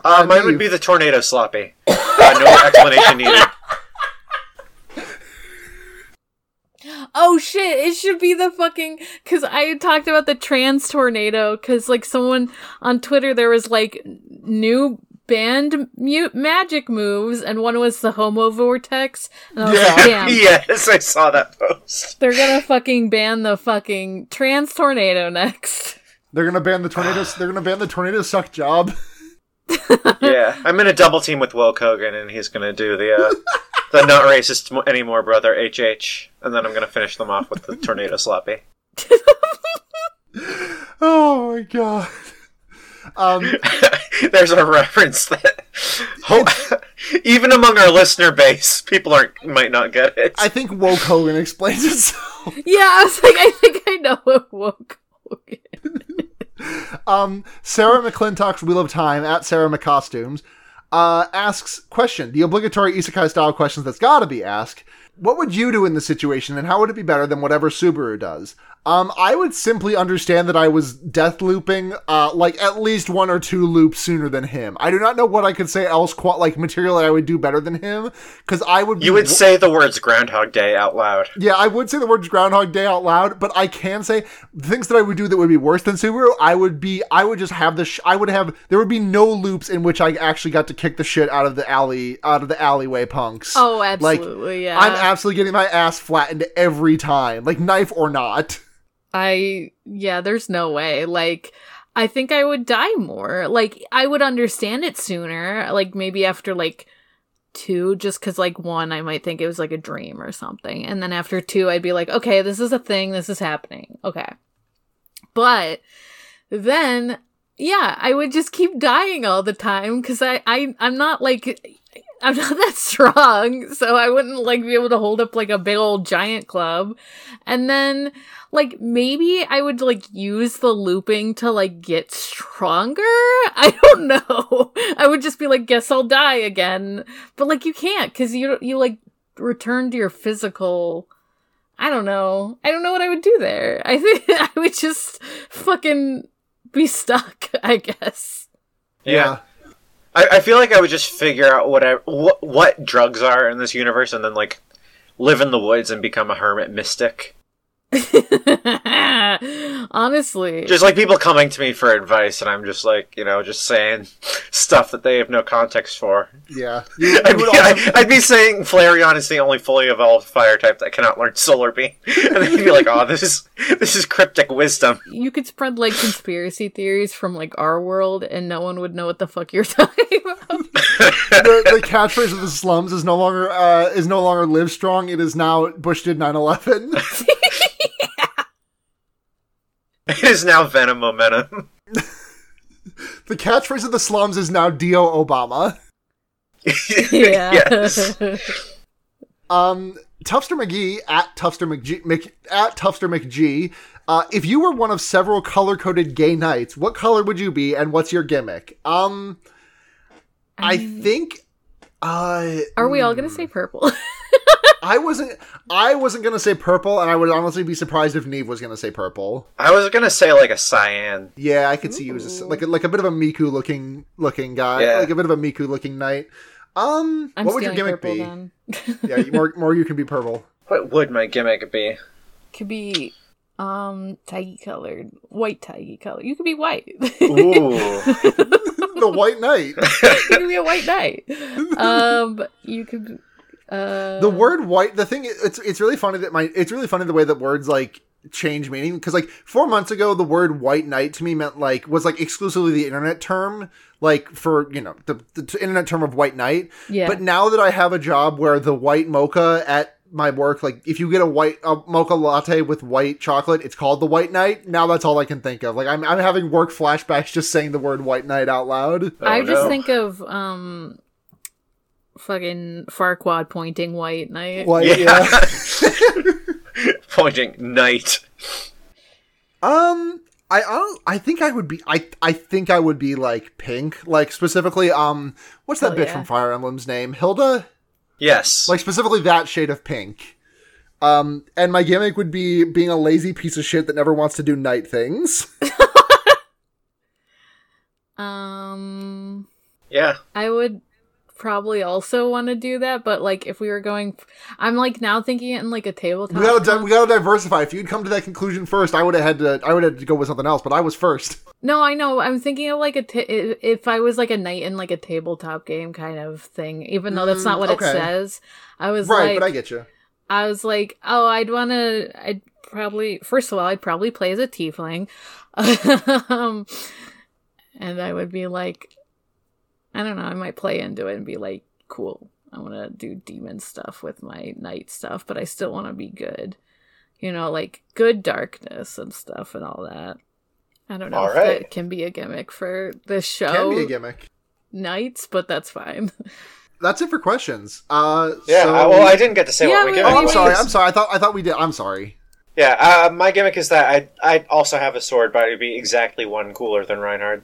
C: Uh,
B: Uh,
C: mine would
B: Neve.
C: be the tornado sloppy. Uh, no
B: [laughs]
C: explanation needed.
D: oh shit! It should be the fucking because I had talked about the trans tornado because like someone on Twitter there was like new band mute magic moves and one was the homo vortex and I was like,
C: [laughs]
D: damn.
C: yes, I saw that post.
D: They're gonna fucking ban the fucking trans tornado next. [laughs]
B: They're gonna ban the tornadoes. They're gonna ban the tornado suck job. [laughs]
C: Yeah, I'm in a double team with Will Hogan, and he's gonna do the uh, the not racist mo- anymore, brother HH, and then I'm gonna finish them off with the tornado sloppy. [laughs]
B: Oh my god. Um,
C: There's a reference that [laughs] Ho- [laughs] even among our listener base, people aren't might not get it.
B: I think woke Hogan explains itself.
D: Yeah, I was like, I think I know what woke.
B: [laughs] Um, Sarah McClintock's Wheel of Time at Sarah McCostumes uh, asks question the obligatory isekai style questions that's got to be asked. What would you do in the situation, and how would it be better than whatever Subaru does? Um, I would simply understand that I was death looping, uh, like at least one or two loops sooner than him. I do not know what I could say else, qua like material that I would do better than him, because I would. be
C: you would say the words Groundhog Day out loud.
B: Yeah, I would say the word Groundhog Day out loud, but I can say the things that I would do that would be worse than Subaru. I would be, I would just have the, sh- I would have, there would be no loops in which I actually got to kick the shit out of the alley, out of the alleyway punks.
D: Oh,
B: Like,
D: absolutely. yeah,
B: I'm absolutely getting my ass flattened every time, like knife or not.
D: I yeah, there's no way. Like I think I would die more. Like I would understand it sooner. Like maybe after like two just cuz like one I might think it was like a dream or something. And then after two I'd be like, "Okay, this is a thing. This is happening." Okay. But then yeah, I would just keep dying all the time cuz I I I'm not like [laughs] I'm not that strong, so I wouldn't like be able to hold up like a big old giant club. And then like maybe I would like use the looping to like get stronger. [laughs] I don't know. I would just be like, guess I'll die again. But like you can't because you you like return to your physical. I don't know. I don't know what I would do there. [laughs] I think I would just fucking be stuck. [laughs] I guess.
C: I, I feel like I would just figure out what I what, what drugs are in this universe, and then like live in the woods and become a hermit mystic.
D: Honestly.
C: Just like people coming to me for advice, and I'm just like, you know, just saying stuff that they have no context for.
B: Yeah. You- you
C: I'd be,
B: would
C: [laughs]
B: also-
C: I, would be saying Flareon is the only fully evolved fire type that cannot learn Solar Beam, [laughs] and they'd be like, "Oh, this is this is cryptic wisdom." [laughs]
D: you could spread like conspiracy theories from like our world and no one would know what the fuck you're [laughs] talking about.
B: the, the catchphrase of the slums is no longer uh, is no longer live strong. It is now Bush did 9-11.
C: It is now Venom momentum.
B: [laughs]
C: [laughs]
B: the catchphrase of the slums is now Dio Obama.
D: yeah.
C: [laughs] Yes.
B: Um, Tufster McGee at Tufster McG Mc, at Tufster McGee. Uh, if you were one of several color coded gay knights, what color would you be, and what's your gimmick? Um, [laughs] I think. Uh,
D: Um, Are we all gonna say purple? [laughs]
B: I wasn't. I wasn't gonna say purple, and I would honestly be surprised if Neve was gonna say purple.
C: I was gonna say like a cyan.
B: Yeah, I could see you as a, like a, like a bit of a Miku looking looking guy,
C: Yeah.
B: like a bit of a Miku looking knight. Um,
D: I'm
B: what would your
D: stealing
B: gimmick be?
D: purple then.
B: yeah, you- more more you can be
D: [laughs]
B: purple.
C: What would my gimmick be?
D: Could be um tidy colored. White tidy color. You could be white. [laughs]
C: Ooh,
B: The white knight.
D: you could be a white knight. Um you could uh
B: the word white the thing it's it's really funny that my it's really funny the way that words like change meaning because like four months ago the word white knight to me meant like was like exclusively the internet term like for you know the, the t- internet term of white knight
D: Yeah.
B: but now that i have a job where the white mocha at my work like if you get a white a mocha latte with white chocolate it's called the white knight now that's all i can think of like i'm, I'm having work flashbacks just saying the word white knight out loud
C: Oh,
D: I just
C: no.
D: think of um fucking Farquad pointing white knight.
B: White, yeah.
C: yeah. [laughs] Pointing knight.
B: Um, I I, don't, I think I would be I I think I would be like pink, like specifically um, what's that
D: Oh,
B: bitch
D: yeah.
B: from Fire Emblem's name? Hilda,
C: Yes.
B: like specifically that shade of pink. Um, and my gimmick would be being a lazy piece of shit that never wants to do night things. [laughs]
D: Um
C: yeah.
D: I would probably also want to do that, but like if we were going, I'm like now thinking it in like a tabletop.
B: we gotta di- we gotta diversify. If you'd come to that conclusion first, I would have had to I would have to go with something else. But I was first.
D: [laughs] no, I know. I'm thinking of like a ta- i- if I was like a knight in like a tabletop game kind of thing, even though that's
B: Mm,
D: not what
B: okay.
D: it says. I was
B: Right,
D: like,
B: but I get you.
D: I was like, oh, I'd want to. I'd probably first of all, I'd probably play as a tiefling, [laughs] um, and I would be like, I don't know. I might play into it and be like, cool. I want to do demon stuff with my knight stuff, but I still want to be good. You know, like good darkness and stuff and all that. I don't know
C: All
D: if
C: right.
D: that can be a gimmick for this
B: Can be a
D: show,
B: gimmick.
D: knights, but that's fine. [laughs]
B: That's it for questions. Uh,
C: Yeah.
B: so-
C: I- well, I didn't get to say
D: Yeah,
C: what we
D: we-
C: gimmick.
B: Oh, I'm
D: Anyways.
B: sorry. I'm sorry. I thought I thought we did. I'm sorry.
C: Yeah, uh, my gimmick is that I I also have a sword, but it'd be exactly one cooler than Reinhard.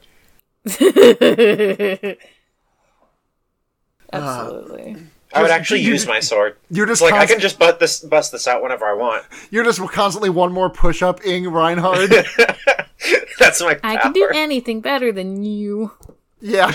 B: Ah.
D: Absolutely.
C: I would
B: Just-
C: actually
B: you-
C: use my sword.
B: You're just
C: It's like I
B: const-
C: can just butt this bust this out whenever I want. [laughs]
B: You're just constantly one more push up ing Reinhard.
C: That's my
D: I
C: power.
D: can do anything better than you.
B: yeah.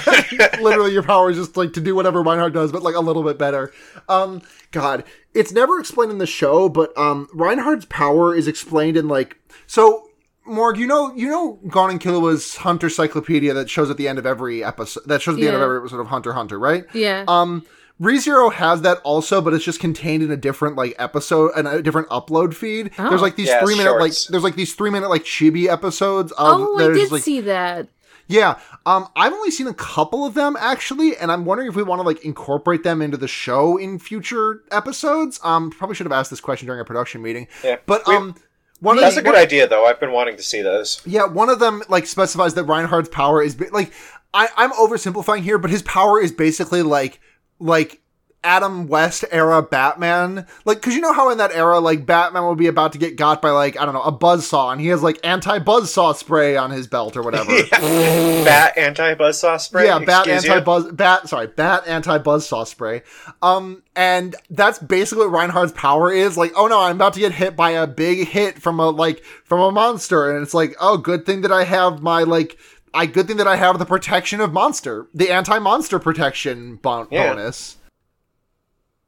B: [laughs] Literally your power is just like to do whatever Reinhard does, but like a little bit better. Um God. It's never explained in the show, but um Reinhard's power is explained in like so Morg, you know you know Gone and Killua's Hunter Cyclopedia that shows at the end of every episode that shows at the end of
D: Yeah.
B: every episode of Hunter x Hunter, right?
D: Yeah.
B: Um, ReZero has that also, but it's just contained in a different like episode and a different upload feed.
D: Oh.
B: There's like these
C: Yeah,
B: three minute like
C: shorts.
B: there's like these three minute like chibi episodes of
D: oh, I
B: there's
D: did
B: like
D: see that.
B: yeah. Um, I've only seen a couple of them actually, and I'm wondering if we want to like incorporate them into the show in future episodes. Um, probably should have asked this question during a production meeting.
C: Yeah.
B: But
C: We-
B: um, one of
C: That's
B: the,
C: a good idea, though. I've been wanting to see those.
B: yeah, one of them like specifies that Reinhard's power is ba- like I, I'm oversimplifying here, but his power is basically like like Adam West era Batman. Like, cause you know how in that era, like Batman would be about to get got by like I don't know a buzzsaw, and he has like anti buzzsaw spray on his belt or
C: [laughs]
B: whatever. yeah,
C: Bat anti buzzsaw spray.
B: bat
C: Excuse
B: anti
C: you?
B: buzz bat sorry bat anti buzzsaw spray. Um, and that's basically what Reinhardt's power is. Like, oh no, I'm about to get hit by a big hit from a like from a monster, and it's like, oh, good thing that I have my like. I good thing that I have the protection of monster, the anti-monster protection bon-
C: Yeah.
B: bonus.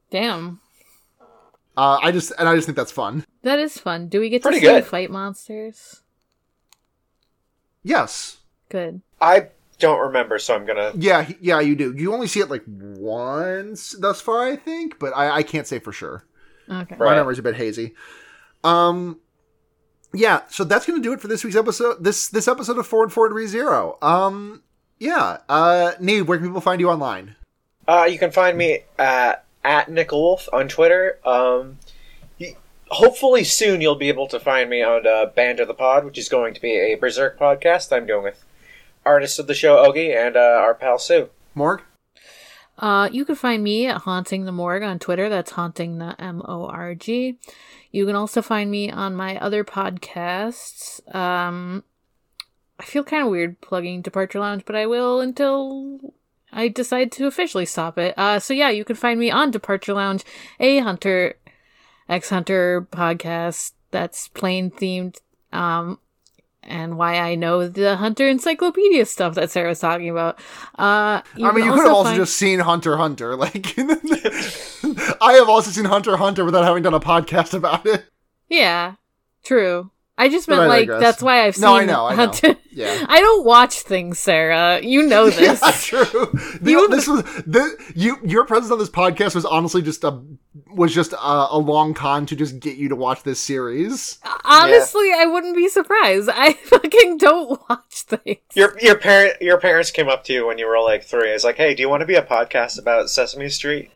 D: Damn.
B: Uh, I just and I just think that's fun.
D: That is fun. Do we get
C: Pretty
D: to see you
C: good.
D: fight monsters?
B: Yes.
D: Good.
C: I don't remember, so I'm gonna.
B: Yeah, he- yeah, you do. You only see it like once thus far, I think, but I, I can't say for sure.
D: Okay.
C: Right.
B: My memory's a bit hazy. Um, yeah, so that's gonna do it for this week's episode. This this episode of Forward Forward Rezero. Um, yeah. Uh, Nate, where can people find you online?
C: Uh, you can find me at at Nickel Wolf on Twitter. Um, y- hopefully soon you'll be able to find me on uh, Band of the Pod, which is going to be a Berserk podcast I'm doing with artists of the show Ogie and uh, our pal Sue.
B: Morg.
D: Uh, you can find me at Haunting the Morgue on Twitter. That's Haunting the M O R G. You can also find me on my other podcasts. Um, I feel kind of weird plugging Departure Lounge, but I will until I decide to officially stop it. Uh, so yeah, you can find me on Departure Lounge, a Hunter, X Hunter podcast that's plane themed. Um, and why I know the Hunter Encyclopedia stuff that Sarah was talking about. Uh,
B: I mean, you could have also
D: find-
B: just seen Hunter x Hunter. Like, [laughs] I have also seen Hunter x Hunter without having done a podcast about it.
D: Yeah, true. I just
B: But
D: meant
B: I
D: like
B: digress.
D: that's why I've seen.
B: No, I know, I know.
D: Hunter-
B: Yeah.
D: [laughs] I don't watch things, Sarah. You know this.
B: [laughs]
D: [laughs]
B: Yeah, true. The-
D: You-
B: this was the, you. Your presence on this podcast was honestly just a was just a, a long con to just get you to watch this series.
D: Honestly, I wouldn't be surprised. I [laughs] fucking don't
B: [laughs]
D: watch things. [laughs]
C: Your your parent your parents came up to you when you were like three. It's like, hey, do you want to be a podcast about Sesame Street?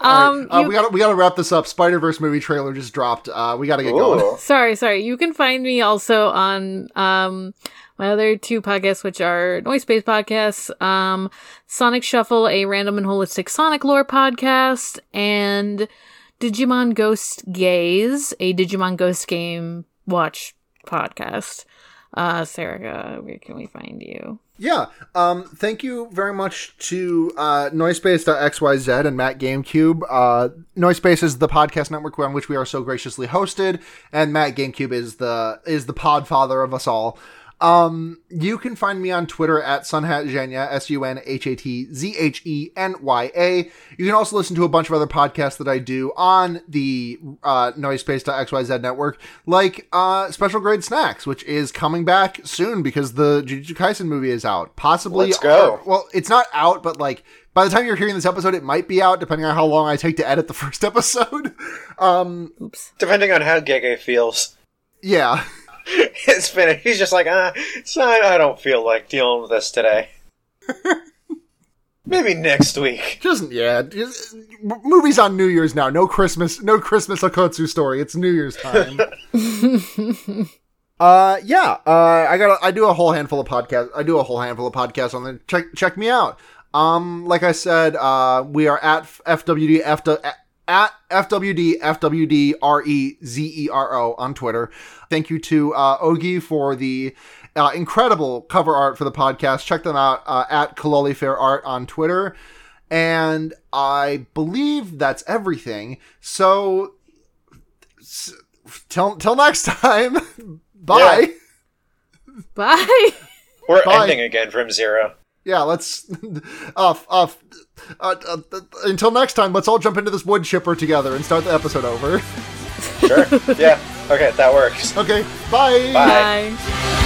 D: um,
B: Uh,
D: you-
B: we got we got to wrap this up. Spider Verse movie trailer just dropped. Uh, we got to get going.
C: Ooh.
D: sorry, sorry. You can find me also on um my other two podcasts, which are Noise Space Podcasts, um, Sonic Shuffle, a random and holistic Sonic lore podcast, and Digimon Ghost Gaze, a Digimon Ghost Game Watch podcast. Uh, Sarah, where can we find you?
B: [laughs]
D: [laughs]
B: Yeah. Um, thank you very much to uh, Noisepace.xyz and Matt GameCube. Uh, Noisepace is the podcast network on which we are so graciously hosted, and Matt GameCube is the is the podfather of us all. Um, you can find me on Twitter at sunhatgenya, S U N H A T Z H E N Y A. You can also listen to a bunch of other podcasts that I do on the uh, noisepace.xyz network, like uh, Special Grade Snacks, which is coming back soon because the Jujutsu Kaisen movie is out. Possibly.
C: Let's go.
B: or- well, it's not out, but like by the time you're hearing this episode, it might be out, depending on how long I take to edit the [laughs] first episode. um,
D: Oops.
C: Depending on how Gege feels, [laughs]
B: yeah.
C: it's been he's just like, ah, it's not, I don't feel like dealing with this today. Maybe next week.
B: Just yeah, just, m- movies on New Year's now. No Christmas, no Christmas Okotsu story. It's New Year's time. uh, yeah. Uh, I got. I do a whole handful of podcasts. I do a whole handful of podcasts on there. Check check me out. Um, like I said, uh, we are at FWD at FWD FWD R E Z E R O on Twitter. Thank you to uh, Ogi for the uh, incredible cover art for the podcast. Check them out uh, at Kaloli Fair Art on Twitter. And I believe that's everything. So, s- till till next [laughs] time. Bye. Yeah.
D: Bye.
C: We're
B: Bye.
C: ending again from zero. [laughs]
B: let's [laughs] off off. Uh, uh, uh, until next time, let's all jump into this wood chipper together and start the episode over. [laughs]
C: Sure. yeah. Okay, that works.
B: Okay, bye.
C: Bye.
D: Bye.
A: Thank